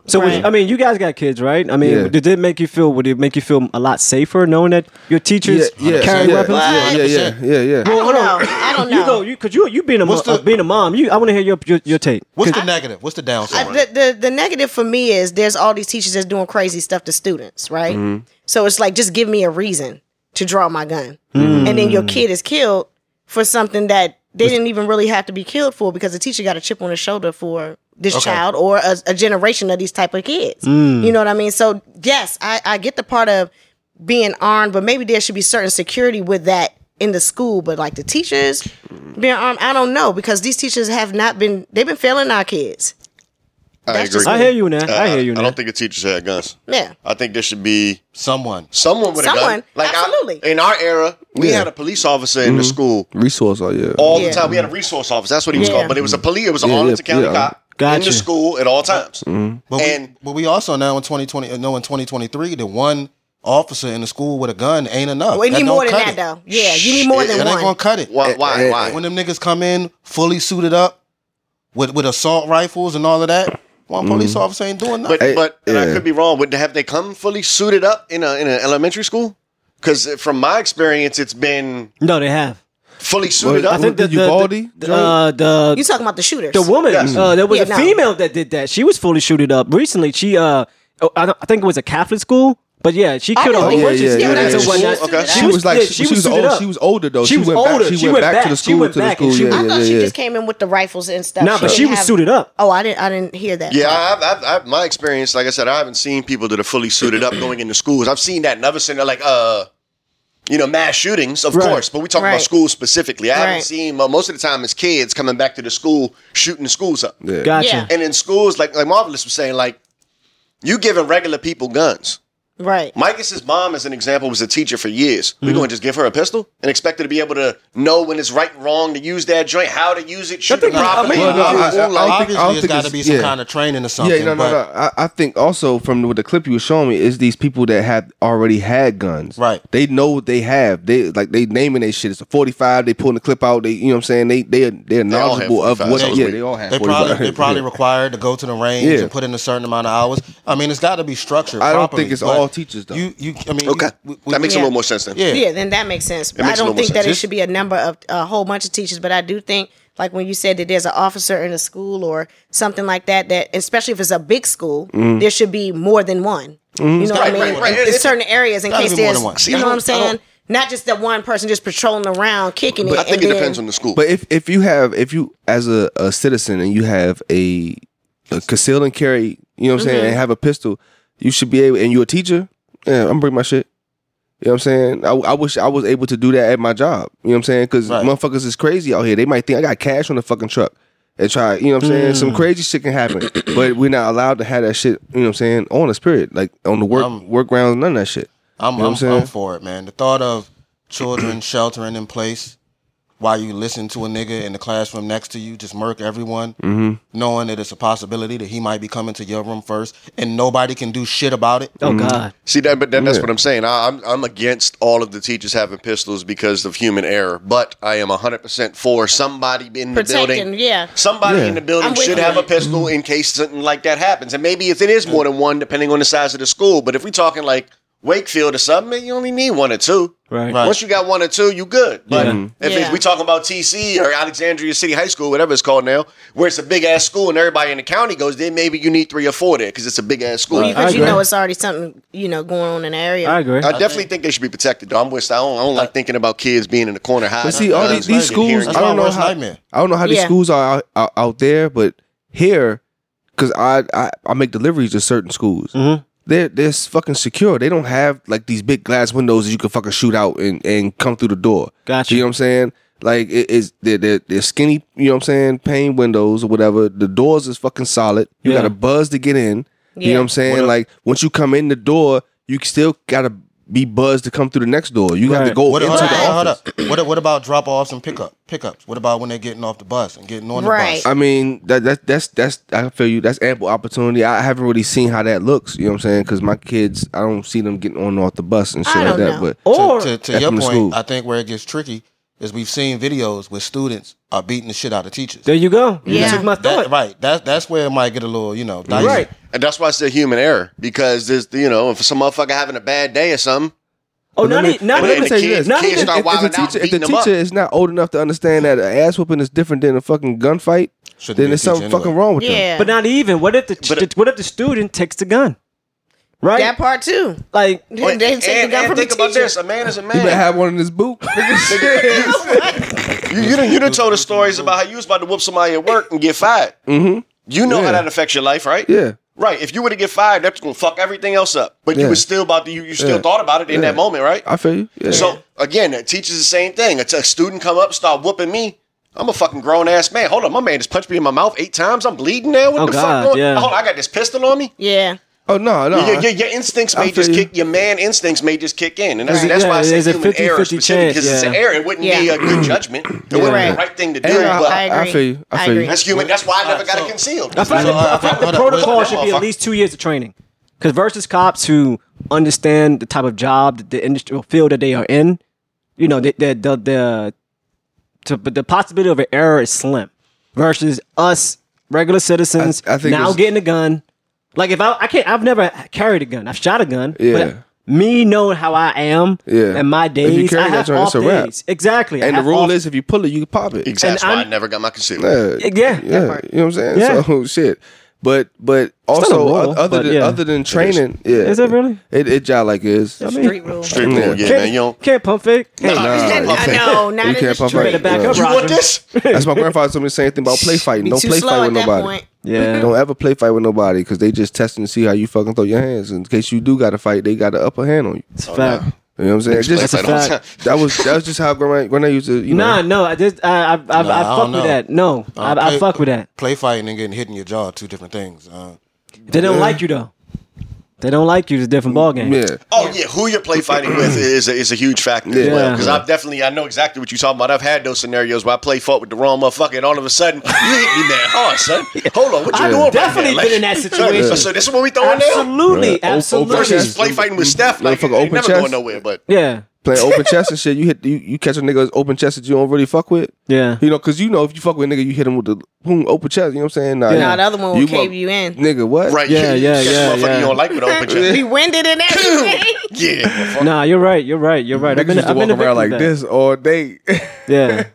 Speaker 1: So would
Speaker 2: Right.
Speaker 1: you- I mean, you guys got kids, right? I mean,
Speaker 3: Yeah.
Speaker 1: did it make you feel? Would it make you feel a lot safer knowing that your teachers carry
Speaker 3: yeah,
Speaker 1: weapons?
Speaker 3: Yeah, yeah, yeah, yeah, yeah.
Speaker 2: I don't know. I don't know.
Speaker 1: You go, you, cause you you being a mo-
Speaker 5: What's the-
Speaker 1: uh, being a mom. You, I want to hear your your, your take.
Speaker 5: what's the negative? What's the
Speaker 2: I-
Speaker 5: downside?
Speaker 2: Uh, the, the the negative for me is there's all these teachers that's doing crazy stuff to students, right? So it's like just give me a reason to draw my gun, and then your kid is killed for something that they didn't even really have to be killed for because the teacher got a chip on his shoulder for this child or a, a generation of these type of kids. You know what I mean? So yes, I, I get the part of being armed, but maybe there should be certain security with that in the school. But like the teachers being armed, I don't know because these teachers have not been they've been failing our kids.
Speaker 4: I
Speaker 2: That's
Speaker 4: agree. Uh,
Speaker 2: just-
Speaker 1: I hear you now. I hear you
Speaker 4: I
Speaker 1: now.
Speaker 4: don't think the teachers had guns.
Speaker 2: Yeah.
Speaker 4: I think there should be
Speaker 5: Someone.
Speaker 4: someone with a
Speaker 2: Someone,
Speaker 4: gun. Like I-
Speaker 2: absolutely.
Speaker 4: in our era, we
Speaker 3: Yeah. Mm-hmm.
Speaker 4: had a police officer in the school
Speaker 3: Resource, oh yeah.
Speaker 4: all
Speaker 2: Yeah.
Speaker 4: the time. We had a resource officer. That's what he was
Speaker 2: Yeah.
Speaker 4: called. But it was a police. It was an
Speaker 3: Yeah, yeah,
Speaker 4: Arlington County
Speaker 3: yeah. Mm-hmm.
Speaker 4: cop in
Speaker 1: Gotcha.
Speaker 4: the school at all times.
Speaker 5: But we,
Speaker 4: And-
Speaker 5: but we also know in 2020, know in 2023, the one officer in the school with a gun ain't enough.
Speaker 2: We
Speaker 5: That
Speaker 2: need
Speaker 5: don't
Speaker 2: more than
Speaker 5: cut
Speaker 2: that
Speaker 5: it.
Speaker 2: though. Yeah, you need more than
Speaker 5: That ain't gonna
Speaker 2: one.
Speaker 5: cut it.
Speaker 3: Eh,
Speaker 4: Why? Why? why?
Speaker 5: When them niggas come in fully suited up with with assault rifles and all of that, one police
Speaker 3: Mm-hmm.
Speaker 5: officer ain't doing nothing.
Speaker 4: But but and I
Speaker 3: eh, yeah.
Speaker 4: could be wrong. Would have they come fully suited up in a in an elementary school? Because from my experience, it's been
Speaker 1: no, they have.
Speaker 4: fully suited
Speaker 3: I
Speaker 4: up.
Speaker 3: think- The Uvalde
Speaker 1: the, uh, the
Speaker 2: You talking about the shooters?
Speaker 1: The woman,
Speaker 4: Yes.
Speaker 1: uh, there was
Speaker 2: Yeah,
Speaker 1: a
Speaker 2: no.
Speaker 1: female that did that. She was fully shooted up recently. She, uh, oh, I, don't- I think it was a Catholic school, but yeah, she killed a
Speaker 2: know
Speaker 1: whole
Speaker 2: they
Speaker 1: bunch
Speaker 3: were.
Speaker 1: of
Speaker 3: Yeah,
Speaker 1: students
Speaker 4: yeah,
Speaker 1: and
Speaker 4: yeah.
Speaker 1: whatnot.
Speaker 4: School, okay.
Speaker 1: That-
Speaker 3: she was like she, was,
Speaker 1: suited
Speaker 3: old,
Speaker 1: up.
Speaker 3: she was older though.
Speaker 1: She
Speaker 3: She,
Speaker 1: was
Speaker 3: went
Speaker 1: older.
Speaker 3: back. She,
Speaker 1: She
Speaker 3: went,
Speaker 1: went
Speaker 3: back,
Speaker 1: back.
Speaker 3: to the
Speaker 1: She
Speaker 3: school.
Speaker 1: went
Speaker 3: to the
Speaker 1: back and
Speaker 3: school.
Speaker 1: she
Speaker 3: yeah,
Speaker 1: was-
Speaker 2: I
Speaker 3: yeah,
Speaker 2: thought
Speaker 3: yeah,
Speaker 2: she
Speaker 3: yeah.
Speaker 2: just came in with the rifles and stuff.
Speaker 1: Nah, but she
Speaker 2: didn't
Speaker 1: was
Speaker 2: have-
Speaker 1: suited up.
Speaker 2: Oh, I didn't. I didn't hear that.
Speaker 4: Yeah, I've, I've, I've, my experience, like I said, I haven't seen people that are fully suited up going into schools. I've seen that in other center, like uh, you know, mass shootings, of course. But we talk
Speaker 2: Right.
Speaker 4: about schools specifically. I haven't
Speaker 2: Right.
Speaker 4: seen uh, most of the time it's kids coming back to the school shooting the schools up.
Speaker 3: Yeah.
Speaker 1: Gotcha.
Speaker 2: Yeah.
Speaker 4: And in schools, like like Marvelous was saying, like you giving regular people guns.
Speaker 2: Right.
Speaker 4: Micah's mom, as an example, was a teacher for years. We're going to just give her a pistol and expect her to be able to know when it's right and wrong to use that joint, how to use it, shoot
Speaker 1: thing
Speaker 4: it
Speaker 1: is- I
Speaker 4: properly.
Speaker 1: mean,
Speaker 3: Well, no, I- I- I don't think- I
Speaker 5: Obviously,
Speaker 3: don't
Speaker 5: it's
Speaker 3: think
Speaker 5: got to
Speaker 3: it's-
Speaker 5: be some
Speaker 3: yeah.
Speaker 5: kind of training or something.
Speaker 3: Yeah, no, no, no.
Speaker 5: but-
Speaker 3: I, I think also from with the clip you were showing me is these people that have already had guns.
Speaker 5: Right.
Speaker 3: They know what they have. They like they naming their shit. It's a forty five. They pulling the clip out. They you know what I'm saying. They they are, they're
Speaker 4: all have
Speaker 3: knowledgeable of
Speaker 4: 45.
Speaker 3: what.
Speaker 4: That was
Speaker 3: yeah,
Speaker 4: weak.
Speaker 3: they all have.
Speaker 5: They
Speaker 3: 45.
Speaker 5: probably they probably required to go to the range
Speaker 3: Yeah.
Speaker 5: and put in a certain amount of hours. I mean, it's got to be structured.
Speaker 3: I don't
Speaker 5: properly,
Speaker 3: think it's
Speaker 5: but
Speaker 3: all teachers, though.
Speaker 5: You you I mean you-
Speaker 4: Okay,
Speaker 5: we- we-
Speaker 4: that makes a
Speaker 2: yeah.
Speaker 4: little more sense then.
Speaker 5: yeah.
Speaker 2: Yeah, then that makes sense.
Speaker 4: makes
Speaker 2: I
Speaker 4: a little
Speaker 2: don't
Speaker 4: more
Speaker 2: think that it
Speaker 4: sense.
Speaker 2: should be a number of a whole bunch of teachers, but I do think, like when you said that there's an officer in a school or something like that, that especially if it's a big school, there should be more than one. You know what I
Speaker 5: Right,
Speaker 2: mean?
Speaker 5: right, right.
Speaker 2: In- In,
Speaker 4: It's-
Speaker 2: certain areas, in
Speaker 5: gotta
Speaker 2: case
Speaker 5: be more
Speaker 2: there's,
Speaker 5: than one. See,
Speaker 2: you
Speaker 4: I
Speaker 2: know what I'm
Speaker 4: don't- I don't-
Speaker 2: saying? Not just that one person just patrolling around, kicking it.
Speaker 4: I think it
Speaker 2: and
Speaker 4: depends
Speaker 2: then-
Speaker 4: on the school.
Speaker 3: But if if you have if you as a, a citizen and you have a, a conceal and carry, you know what I'm saying, and have a pistol, you should be able. And you're a teacher. Yeah, I'm bring my shit. You know what I'm saying? I, I wish I was able to do that at my job. You know what I'm saying? Because
Speaker 5: Right.
Speaker 3: motherfuckers is crazy out here. They might think I got cash on the fucking truck and try. You know what I'm saying?
Speaker 5: Mm.
Speaker 3: Some crazy shit can happen, but we're not allowed to have that shit. You know what I'm saying? On us, period. Like on the work
Speaker 5: Um,
Speaker 3: work grounds, none of that shit.
Speaker 5: I'm,
Speaker 3: You know
Speaker 5: I'm,
Speaker 3: what I'm saying?
Speaker 5: I'm for it, man. The thought of children sheltering in place while you listen to a nigga in the classroom next to you just murk everyone,
Speaker 3: Mm-hmm.
Speaker 5: knowing that it's a possibility that he might be coming to your room first and nobody can do shit about it.
Speaker 3: Mm.
Speaker 1: Oh God.
Speaker 4: See that, but that, that's what I'm saying. I, I'm I'm against all of the teachers having pistols because of human error, but I am 100 percent for somebody in the
Speaker 2: Protecting,
Speaker 4: building.
Speaker 2: yeah.
Speaker 4: somebody
Speaker 3: Yeah.
Speaker 4: in the building
Speaker 2: I'm with
Speaker 4: should
Speaker 2: you.
Speaker 4: have a pistol in case something like that happens, and maybe if it is more than one, depending on the size of the school. But if we're talking like Wakefield or something, man, you only need one or two.
Speaker 1: Right.
Speaker 5: Right.
Speaker 4: Once you got one or two, you good. But
Speaker 1: Yeah.
Speaker 4: if
Speaker 2: Yeah.
Speaker 4: it's, we talking about TC or Alexandria City High School, whatever it's called now, where it's a big ass school and everybody in the county goes, then maybe you need three or four there because it's a big ass school.
Speaker 2: Well,
Speaker 1: I
Speaker 2: because you
Speaker 1: agree.
Speaker 2: know it's already something you know going on in the area.
Speaker 1: I agree.
Speaker 4: I, definitely think, they should be protected. Though I'm with. I don't, I don't like thinking about kids being in the corner hiding.
Speaker 3: But see, all
Speaker 4: guns
Speaker 3: these, these
Speaker 4: and hearing
Speaker 3: schools,
Speaker 5: That's
Speaker 3: I
Speaker 5: my
Speaker 3: don't know
Speaker 5: worst
Speaker 3: how.
Speaker 5: nightmare.
Speaker 3: I don't know how these
Speaker 2: Yeah.
Speaker 3: schools are out, out, out there, but here, because I, I I make deliveries to certain schools. They're they're s- fucking secure. They don't have like these big glass windows that you can fucking shoot out and and come through the door.
Speaker 1: Gotcha.
Speaker 3: You know what I'm saying? Like it is they're, they're, they're skinny. You know what I'm saying? Pane windows or whatever. The doors is fucking solid. You
Speaker 1: Yeah.
Speaker 3: got a buzz to get in. You know
Speaker 2: Yeah.
Speaker 3: what I'm saying? Like once you come in the door, you still gotta be buzzed to come through the next door. You have to
Speaker 1: Right.
Speaker 3: go
Speaker 5: What,
Speaker 3: Oh, into
Speaker 5: hold up,
Speaker 3: the office.
Speaker 5: hold up. What, what about drop offs and pickup pickups? What about when they're getting off the bus and getting on
Speaker 2: Right.
Speaker 5: the bus?
Speaker 3: I mean, that, that that's that's I feel you. That's ample opportunity. I haven't really seen how that looks. You know what I'm saying? Because my kids, I don't see them getting on and off the bus and shit
Speaker 2: I
Speaker 3: like
Speaker 2: don't
Speaker 3: that.
Speaker 2: know.
Speaker 3: But
Speaker 1: Or
Speaker 5: to, to, to
Speaker 3: At
Speaker 5: your
Speaker 3: from
Speaker 5: point,
Speaker 3: the school.
Speaker 5: I think where it gets tricky is we've seen videos where students are beating the shit out of teachers.
Speaker 1: there you go.
Speaker 2: Yeah.
Speaker 1: You took my thought.
Speaker 5: That, right. That's that's where it might get a little, you know, dicey.
Speaker 1: Right.
Speaker 4: And that's why it's a human error because there's you know if some motherfucker having a bad day or something,
Speaker 1: Oh,
Speaker 3: But
Speaker 1: not,
Speaker 3: let me-
Speaker 1: e- not
Speaker 4: but let me
Speaker 1: even.
Speaker 4: tell you this.
Speaker 1: not
Speaker 4: Kids
Speaker 1: even.
Speaker 3: if,
Speaker 4: start
Speaker 3: if the
Speaker 4: wilding out,
Speaker 3: teacher, if the
Speaker 4: beating them up.
Speaker 3: teacher is not old enough to understand that an ass whooping is different than a fucking gunfight,
Speaker 5: Shouldn't be
Speaker 3: then
Speaker 5: a
Speaker 3: there's
Speaker 5: teacher
Speaker 3: something fucking
Speaker 5: anyway.
Speaker 3: wrong with them.
Speaker 2: Yeah.
Speaker 1: But not even. What if the,
Speaker 4: But-
Speaker 1: what if the student takes the gun? Right.
Speaker 2: that part too.
Speaker 1: like
Speaker 2: They take the gun
Speaker 4: and
Speaker 2: from
Speaker 4: think
Speaker 2: the
Speaker 4: about
Speaker 2: teacher.
Speaker 4: this: a man is a
Speaker 3: He better
Speaker 4: man.
Speaker 3: have one in his boot.
Speaker 4: You, you didn't you done told us stories about how you was about to whoop somebody at work and get fired. Mm-hmm. You know how
Speaker 3: Yeah.
Speaker 4: that affects your life, right?
Speaker 3: yeah.
Speaker 4: Right. If you were to get fired, that's gonna fuck everything else up. But you
Speaker 3: Yeah.
Speaker 4: was still about to you, you still
Speaker 3: Yeah.
Speaker 4: thought about it in
Speaker 3: Yeah.
Speaker 4: that moment, right?
Speaker 3: I feel you. Yeah.
Speaker 4: So again, that teaches the same thing. A, t- a student come up, start whooping me. I'm a fucking grown ass man. Hold on, my man just punched me in my mouth eight times. I'm bleeding now. What
Speaker 1: Oh,
Speaker 4: the
Speaker 1: God,
Speaker 4: fuck? Going?
Speaker 1: yeah.
Speaker 4: Hold on, I got this pistol on me.
Speaker 2: Yeah.
Speaker 3: oh no, no.
Speaker 4: Your, your- your- your instincts
Speaker 3: I
Speaker 4: may just
Speaker 3: feel you.
Speaker 4: kick. Your man instincts may just kick in, and that's,
Speaker 1: Right.
Speaker 4: that's why I
Speaker 1: Yeah,
Speaker 4: say
Speaker 1: there's a
Speaker 4: human error
Speaker 1: 50-50
Speaker 4: specifically because it's an
Speaker 1: chance, yeah.
Speaker 4: error. It wouldn't be
Speaker 2: Yeah.
Speaker 4: a good judgment. It wouldn't be
Speaker 2: Right.
Speaker 4: the right thing to do.
Speaker 3: And I-
Speaker 4: but
Speaker 2: I agree.
Speaker 3: feel you. I
Speaker 2: I
Speaker 3: feel you.
Speaker 2: agree.
Speaker 4: that's human. That's why I never got
Speaker 5: so-
Speaker 4: it concealed.
Speaker 1: I feel like,
Speaker 5: So,
Speaker 1: I
Speaker 5: uh,
Speaker 1: feel like
Speaker 5: hold
Speaker 1: the
Speaker 5: up, wait,
Speaker 1: protocol
Speaker 5: hold
Speaker 1: should be
Speaker 4: up.
Speaker 1: at least two years of training. Because versus cops who understand the type of job, that the industry field that they are in, you know, the the the, the, to, but the possibility of an error is slim. Versus us regular citizens
Speaker 3: I- I think
Speaker 1: now
Speaker 3: it's-
Speaker 1: getting a gun. Like if I I can't I've never carried a gun. I've shot a gun.
Speaker 3: Yeah.
Speaker 1: But me knowing how I am
Speaker 3: Yeah.
Speaker 1: and my
Speaker 3: If you
Speaker 1: days,
Speaker 3: carry
Speaker 1: I
Speaker 3: that
Speaker 1: have
Speaker 3: joint,
Speaker 1: off
Speaker 3: it's a wrap.
Speaker 1: days. Exactly. I
Speaker 3: and the
Speaker 1: have
Speaker 3: rule
Speaker 1: off-
Speaker 3: is, if you pull it, you can pop it.
Speaker 4: Exactly. That's
Speaker 1: and
Speaker 4: why I
Speaker 1: I'm-
Speaker 4: never got my concealed.
Speaker 3: Yeah,
Speaker 1: yeah.
Speaker 3: yeah. You know what I'm saying?
Speaker 1: Yeah.
Speaker 3: So shit. But but
Speaker 1: not a
Speaker 3: also
Speaker 1: rule,
Speaker 3: o- other
Speaker 1: but
Speaker 3: than
Speaker 1: yeah.
Speaker 3: other than training, yeah,
Speaker 1: Is it really?
Speaker 3: It it job like is. I mean,
Speaker 2: Street rule.
Speaker 4: Straight rule, yeah, man.
Speaker 1: can't,
Speaker 4: You don't.
Speaker 1: can't pump fake. Hey,
Speaker 2: I
Speaker 4: Nah.
Speaker 2: know. Not
Speaker 3: You
Speaker 2: in
Speaker 3: can't
Speaker 2: the
Speaker 3: pump
Speaker 1: you
Speaker 2: street.
Speaker 1: better back
Speaker 3: Yeah.
Speaker 1: up,
Speaker 4: You want
Speaker 1: Roger.
Speaker 4: this?
Speaker 3: That's my grandfather told me the same thing about play fighting.
Speaker 2: Be
Speaker 3: Don't
Speaker 2: too
Speaker 3: play
Speaker 2: slow
Speaker 3: fight
Speaker 2: at
Speaker 3: with
Speaker 2: that
Speaker 3: nobody.
Speaker 2: point.
Speaker 1: Yeah.
Speaker 3: Don't ever play fight with nobody because they just testing to see how you fucking throw your hands. In case you do got to fight, they got the upper hand on you.
Speaker 1: It's a fact.
Speaker 3: You know what I'm saying? Just,
Speaker 1: That's a
Speaker 4: Explain
Speaker 1: fact.
Speaker 3: that was that was just how grandma, grandma used to. You know,
Speaker 1: Nah, no, I just I I, I, I
Speaker 5: Nah, I
Speaker 1: fuck
Speaker 5: don't
Speaker 1: with
Speaker 5: know.
Speaker 1: that. No, I,
Speaker 5: Uh,
Speaker 1: I,
Speaker 5: play-
Speaker 1: fuck with that.
Speaker 5: Play fighting and getting hit in your jaw, are two different things. Uh,
Speaker 1: They don't like you though. They don't like you. It's a different ballgame.
Speaker 3: yeah.
Speaker 4: Oh yeah, who you're play fighting with is a, is a huge factor as
Speaker 3: Yeah.
Speaker 4: well. Because I've definitely I know exactly what you're talking about. I've had those scenarios where I play fought with the wrong motherfucker, and all of a sudden you hit me man hard, son. Hold on, what you
Speaker 1: I've
Speaker 4: doing? right
Speaker 1: definitely
Speaker 4: now?
Speaker 1: been in that situation.
Speaker 4: So, so this is what we throwing down.
Speaker 1: Absolutely,
Speaker 3: Right. O-
Speaker 1: absolutely.
Speaker 3: open
Speaker 4: Versus
Speaker 3: chest.
Speaker 4: play fighting with Steph, like
Speaker 3: Motherfucker,
Speaker 4: they
Speaker 3: open
Speaker 4: never
Speaker 3: chest.
Speaker 4: going nowhere. But
Speaker 1: Yeah,
Speaker 3: Playing open chest and shit, you hit you, you catch a nigga's open chest that you don't really fuck with.
Speaker 1: yeah.
Speaker 3: You know, cause you know if you fuck with a nigga, you hit him with the boom open chest. You know what I'm saying? Nah,
Speaker 1: Yeah.
Speaker 3: you-
Speaker 1: Nah,
Speaker 2: the other one will
Speaker 3: mu-
Speaker 2: cave you in.
Speaker 3: Nigga, what?
Speaker 4: right,
Speaker 1: Yeah,
Speaker 4: you-
Speaker 1: yeah,
Speaker 4: you catch
Speaker 1: yeah,
Speaker 4: the motherfucker
Speaker 1: yeah.
Speaker 4: You don't like with open chest.
Speaker 2: We winded and everything.
Speaker 4: yeah, motherfucker.
Speaker 1: Nah, you're right. You're right. You're right.
Speaker 3: Niggas
Speaker 1: I've been,
Speaker 3: used to
Speaker 1: I've
Speaker 3: walk
Speaker 1: been a
Speaker 3: around like
Speaker 1: victim of
Speaker 3: this all day.
Speaker 1: that. Yeah,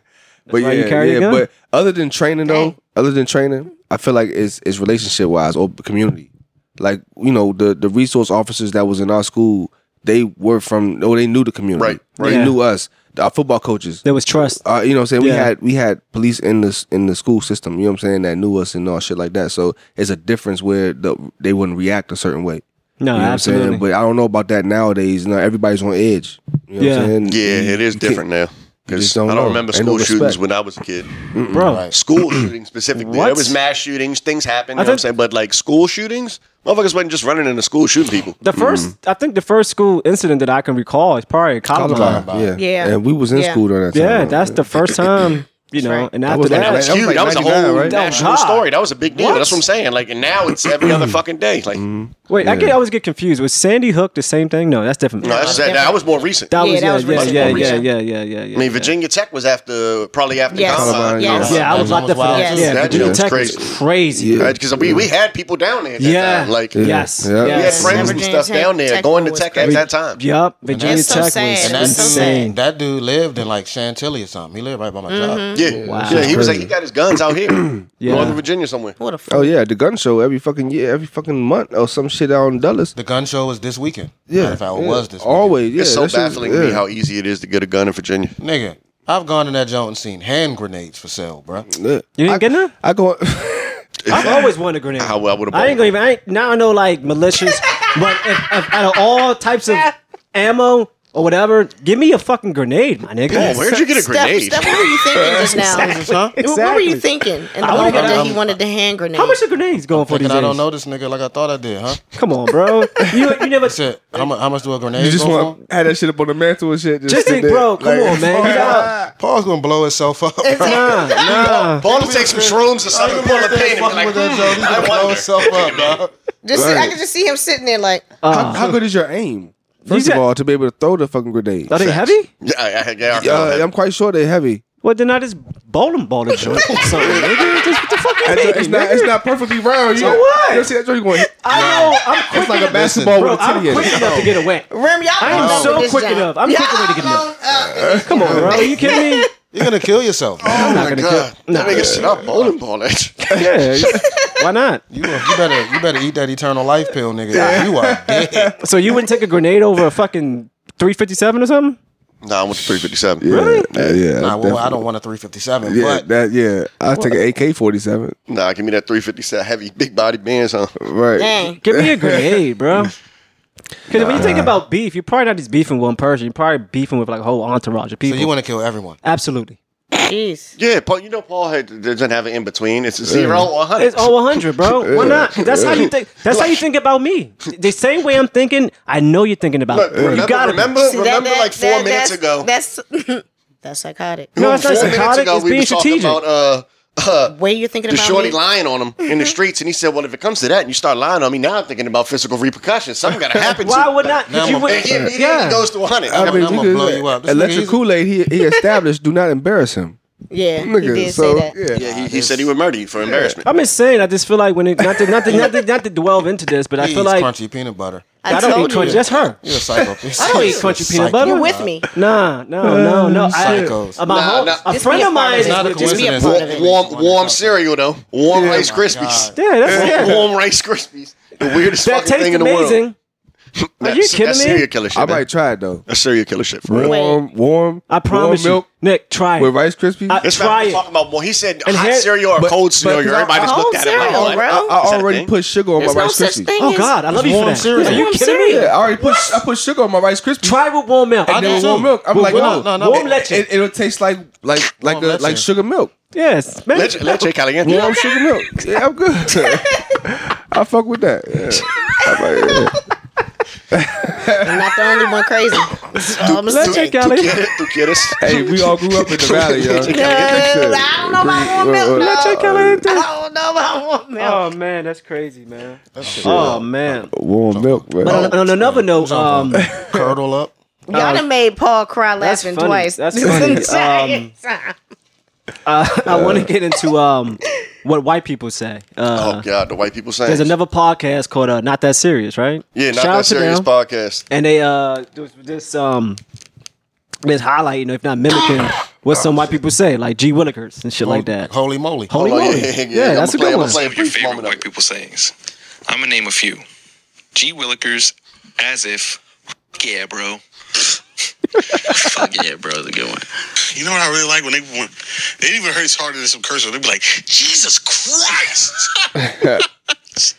Speaker 3: but
Speaker 1: why
Speaker 3: yeah,
Speaker 1: you carry a
Speaker 3: yeah.
Speaker 1: gun?
Speaker 3: But other than training
Speaker 2: Dang.
Speaker 3: though, other than training, I feel like it's it's relationship wise or community. Like you know the the resource officers that was in our school, they were from oh they knew the community,
Speaker 4: Right, right.
Speaker 3: They
Speaker 1: Yeah.
Speaker 3: knew us. Our football coaches,
Speaker 1: there was trust.
Speaker 3: uh, you know what I'm saying? We
Speaker 1: Yeah.
Speaker 3: had we had police in the in the school system, you know what I'm saying, that knew us and all shit like that. So it's a difference where the, they wouldn't react a certain way.
Speaker 1: No,
Speaker 3: You know what I'm
Speaker 1: absolutely.
Speaker 3: saying? But I don't know about that nowadays. Now everybody's on edge. You know
Speaker 1: Yeah.
Speaker 3: what I'm saying? You-
Speaker 4: Yeah, it is
Speaker 3: you can't-
Speaker 4: different now. Because
Speaker 3: just
Speaker 4: I
Speaker 3: don't
Speaker 4: don't
Speaker 3: know.
Speaker 4: remember
Speaker 3: Ain't no
Speaker 4: school shootings
Speaker 3: respect.
Speaker 4: when I was a kid.
Speaker 1: bro.
Speaker 5: right.
Speaker 4: School shootings specifically.
Speaker 1: What?
Speaker 4: There was mass shootings, things happened, you
Speaker 1: I
Speaker 4: know what I'm
Speaker 1: think-
Speaker 4: saying? But like school shootings, motherfuckers wasn't just running into school shooting people.
Speaker 3: mm-hmm.
Speaker 1: The first, I think, the first school incident that I can recall is probably Columbine.
Speaker 3: Columbine, Yeah.
Speaker 2: Yeah.
Speaker 3: And we was in
Speaker 2: Yeah.
Speaker 3: school during that time.
Speaker 1: Yeah, that's the first time. You know,
Speaker 2: right.
Speaker 1: and
Speaker 3: That
Speaker 1: after
Speaker 3: was like
Speaker 1: that,
Speaker 4: That was
Speaker 3: That was
Speaker 4: huge.
Speaker 3: like
Speaker 4: That was a
Speaker 3: 99,
Speaker 4: whole
Speaker 3: right?
Speaker 4: national
Speaker 1: Oh, God.
Speaker 4: story. That was a big deal.
Speaker 1: What?
Speaker 4: That's what I'm saying. Like, and now it's every other fucking day. Like,
Speaker 1: wait, I get I always get confused. Was Sandy Hook the same thing? No, that's different.
Speaker 4: no, that's, that, that was more recent.
Speaker 1: That
Speaker 2: Yeah,
Speaker 1: was,
Speaker 2: that was
Speaker 1: yeah,
Speaker 2: recent.
Speaker 1: yeah,
Speaker 4: More
Speaker 1: yeah,
Speaker 4: recent.
Speaker 1: yeah, yeah, yeah, yeah.
Speaker 4: I mean, Virginia Tech was after probably after uh,
Speaker 2: Yes.
Speaker 4: Columbine.
Speaker 3: Columbine,
Speaker 2: Yes.
Speaker 3: yeah.
Speaker 2: Yeah.
Speaker 1: Yeah, I was
Speaker 5: That
Speaker 1: locked up
Speaker 5: joint
Speaker 1: for that.
Speaker 5: was wild,
Speaker 1: Yeah,
Speaker 4: too. That
Speaker 1: Virginia
Speaker 4: joint was
Speaker 1: Tech
Speaker 4: crazy.
Speaker 1: is crazy.
Speaker 3: Yeah.
Speaker 4: Because we, we had people down there. At that
Speaker 1: Yeah.
Speaker 4: time. like
Speaker 1: Yeah. Yes.
Speaker 3: Yeah.
Speaker 1: Yeah.
Speaker 4: we
Speaker 3: Yeah.
Speaker 4: had friends and
Speaker 2: Virginia
Speaker 4: stuff
Speaker 2: Tech-
Speaker 4: down there
Speaker 2: Tech
Speaker 4: going to
Speaker 2: was
Speaker 4: Tech at
Speaker 2: crazy.
Speaker 4: that time.
Speaker 1: Yup. Virginia
Speaker 2: that's so
Speaker 1: Tech
Speaker 2: sad.
Speaker 5: And
Speaker 1: was
Speaker 5: that's
Speaker 2: so
Speaker 1: insane.
Speaker 5: That dude lived in like Chantilly or something. He lived right by my job.
Speaker 4: Yeah,
Speaker 1: Wow.
Speaker 4: yeah. He was like,
Speaker 3: Crazy.
Speaker 4: he got his guns out here, Northern Virginia somewhere.
Speaker 2: What a fool.
Speaker 3: Oh yeah, the gun show every fucking year, every fucking month or some shit out in Dulles.
Speaker 5: The gun show was this weekend.
Speaker 3: Yeah,
Speaker 5: Matter of fact, it
Speaker 3: yeah.
Speaker 5: was this weekend.
Speaker 3: always. Yeah,
Speaker 4: it's so
Speaker 3: that shit was-
Speaker 4: baffling to me
Speaker 3: yeah.
Speaker 4: how easy it is to get a gun in Virginia.
Speaker 5: Nigga, I've gone in that joint and seen hand grenades for sale, bruh.
Speaker 3: Yeah.
Speaker 1: You didn't
Speaker 3: I,
Speaker 1: get none?
Speaker 3: I go.
Speaker 1: I've always wanted a grenade.
Speaker 4: How well would a
Speaker 1: I ain't gonna even. I ain't, now I know like malicious, but if, if, out of all types of ammo, or whatever. Give me a fucking grenade, my nigga.
Speaker 4: Oh, where'd you get a
Speaker 2: Steph,
Speaker 4: grenade?
Speaker 2: Steph, what were you thinking just now?
Speaker 5: Huh?
Speaker 2: What- What were you
Speaker 1: Exactly.
Speaker 2: thinking in the
Speaker 1: I wanna
Speaker 2: moment
Speaker 1: get
Speaker 2: that
Speaker 1: out.
Speaker 2: he wanted the hand grenade?
Speaker 1: How much are grenades going for these
Speaker 5: Thinking I don't
Speaker 1: days?
Speaker 5: know this nigga like I thought I did, huh?
Speaker 1: Come on, bro. You, you never.
Speaker 5: That's it. How much, how much do a grenade
Speaker 3: You just
Speaker 5: go
Speaker 3: want to have that shit up on the mantle and shit.
Speaker 1: Just
Speaker 3: sit
Speaker 1: think,
Speaker 3: there,
Speaker 1: bro. Come on, man. You gotta-
Speaker 5: for? Paul's gonna blow himself up. Bro.
Speaker 1: Nah, nah.
Speaker 4: Paul will take some shrooms or something, pull a pen and be like,
Speaker 5: Fucking with that
Speaker 4: "Hmm,
Speaker 5: joke, he's
Speaker 4: I
Speaker 5: gonna blow
Speaker 4: wonder."
Speaker 5: himself up, bro.
Speaker 2: Just I
Speaker 3: Right.
Speaker 2: could just see him sitting there like
Speaker 3: How, how good is your aim? First
Speaker 1: got-
Speaker 3: of all, to be able to throw the fucking grenade.
Speaker 1: Are they heavy?
Speaker 4: Yeah, I- I- yeah, I
Speaker 3: Yeah,
Speaker 4: know that.
Speaker 3: I'm quite sure they're heavy.
Speaker 1: Well, then I just bowling ball the joint or something, nigga. Just what the fuck you
Speaker 3: It's,
Speaker 1: mean,
Speaker 3: it's not. It's
Speaker 1: nigga?
Speaker 3: not perfectly round.
Speaker 1: So
Speaker 3: you,
Speaker 1: what?
Speaker 3: You don't see that joint going.
Speaker 1: I know. I'm quick
Speaker 3: It's like a
Speaker 1: enough.
Speaker 3: basketball
Speaker 1: Bro,
Speaker 3: with a
Speaker 1: I'm
Speaker 3: titty in
Speaker 1: quick
Speaker 3: it.
Speaker 1: enough to get away.
Speaker 2: Rim, y'all.
Speaker 1: I
Speaker 2: alone
Speaker 1: am
Speaker 2: with
Speaker 1: so
Speaker 2: this
Speaker 1: quick
Speaker 2: junk.
Speaker 1: enough. I'm
Speaker 2: Y'all
Speaker 1: quick away to get enough.
Speaker 2: alone, uh,
Speaker 1: Come on, bro. You kidding me?
Speaker 5: You're gonna kill yourself. Man.
Speaker 4: Oh
Speaker 1: not
Speaker 4: my
Speaker 1: gonna
Speaker 4: god,
Speaker 1: kill-
Speaker 4: that
Speaker 1: Nah.
Speaker 4: nigga said, "I'm bowling ball that."
Speaker 1: Yeah. Why not?
Speaker 5: You, you better you better eat that eternal life pill, nigga. You are dead.
Speaker 1: So you wouldn't take a grenade over a fucking 357 or something?
Speaker 4: Nah, I went to 357.
Speaker 3: Yeah, yeah, Uh, yeah.
Speaker 5: Nah, well, I
Speaker 3: definitely.
Speaker 5: don't want a 357,
Speaker 3: Yeah,
Speaker 5: but
Speaker 3: that. Yeah, I take an AK-47.
Speaker 4: Nah, give me that 357 heavy big body bands, huh?
Speaker 3: Right.
Speaker 2: Dang.
Speaker 1: Give me a grenade, bro. Because when you think about beef, you're probably not just beefing one person. You're probably beefing with like a whole entourage of
Speaker 5: so
Speaker 1: people.
Speaker 5: you want to kill everyone.
Speaker 1: Absolutely.
Speaker 2: Jeez.
Speaker 4: Yeah, Paul. You know, Paul had, doesn't have an in between. It's zero or hundred.
Speaker 1: It's all 100, bro. Why not? That's how you think. That's how you think about me. The same way I'm thinking. I know you're thinking about.
Speaker 4: Look,
Speaker 1: bro.
Speaker 4: remember,
Speaker 1: you gotta be.
Speaker 4: remember,
Speaker 2: See, that-
Speaker 4: remember
Speaker 2: that-
Speaker 4: like four
Speaker 2: that-
Speaker 4: minutes ago.
Speaker 2: that's, ago. That's that's psychotic.
Speaker 1: No, it's not
Speaker 4: four minutes
Speaker 1: psychotic.
Speaker 4: ago,
Speaker 1: It's
Speaker 4: we
Speaker 1: being
Speaker 4: was talking
Speaker 1: strategic.
Speaker 4: about uh, uh,
Speaker 2: Way you're thinking
Speaker 4: the
Speaker 2: about
Speaker 4: shorty
Speaker 2: me.
Speaker 4: lying on him in the streets, and he said, "Well, if it comes to that, and you start lying on me, now I'm thinking about physical repercussions. Something got to happen."
Speaker 1: Why
Speaker 4: to you.
Speaker 1: would not?
Speaker 5: Now
Speaker 1: 'Cause
Speaker 5: I'm
Speaker 1: you
Speaker 5: a-
Speaker 4: And
Speaker 1: wouldn't.
Speaker 4: he immediately
Speaker 1: Yeah.
Speaker 4: goes to hundred.
Speaker 3: I mean,
Speaker 5: I'm
Speaker 3: you
Speaker 5: gonna
Speaker 3: could-
Speaker 5: blow you up. This nigga,
Speaker 3: Electric
Speaker 5: he's-
Speaker 3: Kool-Aid. He, he established. Do not embarrass him.
Speaker 2: Yeah, he
Speaker 3: Nigga,
Speaker 2: did
Speaker 3: so,
Speaker 2: say that.
Speaker 3: Yeah.
Speaker 4: yeah, he, he said he would murder you for embarrassment.
Speaker 1: I'm just saying. I just feel like when it not to not to, not to, not to delve into this, but I
Speaker 5: he
Speaker 1: feel
Speaker 5: eats
Speaker 1: like
Speaker 5: crunchy peanut butter.
Speaker 1: I, don't eat
Speaker 2: told
Speaker 1: crunchy.
Speaker 2: you.
Speaker 1: That's her.
Speaker 5: You're a psycho.
Speaker 1: I don't eat crunchy peanut butter.
Speaker 2: You're with me.
Speaker 1: Nah, no, no, no. I,
Speaker 5: Psychos.
Speaker 1: uh, my
Speaker 4: Nah,
Speaker 1: whole-
Speaker 4: nah.
Speaker 1: A
Speaker 2: Just
Speaker 1: friend
Speaker 2: be a
Speaker 1: of mine.
Speaker 2: part
Speaker 1: Is
Speaker 2: of it.
Speaker 5: Not a
Speaker 2: Just be a
Speaker 5: coincidence.
Speaker 2: part
Speaker 4: Warm,
Speaker 2: of it.
Speaker 4: warm, warm cereal though. Warm Rice Krispies.
Speaker 1: yeah, that's
Speaker 4: Warm,
Speaker 1: yeah.
Speaker 4: warm Rice Krispies. The weirdest
Speaker 1: That
Speaker 4: fucking thing
Speaker 1: tastes
Speaker 4: in the world.
Speaker 1: amazing. Are
Speaker 4: That-
Speaker 1: you
Speaker 4: that's
Speaker 1: kidding me?
Speaker 4: serial killer shit.
Speaker 3: I
Speaker 4: man.
Speaker 3: might try it though.
Speaker 4: That's serial killer shit for real.
Speaker 3: Warm, warm.
Speaker 1: I promise you,
Speaker 3: warm milk
Speaker 1: Nick. Try
Speaker 3: with
Speaker 1: it.
Speaker 3: Rice Krispies.
Speaker 1: I-
Speaker 4: This
Speaker 1: Try
Speaker 4: man
Speaker 1: it.
Speaker 4: was talking about more. He said
Speaker 1: And
Speaker 4: hot
Speaker 1: here-
Speaker 4: cereal or
Speaker 3: but-
Speaker 4: cold
Speaker 3: but-
Speaker 4: cereal.
Speaker 3: but-
Speaker 4: Everybody just
Speaker 2: Cold
Speaker 4: looked at him.
Speaker 2: cereal,
Speaker 4: like,
Speaker 2: bro.
Speaker 4: what?
Speaker 3: I
Speaker 4: Is that a
Speaker 3: Oh, already
Speaker 4: thing?
Speaker 3: put sugar on
Speaker 2: There's
Speaker 3: my
Speaker 2: no
Speaker 3: Rice
Speaker 2: such
Speaker 3: Krispies.
Speaker 2: thing
Speaker 1: Oh
Speaker 2: as-
Speaker 1: God, I love you for
Speaker 5: warm
Speaker 1: that.
Speaker 5: cereal.
Speaker 1: Are you
Speaker 2: Warm
Speaker 1: kidding
Speaker 2: cereal.
Speaker 1: me?
Speaker 3: Yeah, I already put I put sugar on my Rice Krispies.
Speaker 1: Try it with warm milk.
Speaker 5: I
Speaker 3: and
Speaker 5: do
Speaker 3: then warm
Speaker 5: too.
Speaker 3: milk. I'm
Speaker 1: With
Speaker 3: like,
Speaker 1: warm-
Speaker 3: no,
Speaker 5: no, no.
Speaker 1: warm leche.
Speaker 3: It, it'll taste like like like
Speaker 5: Warm
Speaker 3: a,
Speaker 5: leche.
Speaker 3: like sugar milk.
Speaker 1: Yes, man.
Speaker 4: Leche, leche caliente.
Speaker 3: Warm sugar milk. Yeah, I'm good. I fuck with that. Yeah. I'm like, yeah.
Speaker 2: I'm not the only one crazy. I'm
Speaker 1: Let's
Speaker 2: a-
Speaker 1: check
Speaker 4: Tú
Speaker 1: out it.
Speaker 4: quieres, tú quieres.
Speaker 3: Hey, we all grew up in the valley, yo.
Speaker 4: Leche
Speaker 2: Uh,
Speaker 4: caliente.
Speaker 2: I don't know about warm milk.
Speaker 3: Let's
Speaker 2: No.
Speaker 1: Leche caliente.
Speaker 2: I don't know about warm milk.
Speaker 1: Oh man, that's crazy, man. Oh man.
Speaker 3: Warm milk, bro.
Speaker 1: But on, on another note, um,
Speaker 5: Curdle up.
Speaker 2: Y'all done made Paul cry
Speaker 1: Oh, that's
Speaker 2: laughing
Speaker 1: funny.
Speaker 2: twice.
Speaker 1: That's funny. Um, I want to get into um, what white people say. Uh,
Speaker 4: Oh God, the white people saying.
Speaker 1: There's another podcast called uh, Not That Serious, right?
Speaker 4: yeah, not
Speaker 1: Shout out to
Speaker 4: that serious
Speaker 1: them.
Speaker 4: podcast.
Speaker 1: And they uh, there was this um, this highlighting, if not mimicking, what some white people say, like G Willikers and shit like that.
Speaker 5: Holy moly.
Speaker 1: Holy
Speaker 4: Oh,
Speaker 1: moly!
Speaker 4: yeah, yeah, yeah.
Speaker 1: Yeah, that's a
Speaker 4: I'm gonna
Speaker 1: good one.
Speaker 4: play, I'm gonna play a
Speaker 10: your
Speaker 4: brief
Speaker 10: favorite
Speaker 4: moment of
Speaker 10: white
Speaker 4: it.
Speaker 10: people sayings. I'm gonna name a few. G Willikers, as if. Yeah, bro. Fuck yeah, bro. is a good one.
Speaker 9: You know what I really like when they when it even hurts harder than some curses. They be like, Jesus Christ,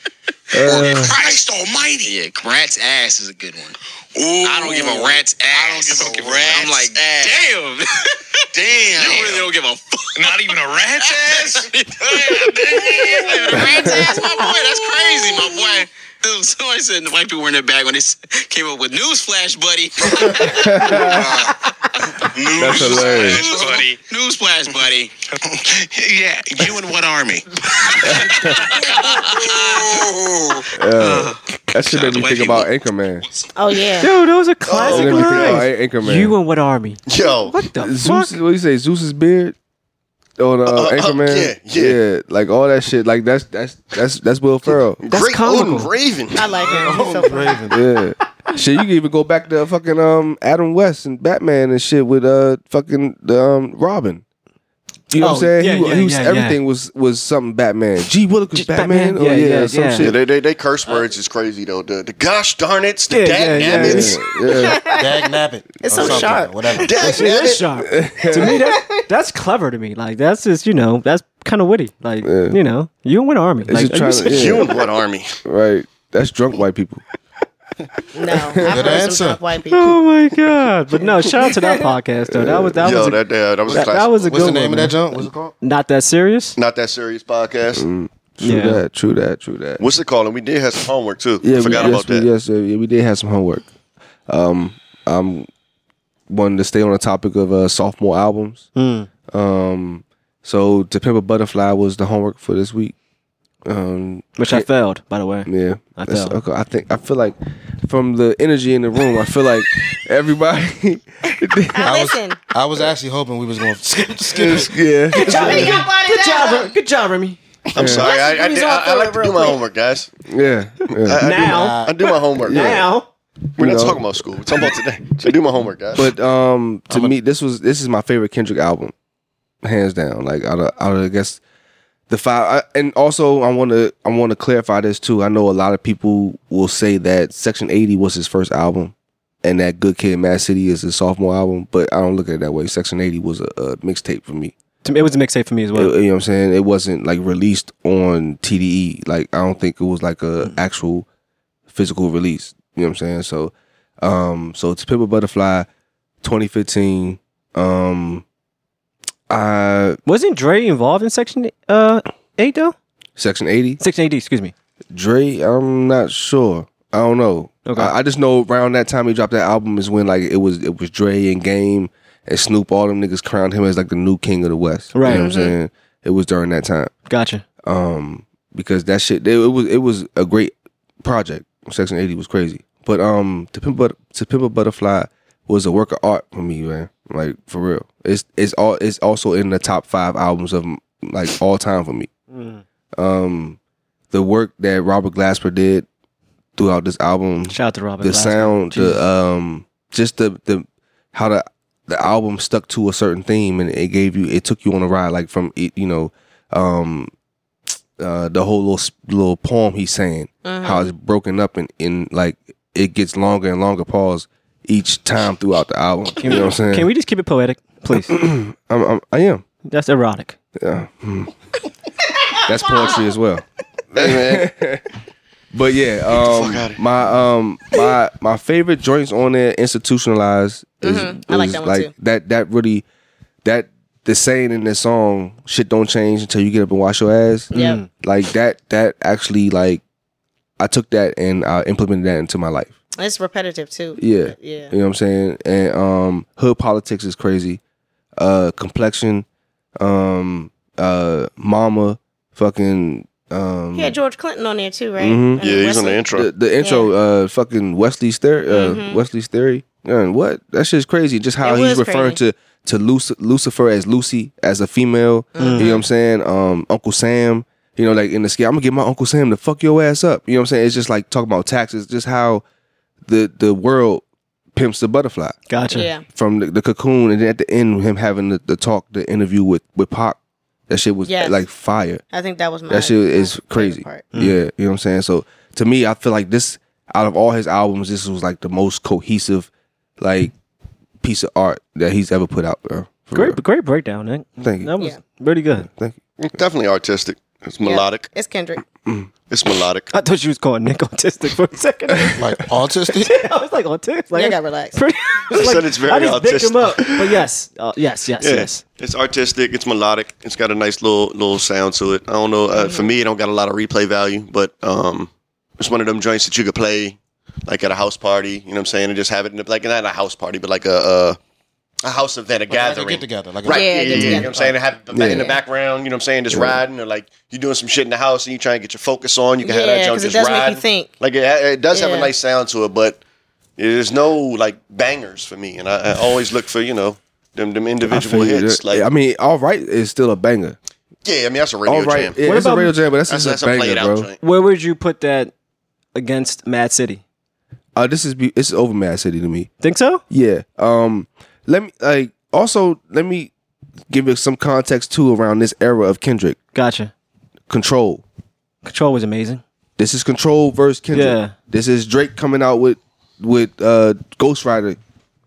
Speaker 4: Uh.
Speaker 9: Christ Almighty.
Speaker 10: Yeah, rat's ass is a good one.
Speaker 9: Ooh,
Speaker 10: I don't give a rat's ass.
Speaker 9: I don't give a rat's
Speaker 10: I'm like,
Speaker 9: ass.
Speaker 10: damn.
Speaker 9: Damn.
Speaker 10: You really don't give a fuck.
Speaker 9: Not even a rat's ass.
Speaker 10: Damn, the rat's ass, my boy. That's crazy, my boy. Somebody said the white people were in their bag when they s- came up with newsflash, buddy.
Speaker 9: That's
Speaker 3: hilarious.
Speaker 10: buddy. Newsflash, buddy.
Speaker 9: yeah, you in what army?
Speaker 3: That shit made me
Speaker 10: White
Speaker 3: think
Speaker 10: people.
Speaker 3: about Anchorman.
Speaker 2: Oh yeah.
Speaker 1: Dude, those are
Speaker 3: That
Speaker 1: classic
Speaker 3: made me think about
Speaker 1: lines.
Speaker 3: An- Anchorman.
Speaker 1: You and what army?
Speaker 4: Yo,
Speaker 1: What the fuck?
Speaker 3: Zeus, what do you say? Zeus's beard on uh,
Speaker 4: uh,
Speaker 3: Anchorman.
Speaker 4: yeah, yeah.
Speaker 3: like all that shit. Like that's that's that's that's Will Ferrell.
Speaker 1: That's
Speaker 4: great
Speaker 1: comical.
Speaker 4: Odin Raven.
Speaker 2: I like him. He's so
Speaker 1: Oh,
Speaker 2: funny.
Speaker 3: Yeah. shit, you can even go back to fucking um Adam West and Batman and shit with uh fucking the um Robin. You know what
Speaker 1: Oh,
Speaker 3: I'm saying?
Speaker 1: yeah,
Speaker 3: He-
Speaker 1: yeah,
Speaker 3: he was-
Speaker 1: yeah, yeah.
Speaker 3: everything was was something Batman. G Willikers
Speaker 1: Just
Speaker 3: Batman,
Speaker 1: Batman?
Speaker 3: or
Speaker 1: Yeah,
Speaker 3: yeah,
Speaker 1: yeah,
Speaker 3: some
Speaker 1: yeah.
Speaker 4: Yeah,
Speaker 3: shit.
Speaker 4: they, they, they curse words is crazy though. The, the gosh darn it's, the
Speaker 1: Yeah,
Speaker 4: dad
Speaker 1: yeah, yeah,
Speaker 4: nabbits,
Speaker 3: Yeah.
Speaker 5: Dag nabbit.
Speaker 2: It's so
Speaker 5: or something,
Speaker 2: sharp.
Speaker 5: Whatever.
Speaker 4: dad
Speaker 1: Yeah, that's
Speaker 4: nabbit.
Speaker 1: sharp. to me, that, that's clever to me. Like that's just you know that's kind of witty. Like you know you and what army?
Speaker 3: It's
Speaker 1: Like
Speaker 3: just
Speaker 1: are you
Speaker 3: trying to-
Speaker 1: serious?
Speaker 4: You and what army?
Speaker 3: Right. That's drunk white people.
Speaker 2: No, I've heard
Speaker 5: answer.
Speaker 2: some drunk white people.
Speaker 1: Oh my god! But no, shout out to that podcast though. That was that
Speaker 4: Yo,
Speaker 1: was a,
Speaker 4: that, yeah, that was a
Speaker 1: that,
Speaker 4: classic.
Speaker 1: that was a
Speaker 5: What's
Speaker 1: good
Speaker 5: the name
Speaker 1: one,
Speaker 5: of that
Speaker 1: man.
Speaker 5: junk? What's it called?
Speaker 1: Not that serious.
Speaker 4: not that serious podcast.
Speaker 1: Mm.
Speaker 3: True
Speaker 1: Yeah.
Speaker 3: that. True that. True that.
Speaker 4: What's it called? And we did have some homework too.
Speaker 3: Yeah,
Speaker 4: I forgot
Speaker 3: we, yes,
Speaker 4: about that.
Speaker 3: We, yes, yeah, yeah, we did have some homework. Um, I'm wanting to stay on the topic of uh, sophomore albums.
Speaker 1: Hmm.
Speaker 3: Um, so "To Pimp a Butterfly" was the homework for this week. Um,
Speaker 1: Which I failed, by the way.
Speaker 3: yeah,
Speaker 1: I
Speaker 3: That's-
Speaker 1: felt.
Speaker 3: okay, I think I feel like from the energy in the room, I feel like everybody.
Speaker 2: Now
Speaker 5: I was-
Speaker 2: listen,
Speaker 5: I was actually hoping we was going to skip, skip it.
Speaker 3: yeah,
Speaker 2: Remy, y'all brought it up.
Speaker 1: Re- good job, Remy.
Speaker 4: I'm sorry. I, I,
Speaker 1: Let's
Speaker 4: did-
Speaker 1: go
Speaker 4: I, I
Speaker 1: through
Speaker 4: like
Speaker 1: it
Speaker 4: to
Speaker 1: real
Speaker 4: do my
Speaker 1: quick.
Speaker 4: homework, guys.
Speaker 3: yeah, yeah.
Speaker 4: I, I do,
Speaker 1: Now.
Speaker 4: my- I do my homework.
Speaker 1: Now,
Speaker 4: We're not
Speaker 3: You know.
Speaker 4: talking about school. We're talking about today. I do my homework, guys.
Speaker 3: But um, to me, this was this is my favorite Kendrick album, hands down. Like out of out of I guess the five. I, and also, I want to I want to clarify this too. I know a lot of people will say that Section Eighty was his first album, and that Good Kid, Mad City is his sophomore album. But I don't look at it that way. Section Eighty was a, a mixtape for me.
Speaker 1: To me, it was a mixtape for me as
Speaker 3: It-
Speaker 1: well.
Speaker 3: you know what I'm saying? It wasn't like released on TDE. Like I don't think it was like a
Speaker 1: Mm-hmm.
Speaker 3: actual physical release. You know what I'm saying? So, um, so it's Pimp a Butterfly, 2015. Um, I
Speaker 1: Wasn't Dre involved in Section uh, Eight though?
Speaker 3: Section 80.
Speaker 1: Section Eight, excuse me.
Speaker 3: Dre, I'm not sure. I don't know.
Speaker 1: Okay.
Speaker 3: I, I just know around that time he dropped that album is when like it was it was Dre and Game and Snoop. All them niggas crowned him as like the new king of the West.
Speaker 1: Right.
Speaker 3: You know what I'm saying? It was during that time.
Speaker 1: Gotcha.
Speaker 3: um because that shit it, it was it was a great project section 80 was crazy but um to pimp but to pimp a butterfly was a work of art for me man like for real it's it's all it's also in the top five albums of like all time for me um the work that robert glasper did throughout this album
Speaker 1: Shout out to Robert.
Speaker 3: the
Speaker 1: Glasper.
Speaker 3: sound,
Speaker 1: Jesus.
Speaker 3: the um, just the the how the the album stuck to a certain theme and it gave you it took you on a ride like from it you know um uh the whole little s- little poem he's saying
Speaker 1: Mm-hmm.
Speaker 3: how it's broken up and in like it gets longer and longer pause each time throughout the album you know what i'm saying
Speaker 1: Can we just keep it poetic, please?
Speaker 3: I'm, I'm, i am
Speaker 1: That's erotic.
Speaker 3: yeah. Hmm. that's poetry as well
Speaker 4: hey, man.
Speaker 3: But yeah, um, my um my my favorite joints on there institutionalized is,
Speaker 2: Mm-hmm. I like
Speaker 3: is
Speaker 2: that one too.
Speaker 3: that that really that the saying in this song shit don't change until you get up and wash your ass.
Speaker 2: Yep. Mm-hmm.
Speaker 3: Like that that actually like I took that and I implemented that into my life.
Speaker 2: It's repetitive too.
Speaker 3: Yeah.
Speaker 2: Yeah.
Speaker 3: You know what I'm saying? And um hood politics is crazy. Uh complexion um uh mama fucking um
Speaker 2: He had George Clinton on there too, right?
Speaker 1: Mm-hmm.
Speaker 3: Mhm.
Speaker 2: And
Speaker 4: yeah, he's on the
Speaker 2: Wesley.
Speaker 4: intro.
Speaker 3: the, the intro, uh, fucking Wesley's theory, uh, Wesley's theory. Man, what that shit's crazy. Just how
Speaker 2: Mm-hmm. It
Speaker 3: he's
Speaker 2: was
Speaker 3: referring to to Luc- Lucifer as Lucy as a female.
Speaker 2: Mm-hmm.
Speaker 3: You know what I'm saying? Um, Uncle Sam. You know, like in the scale, I'm gonna get my Uncle Sam to fuck your ass up. You know what I'm saying? It's just like talking about taxes. Just how the the world pimps the butterfly
Speaker 1: Gotcha.
Speaker 2: Yeah.
Speaker 3: from the, the cocoon, and then at the end, him having the, the talk, the interview with with Pac. That shit was
Speaker 2: Yes.
Speaker 3: like fire.
Speaker 2: I think that was my
Speaker 3: That shit
Speaker 2: my
Speaker 3: is
Speaker 2: favorite
Speaker 3: crazy.
Speaker 2: part.
Speaker 3: Yeah, you know what I'm saying? So to me, I feel like this out of all his albums, this was like the most cohesive like piece of art that he's ever put out, bro. For
Speaker 1: Great,
Speaker 3: real.
Speaker 1: great breakdown, Nick.
Speaker 3: Thank you.
Speaker 1: That was
Speaker 2: Yeah.
Speaker 1: really good.
Speaker 3: Thank you.
Speaker 4: It's definitely artistic. It's
Speaker 2: Yeah.
Speaker 4: melodic.
Speaker 2: It's Kendrick.
Speaker 4: It's melodic.
Speaker 1: I thought you was calling Nick autistic for a second.
Speaker 5: Like autistic.
Speaker 1: I was like autistic. Like,
Speaker 2: You gotta relax.
Speaker 1: Pretty,
Speaker 4: I said it's very
Speaker 1: I just picked
Speaker 4: autistic.
Speaker 1: him up. But yes, uh, yes, yes,
Speaker 4: Yeah.
Speaker 1: yes.
Speaker 4: It's artistic. It's melodic. It's got a nice little little sound to it. I don't know. Uh, For me, it don't got a lot of replay value, but um, it's one of them joints that you could play like at a house party. You know what I'm saying? And just have it in the, like not a house party, but like a uh, a house event, a
Speaker 5: like a
Speaker 4: gathering,
Speaker 5: get-together, like a-
Speaker 4: right?
Speaker 2: Yeah,
Speaker 4: Yeah, yeah,
Speaker 2: get
Speaker 4: yeah, Mm-hmm. You know
Speaker 2: together.
Speaker 4: what I'm saying? And have it in the
Speaker 2: Yeah.
Speaker 4: background. You know what I'm saying? Just riding or like you doing some shit in the house and you trying to get your focus on. You can have that
Speaker 2: Yeah,
Speaker 4: junk
Speaker 2: 'cause it
Speaker 4: just
Speaker 2: does make you
Speaker 4: riding.
Speaker 2: think.
Speaker 4: Like it, it does have a
Speaker 2: Yeah.
Speaker 4: nice sound to it, but there's no like bangers for me, and I, I always look for you know. Them, them
Speaker 3: I
Speaker 4: individual
Speaker 3: feel you.
Speaker 4: hits, like
Speaker 3: I mean, all right is still a banger.
Speaker 4: yeah, I mean that's a radio
Speaker 3: all right,
Speaker 4: jam.
Speaker 3: yeah,
Speaker 1: What
Speaker 3: it's
Speaker 1: about-
Speaker 3: a radio jam, but that's,
Speaker 4: That's,
Speaker 3: just
Speaker 4: that's
Speaker 3: a
Speaker 4: a play it
Speaker 3: banger,
Speaker 4: out
Speaker 3: bro.
Speaker 4: joint.
Speaker 1: Where would you put that against Mad City?
Speaker 3: Uh, this is be- it's over Mad City to me.
Speaker 1: Think so?
Speaker 3: Yeah. Um. Let me like also let me give you some context too around this era of Kendrick.
Speaker 1: Gotcha.
Speaker 3: Control.
Speaker 1: Control was amazing.
Speaker 3: This is Control versus Kendrick.
Speaker 1: Yeah.
Speaker 3: This is Drake coming out with with uh, Ghost Rider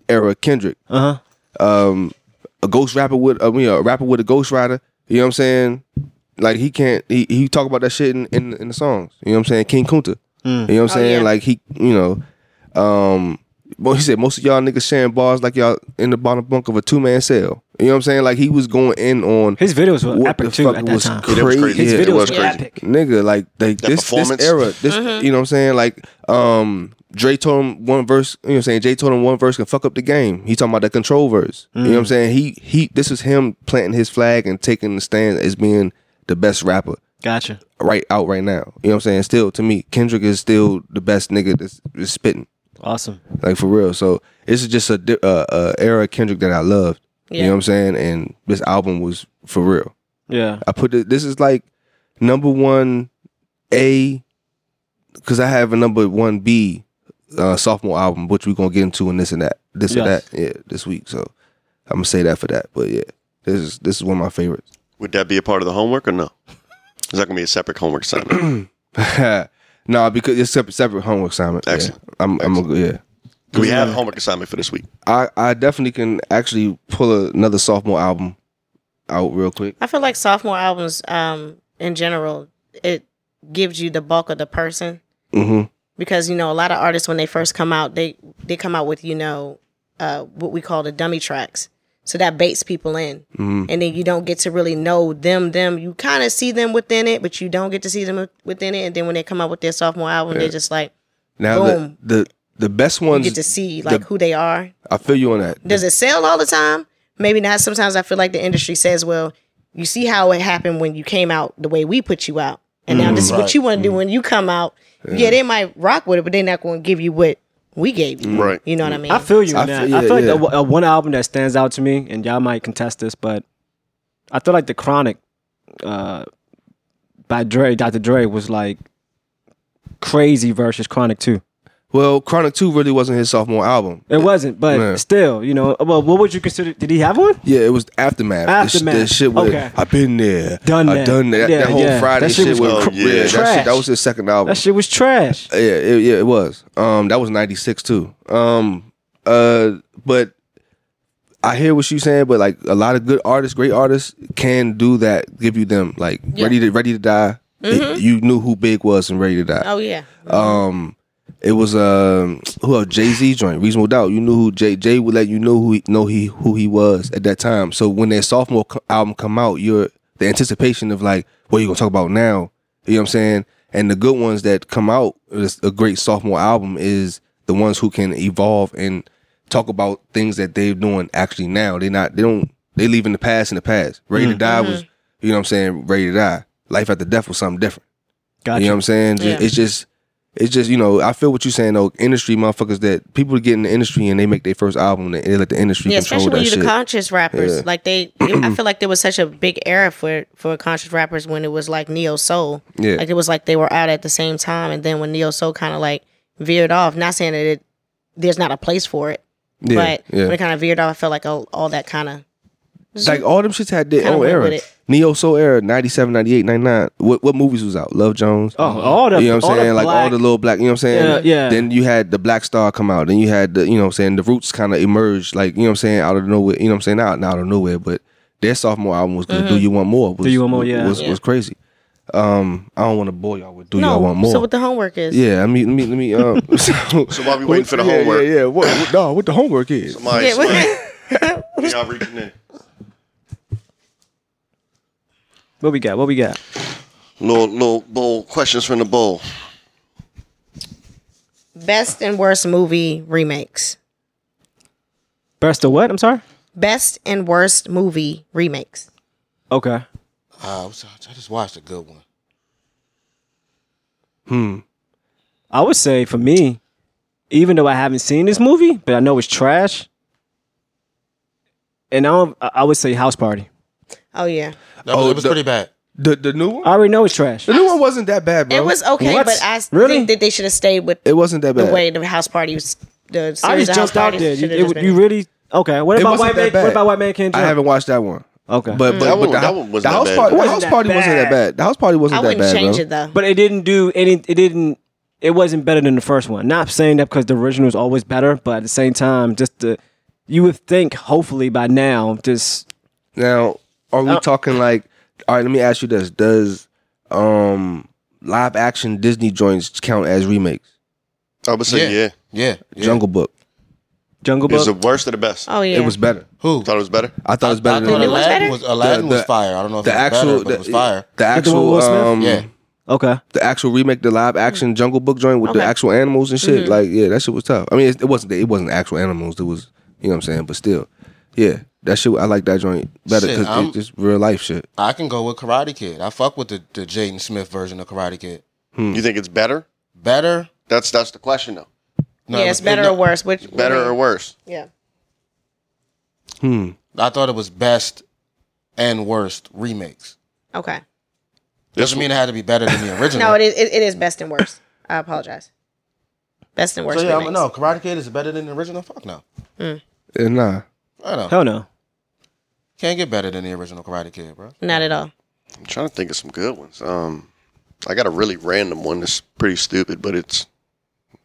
Speaker 3: era Kendrick. Um,
Speaker 1: Uh huh.
Speaker 3: A ghost rapper with I mean, a rapper with a Ghost Rider. You know what I'm saying? Like he can't he,
Speaker 1: Hmm.
Speaker 3: he talk about that shit in, in in the songs. You know what I'm saying? King Kunta. You know what I'm saying?
Speaker 2: yeah.
Speaker 3: Like he you know Um, well, he said most of y'all niggas sharing bars like y'all in the bottom bunk of a two man cell. You know what I'm saying? Like he was going in on
Speaker 1: His videos were
Speaker 3: what
Speaker 1: epic
Speaker 3: the
Speaker 1: too
Speaker 3: fuck
Speaker 1: at that
Speaker 3: was
Speaker 1: time.
Speaker 3: Crazy.
Speaker 4: crazy.
Speaker 1: His
Speaker 3: Yeah,
Speaker 1: videos
Speaker 4: it was
Speaker 1: were
Speaker 4: crazy.
Speaker 1: epic.
Speaker 3: nigga. Like they
Speaker 4: That
Speaker 3: this, this
Speaker 4: performance.
Speaker 3: era, this you know what I'm saying? Like um, Dre told him one verse. You know what I'm saying? Jay told him one verse can fuck up the game. He talking about the control verse. You know what I'm saying? He he. This is him planting his flag and taking the stand as being the best rapper
Speaker 1: Gotcha.
Speaker 3: right out right now. You know what I'm saying? Still to me, Kendrick is still the best nigga that's, that's spitting
Speaker 1: Awesome.
Speaker 3: like for real. So this is just a di- uh, uh, era of Kendrick that I loved. You know
Speaker 2: Yeah.
Speaker 3: what I'm saying? And this album was for real.
Speaker 1: Yeah.
Speaker 3: I put it, this is like number one A because I have a number one B uh, sophomore album, which we're gonna get into and this and that, this and
Speaker 1: Yes.
Speaker 3: that, yeah, this week. So I'm gonna say that for that. But yeah, this is this is one of my favorites.
Speaker 4: Would that be a part of the homework or no? Is that going to be a separate homework assignment?
Speaker 3: nah, because it's separate separate homework assignment. Yeah.
Speaker 4: Excellent.
Speaker 3: I'm I'm a, yeah.
Speaker 4: Do we have a homework assignment for this week?
Speaker 3: I, I definitely can actually pull another sophomore album out real quick.
Speaker 2: I feel like sophomore albums, um, in general, it gives you the bulk of the person
Speaker 3: hmm
Speaker 2: because you know a lot of artists when they first come out, they they come out with you know uh, what we call the dummy tracks, so that baits people in,
Speaker 3: Mm-hmm.
Speaker 2: and then you don't get to really know them. Them you kind of see them within it, but you don't get to see them within it. And then when they come out with their sophomore album, they're just like
Speaker 3: Now the,
Speaker 2: Boom.
Speaker 3: the the best
Speaker 2: you
Speaker 3: ones.
Speaker 2: get to see like
Speaker 3: the-
Speaker 2: who they are.
Speaker 3: I feel you on that.
Speaker 2: Does it sell all the time? Maybe not. Sometimes I feel like the industry says, well, you see how it happened when you came out the way we put you out. And
Speaker 3: Mm,
Speaker 2: now this is what you want to do when you come out. Yeah. they might rock with it, but they're not going to give you what we gave you.
Speaker 4: Right.
Speaker 2: You know what I mean?
Speaker 1: I feel you.
Speaker 3: Mm. I
Speaker 1: I feel,
Speaker 3: feel-
Speaker 1: I
Speaker 3: yeah,
Speaker 1: feel like
Speaker 3: yeah.
Speaker 1: the w- uh, one album that stands out to me, and y'all might contest this, but I feel like the Chronic uh, by Dre, Dr. Dre, was like crazy versus Chronic too.
Speaker 3: Well, Chronic Two really wasn't his sophomore album.
Speaker 1: It wasn't, but
Speaker 3: Yeah.
Speaker 1: still, you know. Well, what would you consider? Did he have one?
Speaker 3: Yeah, it was aftermath. This-
Speaker 1: Aftermath.
Speaker 3: That shit was.
Speaker 1: Okay.
Speaker 3: I've been there.
Speaker 1: Done
Speaker 3: I
Speaker 1: that.
Speaker 3: done that.
Speaker 1: Yeah,
Speaker 3: that whole
Speaker 1: yeah.
Speaker 3: Friday
Speaker 1: That shit was
Speaker 4: cr-
Speaker 3: yeah, that,
Speaker 4: trash.
Speaker 3: shit, that was his second album.
Speaker 1: That shit was trash.
Speaker 3: yeah, it, yeah, it was. Um, that was '96 too. Um, uh, but I hear what you're saying, but like a lot of good artists, great artists, can do that. Give you them like ready to ready to die. It- you knew who Big was and Ready to Die.
Speaker 2: oh, yeah.
Speaker 3: Um, it was um who else? Jay Z joint, Reasonable Doubt. You knew who Jay Jay would let you know who he, know he who he was at that time. So when their sophomore co- album come out, you're the anticipation of like what are you gonna talk about now? You know what I'm saying? And the good ones that come out, is a great sophomore album is the ones who can evolve and talk about things that they're doing actually now. They're not they don't they leaving the past in the past. Ready to Die was you know what I'm saying. Ready to Die. Life after death was something different.
Speaker 1: Gotcha.
Speaker 3: You know what I'm saying? Ju-
Speaker 2: Yeah.
Speaker 3: It's just, it's just you know, I feel what you're saying though. Industry motherfuckers that people get in the industry and they make their first album and they let the industry
Speaker 2: Yeah,
Speaker 3: control
Speaker 2: especially when
Speaker 3: that
Speaker 2: you're
Speaker 3: shit.
Speaker 2: the conscious rappers.
Speaker 3: Yeah.
Speaker 2: Like they, I feel like there was such a big era for for conscious rappers when it was like neo soul.
Speaker 3: Yeah.
Speaker 2: like it was like they were out at the same time, and then when neo soul kind of like veered off. Not saying that it, there's not a place for it,
Speaker 3: yeah,
Speaker 2: but
Speaker 3: yeah.
Speaker 2: when it kind of veered off, I felt like all, all that kind of
Speaker 3: like all them shits had their
Speaker 2: Kinda
Speaker 3: own
Speaker 2: went
Speaker 3: era.
Speaker 2: with it.
Speaker 3: Neo Soul era, 97, 98, 99. What what movies was out? Love Jones.
Speaker 1: oh, all the
Speaker 3: you know what I'm
Speaker 1: all the
Speaker 3: saying? Like all
Speaker 1: black-
Speaker 3: the little black, you know what I'm saying?
Speaker 1: Yeah, yeah.
Speaker 3: Then you had the Black Star come out. Then you had the, you know what I'm saying, the Roots kind of emerged, like, you know what I'm saying, out of nowhere, you know what I'm saying, not, not out of nowhere, but their sophomore album was gonna Do You Want More. Was,
Speaker 1: Mm-hmm. Do You Want More, yeah.
Speaker 3: Was, was crazy. Um, I don't want to bore y'all with Do
Speaker 2: no.
Speaker 3: Y'all Want More.
Speaker 2: So what the homework is?
Speaker 3: Yeah, I mean, let me, let me. Um, so,
Speaker 4: So while we waiting for the
Speaker 3: yeah,
Speaker 4: homework-
Speaker 3: yeah, yeah. What, what, no, what the homework is?
Speaker 4: Somebody,
Speaker 2: Yeah, what-
Speaker 4: somebody- y'all reaching in.
Speaker 1: what we got? What we got?
Speaker 4: Little, little bowl questions from the bowl.
Speaker 2: best and worst movie remakes.
Speaker 1: Best of what? I'm sorry.
Speaker 2: Best and worst movie remakes.
Speaker 1: Okay.
Speaker 5: Uh, I, was- I just watched a good one.
Speaker 1: I would say for me, even though I haven't seen this movie, but I know it's trash. And I, don't, I I would say House Party.
Speaker 2: Oh yeah,
Speaker 5: That was,
Speaker 3: Oh,
Speaker 5: it was
Speaker 3: the-
Speaker 5: pretty bad.
Speaker 3: The the new one.
Speaker 1: I already know it's trash.
Speaker 3: the new one wasn't that bad, bro.
Speaker 2: it was okay,
Speaker 1: What?
Speaker 2: but I
Speaker 1: Really?
Speaker 2: think that they should have stayed with
Speaker 3: It wasn't that
Speaker 2: the
Speaker 3: bad.
Speaker 2: way the house party was. The series
Speaker 1: I
Speaker 2: of
Speaker 1: just
Speaker 2: house
Speaker 1: jumped out
Speaker 2: parties
Speaker 1: there. You,
Speaker 2: should've
Speaker 1: it
Speaker 2: just
Speaker 1: would-
Speaker 2: been-
Speaker 1: you really okay? What
Speaker 3: It
Speaker 1: about
Speaker 3: wasn't
Speaker 1: white
Speaker 3: that
Speaker 1: man?
Speaker 3: bad.
Speaker 1: What about white man can't
Speaker 3: I
Speaker 1: jump?
Speaker 3: haven't watched that one.
Speaker 1: okay,
Speaker 3: But but,
Speaker 4: That
Speaker 3: but
Speaker 4: one-
Speaker 3: the,
Speaker 4: that
Speaker 3: hou-
Speaker 4: one wasn't
Speaker 3: the
Speaker 4: that
Speaker 3: house
Speaker 4: bad.
Speaker 3: party.
Speaker 4: It
Speaker 3: The
Speaker 1: wasn't
Speaker 3: house
Speaker 1: that
Speaker 3: party wasn't that
Speaker 1: bad.
Speaker 3: bad. The house party wasn't
Speaker 2: I
Speaker 3: that
Speaker 2: wouldn't
Speaker 3: bad,
Speaker 2: change
Speaker 3: bro.
Speaker 2: it though.
Speaker 1: but it didn't do any. It didn't. It wasn't better than the first one. Not saying that because the original is always better, but at the same time, just the you would think hopefully by now just
Speaker 3: Now, are we
Speaker 2: Oh.
Speaker 1: Uh,
Speaker 3: talking like? All right, let me ask you this: Does um live action Disney joints count as remakes?
Speaker 4: I would say yeah.
Speaker 5: Yeah. yeah.
Speaker 3: Jungle Book.
Speaker 1: Jungle
Speaker 4: It's the
Speaker 1: Book.
Speaker 4: worst of the best.
Speaker 2: Oh yeah,
Speaker 3: It was better.
Speaker 5: Who?
Speaker 4: Thought it was better.
Speaker 3: I thought it was
Speaker 5: I
Speaker 3: better
Speaker 5: thought
Speaker 3: than
Speaker 2: it was
Speaker 5: Aladdin
Speaker 2: better?
Speaker 5: was Aladdin
Speaker 3: The-
Speaker 5: was
Speaker 3: the-
Speaker 5: fire. I don't know if
Speaker 3: the Mm-hmm.
Speaker 5: it was actual,
Speaker 3: actual.
Speaker 5: better, but it was fire.
Speaker 3: The
Speaker 1: the one
Speaker 3: actual.
Speaker 1: with Will Smith?
Speaker 3: um,
Speaker 5: Yeah.
Speaker 1: Okay.
Speaker 3: the actual remake, the live
Speaker 1: Mm-hmm.
Speaker 3: action Jungle Book joint with the
Speaker 2: Okay.
Speaker 3: actual animals and shit. Like, yeah, that shit was tough. I mean, it, it wasn't it wasn't actual animals. It was you know what I'm saying, but still, yeah, that shit. I like that joint better
Speaker 5: Shit,
Speaker 3: because
Speaker 5: I'm-
Speaker 3: it's just real life shit.
Speaker 5: I can go with Karate Kid. I fuck with the, the Jaden Smith version of Karate Kid.
Speaker 1: Hmm.
Speaker 4: You think it's better?
Speaker 5: Better?
Speaker 4: That's that's the question though.
Speaker 5: No, it
Speaker 2: yeah,
Speaker 5: was-
Speaker 2: it's better
Speaker 5: no,
Speaker 2: or worse. Which
Speaker 4: Better or worse?
Speaker 2: yeah,
Speaker 5: I thought it was best and worst remakes.
Speaker 2: okay.
Speaker 5: Doesn't mean it had to be better than the original.
Speaker 2: No, it is it, it is best and worst. I apologize. Best and worst.
Speaker 5: So yeah, I'm,
Speaker 2: remakes.
Speaker 5: no, Karate Kid is better than the original. Fuck no.
Speaker 3: And nah,
Speaker 5: I know.
Speaker 1: Hell no.
Speaker 5: Can't get better than the original Karate Kid, bro.
Speaker 2: not at all.
Speaker 4: I'm trying to think of some good ones. Um, I got a really random one that's pretty stupid, but it's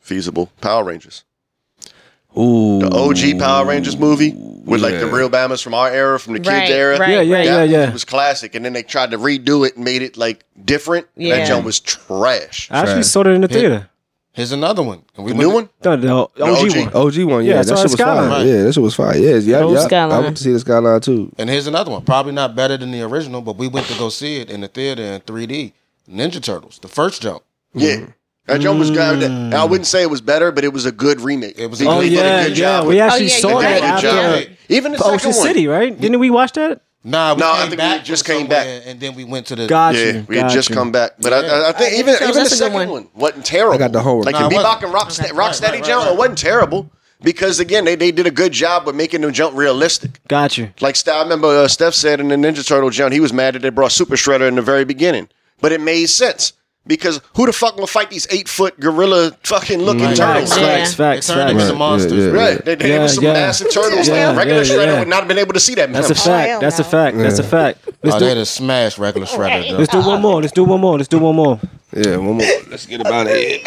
Speaker 4: feasible. Power Rangers.
Speaker 3: ooh,
Speaker 4: The OG Power Rangers movie with like the
Speaker 3: yeah.
Speaker 4: real Bamas from our era, from the
Speaker 2: Right,
Speaker 4: kids era.
Speaker 1: Yeah,
Speaker 2: right,
Speaker 1: yeah,
Speaker 2: right.
Speaker 1: yeah,
Speaker 4: That
Speaker 1: yeah.
Speaker 4: movie was classic, and then they tried to redo it and made it like different. Yeah.
Speaker 2: Yeah.
Speaker 4: That joint was trash.
Speaker 1: I actually
Speaker 3: Trash.
Speaker 1: saw it in the theater.
Speaker 5: Here's another one. And we
Speaker 4: The
Speaker 5: looked
Speaker 4: new
Speaker 5: at-
Speaker 4: one?
Speaker 1: No, the OG,
Speaker 4: OG.
Speaker 1: one.
Speaker 3: OG one.
Speaker 1: Yeah,
Speaker 3: Yeah,
Speaker 1: I saw
Speaker 3: that shit was
Speaker 1: Skyline.
Speaker 3: fire. Yeah, that shit was fire. Yeah, yeah,
Speaker 2: Old
Speaker 3: yeah. I
Speaker 2: Skyline.
Speaker 3: went to see the skyline too.
Speaker 5: And here's another one. Probably not better than the original, but we went to go see it in the theater in 3D. Ninja Turtles, the first jump.
Speaker 4: Yeah. That joint was good. And I wouldn't say it was better, but it was a good remake.
Speaker 5: It was
Speaker 4: They
Speaker 5: a
Speaker 1: mm. Oh
Speaker 5: good-
Speaker 4: did a
Speaker 1: yeah,
Speaker 4: good
Speaker 1: yeah.
Speaker 4: job
Speaker 1: We
Speaker 4: with
Speaker 1: actually
Speaker 2: yeah,
Speaker 1: saw
Speaker 2: you're
Speaker 1: that
Speaker 2: right.
Speaker 4: Good job.
Speaker 1: after
Speaker 4: with it. Even the
Speaker 1: for
Speaker 4: second
Speaker 1: Ocean
Speaker 4: one.
Speaker 1: City, right? Didn't we watch that?
Speaker 5: Nah, we
Speaker 4: No, I
Speaker 5: came
Speaker 4: think we
Speaker 5: back
Speaker 4: just
Speaker 5: from
Speaker 4: came back.
Speaker 5: somewhere, and then we went to the.
Speaker 1: Got you.
Speaker 4: Yeah, we had
Speaker 1: got
Speaker 4: just
Speaker 1: you.
Speaker 4: come back, but I, I, I think
Speaker 2: Yeah.
Speaker 4: even
Speaker 2: So
Speaker 4: even the
Speaker 2: that's a good
Speaker 4: second
Speaker 2: one.
Speaker 4: one. wasn't terrible.
Speaker 3: I got the whole-
Speaker 4: like
Speaker 5: Nah,
Speaker 4: the
Speaker 5: it
Speaker 4: Bebop
Speaker 5: wasn't.
Speaker 4: and Rocksteady,
Speaker 5: right,
Speaker 4: Rocksteady
Speaker 5: right,
Speaker 4: jump.
Speaker 5: right.
Speaker 4: It wasn't terrible because again they, they did a good job of making them jump realistic.
Speaker 1: Got you.
Speaker 4: Like St- I remember uh, Steph said in the Ninja Turtle jump, he was mad that they brought Super Shredder in the very beginning, but it made sense because who the fuck will fight these eight foot gorilla fucking looking turtles?
Speaker 1: Mm-hmm. Facts,
Speaker 2: Yeah.
Speaker 1: facts,
Speaker 5: They
Speaker 1: facts,
Speaker 5: turned into
Speaker 1: facts.
Speaker 3: Right,
Speaker 5: monsters.
Speaker 3: yeah, yeah.
Speaker 4: Right, they, they
Speaker 1: Yeah,
Speaker 4: were some
Speaker 1: yeah.
Speaker 4: massive turtles.
Speaker 1: Yeah,
Speaker 4: like regular
Speaker 1: yeah,
Speaker 4: Shredder
Speaker 1: yeah.
Speaker 4: would not have been able to see that.
Speaker 1: That's a
Speaker 4: much.
Speaker 1: fact.
Speaker 2: hell
Speaker 1: That's a
Speaker 2: no.
Speaker 1: fact. That's a fact. Let's
Speaker 5: Oh,
Speaker 1: do
Speaker 5: they just smashed regular shredder. though.
Speaker 1: let's do one more. Let's do one more. Let's do one more.
Speaker 3: Yeah, one more. Let's get about it.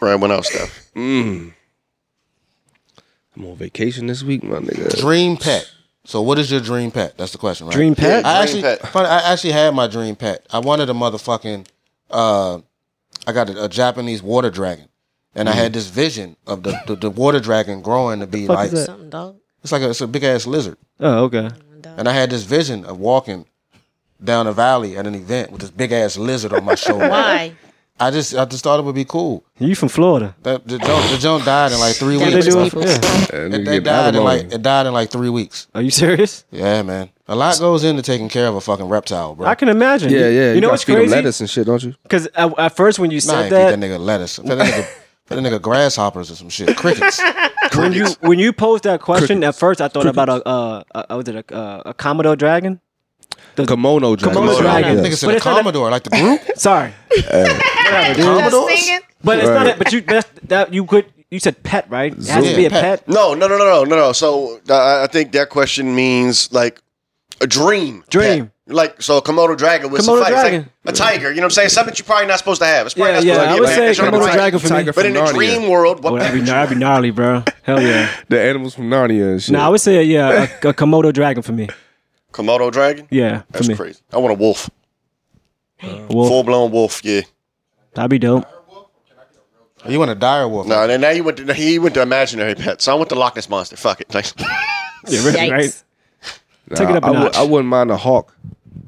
Speaker 4: Right, went out, Steph.
Speaker 3: I'm on vacation this week, my nigga.
Speaker 5: Dream pet. So what is your dream pet? That's the question, right?
Speaker 1: Dream pet.
Speaker 5: I
Speaker 4: Dream
Speaker 5: actually,
Speaker 4: pet.
Speaker 5: Funny, I actually had my dream pet. I wanted a motherfucking, uh, I got a, a Japanese water dragon, and I had this vision of the, the, the water dragon growing to be
Speaker 1: is
Speaker 5: like
Speaker 1: that?
Speaker 2: Something dog.
Speaker 5: it's like a, it's a big ass lizard,
Speaker 1: Oh, okay.
Speaker 5: and I had this vision of walking down a valley at an event with this big ass lizard on my shoulder.
Speaker 2: Why?
Speaker 5: I just, I just thought it would be cool.
Speaker 1: You from Florida?
Speaker 5: That the joint, the joint died in like three
Speaker 2: That
Speaker 1: They
Speaker 5: weeks.
Speaker 2: is
Speaker 1: doing?
Speaker 2: people.
Speaker 1: Yeah.
Speaker 3: That nigga
Speaker 5: It, they
Speaker 3: get
Speaker 5: died in like
Speaker 3: alimony.
Speaker 5: it died in like three weeks.
Speaker 1: Are you serious?
Speaker 5: Yeah, man. A lot goes into taking care of a fucking reptile, bro.
Speaker 1: I can imagine.
Speaker 3: Yeah, yeah.
Speaker 1: You, know
Speaker 3: gotta
Speaker 1: what's
Speaker 3: feed 'em
Speaker 1: crazy?
Speaker 3: Lettuce and shit, don't you?
Speaker 1: Because at, at first when you
Speaker 5: Nah, I
Speaker 1: said
Speaker 5: ain't feed that
Speaker 1: that,
Speaker 5: nigga lettuce. Feed that nigga, feed that nigga grasshoppers or some shit. Crickets.
Speaker 1: when you when you posed that question, at first I thought about a uh, a, a, was it a, uh, a Commodore Dragon?
Speaker 3: Kimono dragon.
Speaker 1: Kimono dragon.
Speaker 5: Nigga
Speaker 1: Yes. But
Speaker 5: said a
Speaker 1: it's not a-
Speaker 5: Commodore, like the group.
Speaker 1: Sorry, Whatever, dude.
Speaker 5: Commodores?
Speaker 1: But it's not.
Speaker 3: Right.
Speaker 1: A, but you that's, that you could you said pet right? It has
Speaker 5: Zoo.
Speaker 1: to be a
Speaker 5: Yeah,
Speaker 1: pet.
Speaker 5: pet.
Speaker 4: No, no, no, no, no, no, no. So uh, I- I think that question means like a dream,
Speaker 1: Dream.
Speaker 4: pet. like so a Komodo dragon would
Speaker 1: Komodo
Speaker 4: suffice, like
Speaker 1: dragon.
Speaker 4: a tiger. You know what I'm saying? Something you're probably not supposed to have. It's probably
Speaker 1: Yeah,
Speaker 4: not
Speaker 1: yeah. I
Speaker 4: supposed to be
Speaker 1: would
Speaker 4: a pet.
Speaker 1: say
Speaker 4: It's not
Speaker 1: Komodo
Speaker 4: a
Speaker 1: dragon for me.
Speaker 3: Tiger
Speaker 4: But in
Speaker 3: from
Speaker 4: the
Speaker 3: Narnia.
Speaker 4: dream world,
Speaker 1: Oh,
Speaker 4: what
Speaker 1: that'd
Speaker 4: pet?
Speaker 1: be, that'd be gnarly, bro. Hell yeah.
Speaker 3: The animals from Narnia and shit.
Speaker 1: No, I would say yeah, a, a Komodo dragon for me.
Speaker 4: Komodo dragon?
Speaker 1: Yeah, for
Speaker 4: That's
Speaker 1: me.
Speaker 4: crazy. I want a wolf,
Speaker 1: Wolf,
Speaker 4: full blown wolf. Yeah.
Speaker 1: that'd be dope.
Speaker 5: You want a dire wolf?
Speaker 4: No, and then now you went to he went to imaginary pet. So I went to Loch Ness monster. Fuck it. Thanks.
Speaker 1: Yeah, really,
Speaker 2: Yikes.
Speaker 1: right?
Speaker 3: Nah,
Speaker 1: Take it up a
Speaker 3: I, would,
Speaker 1: notch.
Speaker 3: I wouldn't mind a hawk.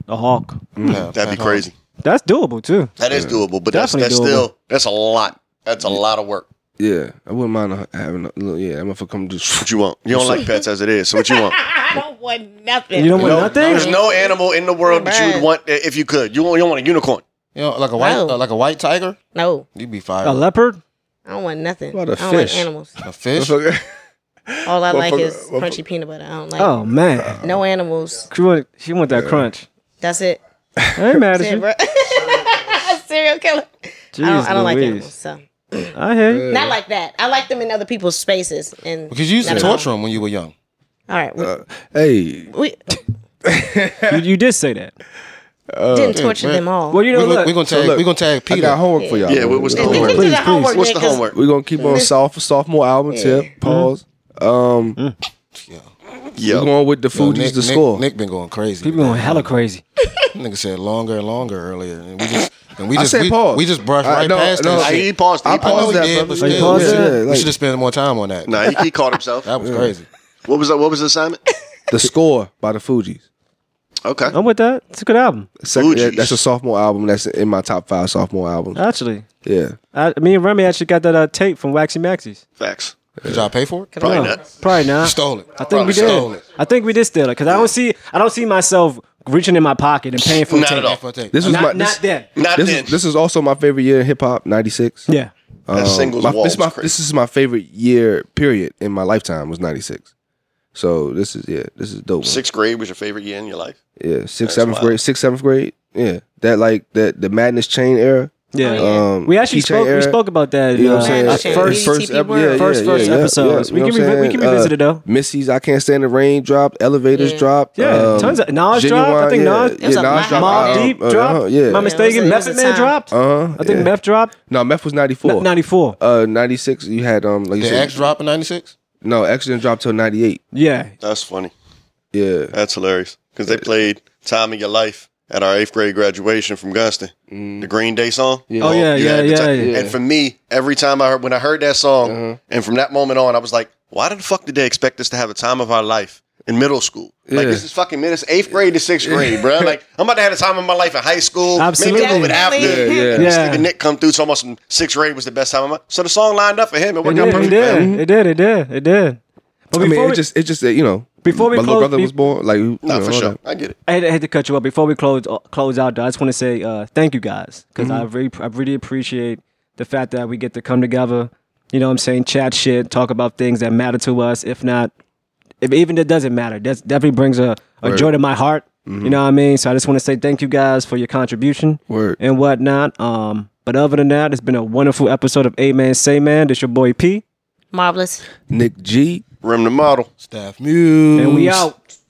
Speaker 1: A hawk.
Speaker 5: Yeah,
Speaker 4: That'd
Speaker 5: pet
Speaker 4: be
Speaker 5: hog.
Speaker 4: crazy.
Speaker 1: That's doable too.
Speaker 4: That is doable, but that's
Speaker 1: Uh-huh. Definitely
Speaker 4: that's
Speaker 1: doable.
Speaker 4: still that's a lot. That's a lot of work.
Speaker 3: Yeah, I wouldn't mind a- having a little. Yeah, I'm gonna come just.
Speaker 4: What you want? You don't like pets as it is. So what you want?
Speaker 2: I don't want nothing.
Speaker 1: You don't want nothing.
Speaker 4: There's no animal in the world that you would
Speaker 2: Right.
Speaker 4: want uh, if you could. You, want, you don't want a unicorn.
Speaker 5: You know, like a white,
Speaker 2: No.
Speaker 5: uh, like a white tiger.
Speaker 2: no,
Speaker 5: You'd be
Speaker 1: A
Speaker 5: fired.
Speaker 1: leopard.
Speaker 2: I don't want nothing.
Speaker 3: What about a
Speaker 2: I don't like
Speaker 3: fish?
Speaker 2: animals.
Speaker 5: A fish.
Speaker 2: All I like
Speaker 3: fuck-
Speaker 2: is
Speaker 3: what
Speaker 2: crunchy peanut butter. I don't like
Speaker 1: Oh man,
Speaker 2: no animals.
Speaker 1: she want she want that crunch.
Speaker 2: That's it.
Speaker 1: I ain't mad at
Speaker 2: That's it,
Speaker 1: you.
Speaker 2: bro. Serial killer. I
Speaker 1: Jeez
Speaker 2: don't, I don't like
Speaker 1: Louise.
Speaker 2: animals. So
Speaker 1: I hear you.
Speaker 2: not like that. I like them in other people's spaces. And
Speaker 5: Because you used to
Speaker 2: not at all.
Speaker 5: torture them when you were young.
Speaker 2: All right, we,
Speaker 3: hey,
Speaker 2: we
Speaker 1: you. You did say that.
Speaker 2: didn't torture them all.
Speaker 1: Well, you know,
Speaker 5: We're
Speaker 1: look.
Speaker 5: we gonna tag.
Speaker 3: look,
Speaker 5: We're gonna tag
Speaker 3: I
Speaker 5: Peter.
Speaker 3: got homework for y'all.
Speaker 4: Yeah, what- what's the
Speaker 2: Did you
Speaker 4: homework?
Speaker 2: do
Speaker 1: Please,
Speaker 2: the homework,
Speaker 1: please.
Speaker 4: What's the
Speaker 2: Nick? Oh, 'Cause
Speaker 4: homework?
Speaker 3: We're gonna keep on soft, sophomore album
Speaker 1: Mm-hmm.
Speaker 3: tip. Pause. Um,
Speaker 1: Mm.
Speaker 3: we're
Speaker 4: Yeah.
Speaker 3: going with the
Speaker 5: Yo,
Speaker 3: Fuji's
Speaker 5: Nick,
Speaker 3: the
Speaker 5: Nick-
Speaker 3: score.
Speaker 5: Nick been going crazy.
Speaker 1: people going hella crazy.
Speaker 5: Nigga said longer and longer earlier, and we just And we
Speaker 3: I
Speaker 5: just
Speaker 3: said
Speaker 5: we,
Speaker 3: pause.
Speaker 5: we just brushed
Speaker 3: I-
Speaker 5: right
Speaker 3: no,
Speaker 5: past
Speaker 3: no,
Speaker 5: that.
Speaker 4: I,
Speaker 5: shit.
Speaker 4: he paused. He
Speaker 3: I
Speaker 5: I know
Speaker 3: paused
Speaker 5: we
Speaker 3: that,
Speaker 5: did,
Speaker 3: brother.
Speaker 5: but
Speaker 3: Like,
Speaker 5: still,
Speaker 3: pause
Speaker 5: we
Speaker 3: that.
Speaker 5: should- we
Speaker 3: Like-
Speaker 5: should have spent more time on that.
Speaker 4: Nah, he, he caught himself.
Speaker 5: That was crazy.
Speaker 4: What was that? What was the assignment?
Speaker 3: The score by the Fugees.
Speaker 4: Okay.
Speaker 1: I'm with that. It's a good album,
Speaker 3: Second,
Speaker 4: Fugees.
Speaker 3: that's a sophomore album. That's in my top five sophomore albums.
Speaker 1: actually.
Speaker 3: yeah.
Speaker 1: I, me and Remy actually got that uh, tape from Waxy Maxies.
Speaker 4: Facts.
Speaker 5: Did y'all pay for it?
Speaker 4: Probably
Speaker 1: No,
Speaker 4: not.
Speaker 1: Probably not.
Speaker 5: Stole it.
Speaker 1: I think we
Speaker 4: Probably
Speaker 5: stole
Speaker 1: did.
Speaker 5: it.
Speaker 1: I think we did steal it because I don't see. I don't see myself reaching in my pocket and paying for
Speaker 4: Not
Speaker 1: a tape.
Speaker 4: at all.
Speaker 3: This was
Speaker 1: Not,
Speaker 3: my
Speaker 1: not
Speaker 3: this,
Speaker 1: then.
Speaker 4: Not
Speaker 3: this
Speaker 4: then.
Speaker 3: is this is also my favorite year in hip hop. Ninety six.
Speaker 1: Yeah.
Speaker 4: That singles
Speaker 3: Um, my,
Speaker 4: wall
Speaker 3: this, is
Speaker 4: was
Speaker 3: my,
Speaker 4: crazy.
Speaker 3: this is my favorite year period in my lifetime was 96 so this is yeah this is dope man.
Speaker 4: Sixth grade was your favorite year in your life.
Speaker 3: yeah sixth seventh
Speaker 4: wild.
Speaker 3: grade sixth seventh grade yeah that like that the madness chain era
Speaker 1: Yeah.
Speaker 2: Oh, Yeah.
Speaker 3: um
Speaker 1: we actually
Speaker 3: Keychain
Speaker 1: spoke.
Speaker 3: era,
Speaker 1: We spoke about that.
Speaker 3: you know
Speaker 1: uh,
Speaker 3: what I'm
Speaker 2: Madness
Speaker 3: saying?
Speaker 2: Chain,
Speaker 3: First, first,
Speaker 2: ETP
Speaker 3: ep- yeah,
Speaker 2: World.
Speaker 3: yeah,
Speaker 1: First-
Speaker 3: yeah,
Speaker 1: first
Speaker 3: yeah,
Speaker 1: episodes.
Speaker 3: yeah, you
Speaker 1: We
Speaker 3: know
Speaker 1: can
Speaker 3: what I'm
Speaker 1: revi- we
Speaker 3: saying? Uh,
Speaker 1: can revisit it, though.
Speaker 3: Missy's I Can't Stand the Rain drop, Elevators
Speaker 2: Yeah.
Speaker 3: drop.
Speaker 1: Yeah,
Speaker 3: um,
Speaker 1: tons of- Nas dropped. I
Speaker 3: Genuine,
Speaker 1: think
Speaker 3: yeah,
Speaker 1: Nas-
Speaker 3: yeah,
Speaker 2: It was a
Speaker 3: Nas
Speaker 2: lot.
Speaker 3: dropped,
Speaker 1: Mobb
Speaker 3: um,
Speaker 1: Deep
Speaker 3: uh,
Speaker 1: dropped.
Speaker 3: uh-huh, yeah.
Speaker 1: Am I mistaken?
Speaker 2: it was a
Speaker 1: Method Man
Speaker 2: time.
Speaker 1: dropped.
Speaker 3: Uh-huh,
Speaker 1: I think
Speaker 3: yeah.
Speaker 1: Meth dropped.
Speaker 3: No, Meth was 94.
Speaker 1: N- 94.
Speaker 3: Uh, 96, you had, um, like you
Speaker 5: Did
Speaker 3: said,
Speaker 5: X drop in '96?
Speaker 3: no, X didn't drop till 98.
Speaker 1: Yeah.
Speaker 4: That's funny.
Speaker 3: Yeah.
Speaker 4: That's hilarious because they played "Time of Your Life" at our eighth grade graduation from Gunston, the Green Day song.
Speaker 3: Yeah.
Speaker 1: Oh, Mm. yeah, yeah,
Speaker 4: at the
Speaker 1: yeah,
Speaker 4: time.
Speaker 1: yeah.
Speaker 4: And for me, every time I heard when I heard that song,
Speaker 1: Uh-huh.
Speaker 4: and from that moment on, I was like, "Why the fuck did they expect us to have a time of our life in middle school? Like
Speaker 3: Yeah.
Speaker 4: this is fucking minutes eighth grade to sixth grade, bro. Like I'm about to have the time of my life in high school, maybe a little
Speaker 1: Absolutely.
Speaker 4: bit after."
Speaker 2: Yeah,
Speaker 3: yeah.
Speaker 4: This
Speaker 1: Yeah.
Speaker 4: nigga Nick come through, so almost in sixth grade was the best time of my. So the song lined up for him. It
Speaker 1: It
Speaker 4: worked out
Speaker 1: did, it
Speaker 4: perfect. for him.
Speaker 1: did. It did. It did. It did. But
Speaker 3: I
Speaker 1: before
Speaker 3: mean, it
Speaker 1: we,
Speaker 3: just it just uh, you know
Speaker 1: Before we
Speaker 3: my little
Speaker 1: close,
Speaker 3: brother
Speaker 1: be-
Speaker 3: was born like you
Speaker 4: Nah,
Speaker 3: know,
Speaker 4: for
Speaker 3: all
Speaker 4: sure,
Speaker 3: that.
Speaker 4: I get it.
Speaker 1: I had, I had to cut you up before we close uh, close out. Though I just want to say uh, thank you guys because I really I really appreciate the fact that we get to come together. You know, what I'm saying chat shit, talk about things that matter to us. If not, if even that doesn't matter, that definitely brings a, a joy to my heart. You know what I mean? So I just want to say thank you guys for your contribution
Speaker 3: Word.
Speaker 1: and whatnot. Um, but other than that, it's been a wonderful episode of A Man Say Man. This your boy P,
Speaker 2: Marvelous.
Speaker 3: Nick G
Speaker 4: Rim the model.
Speaker 5: Staff Muse.
Speaker 1: and we out.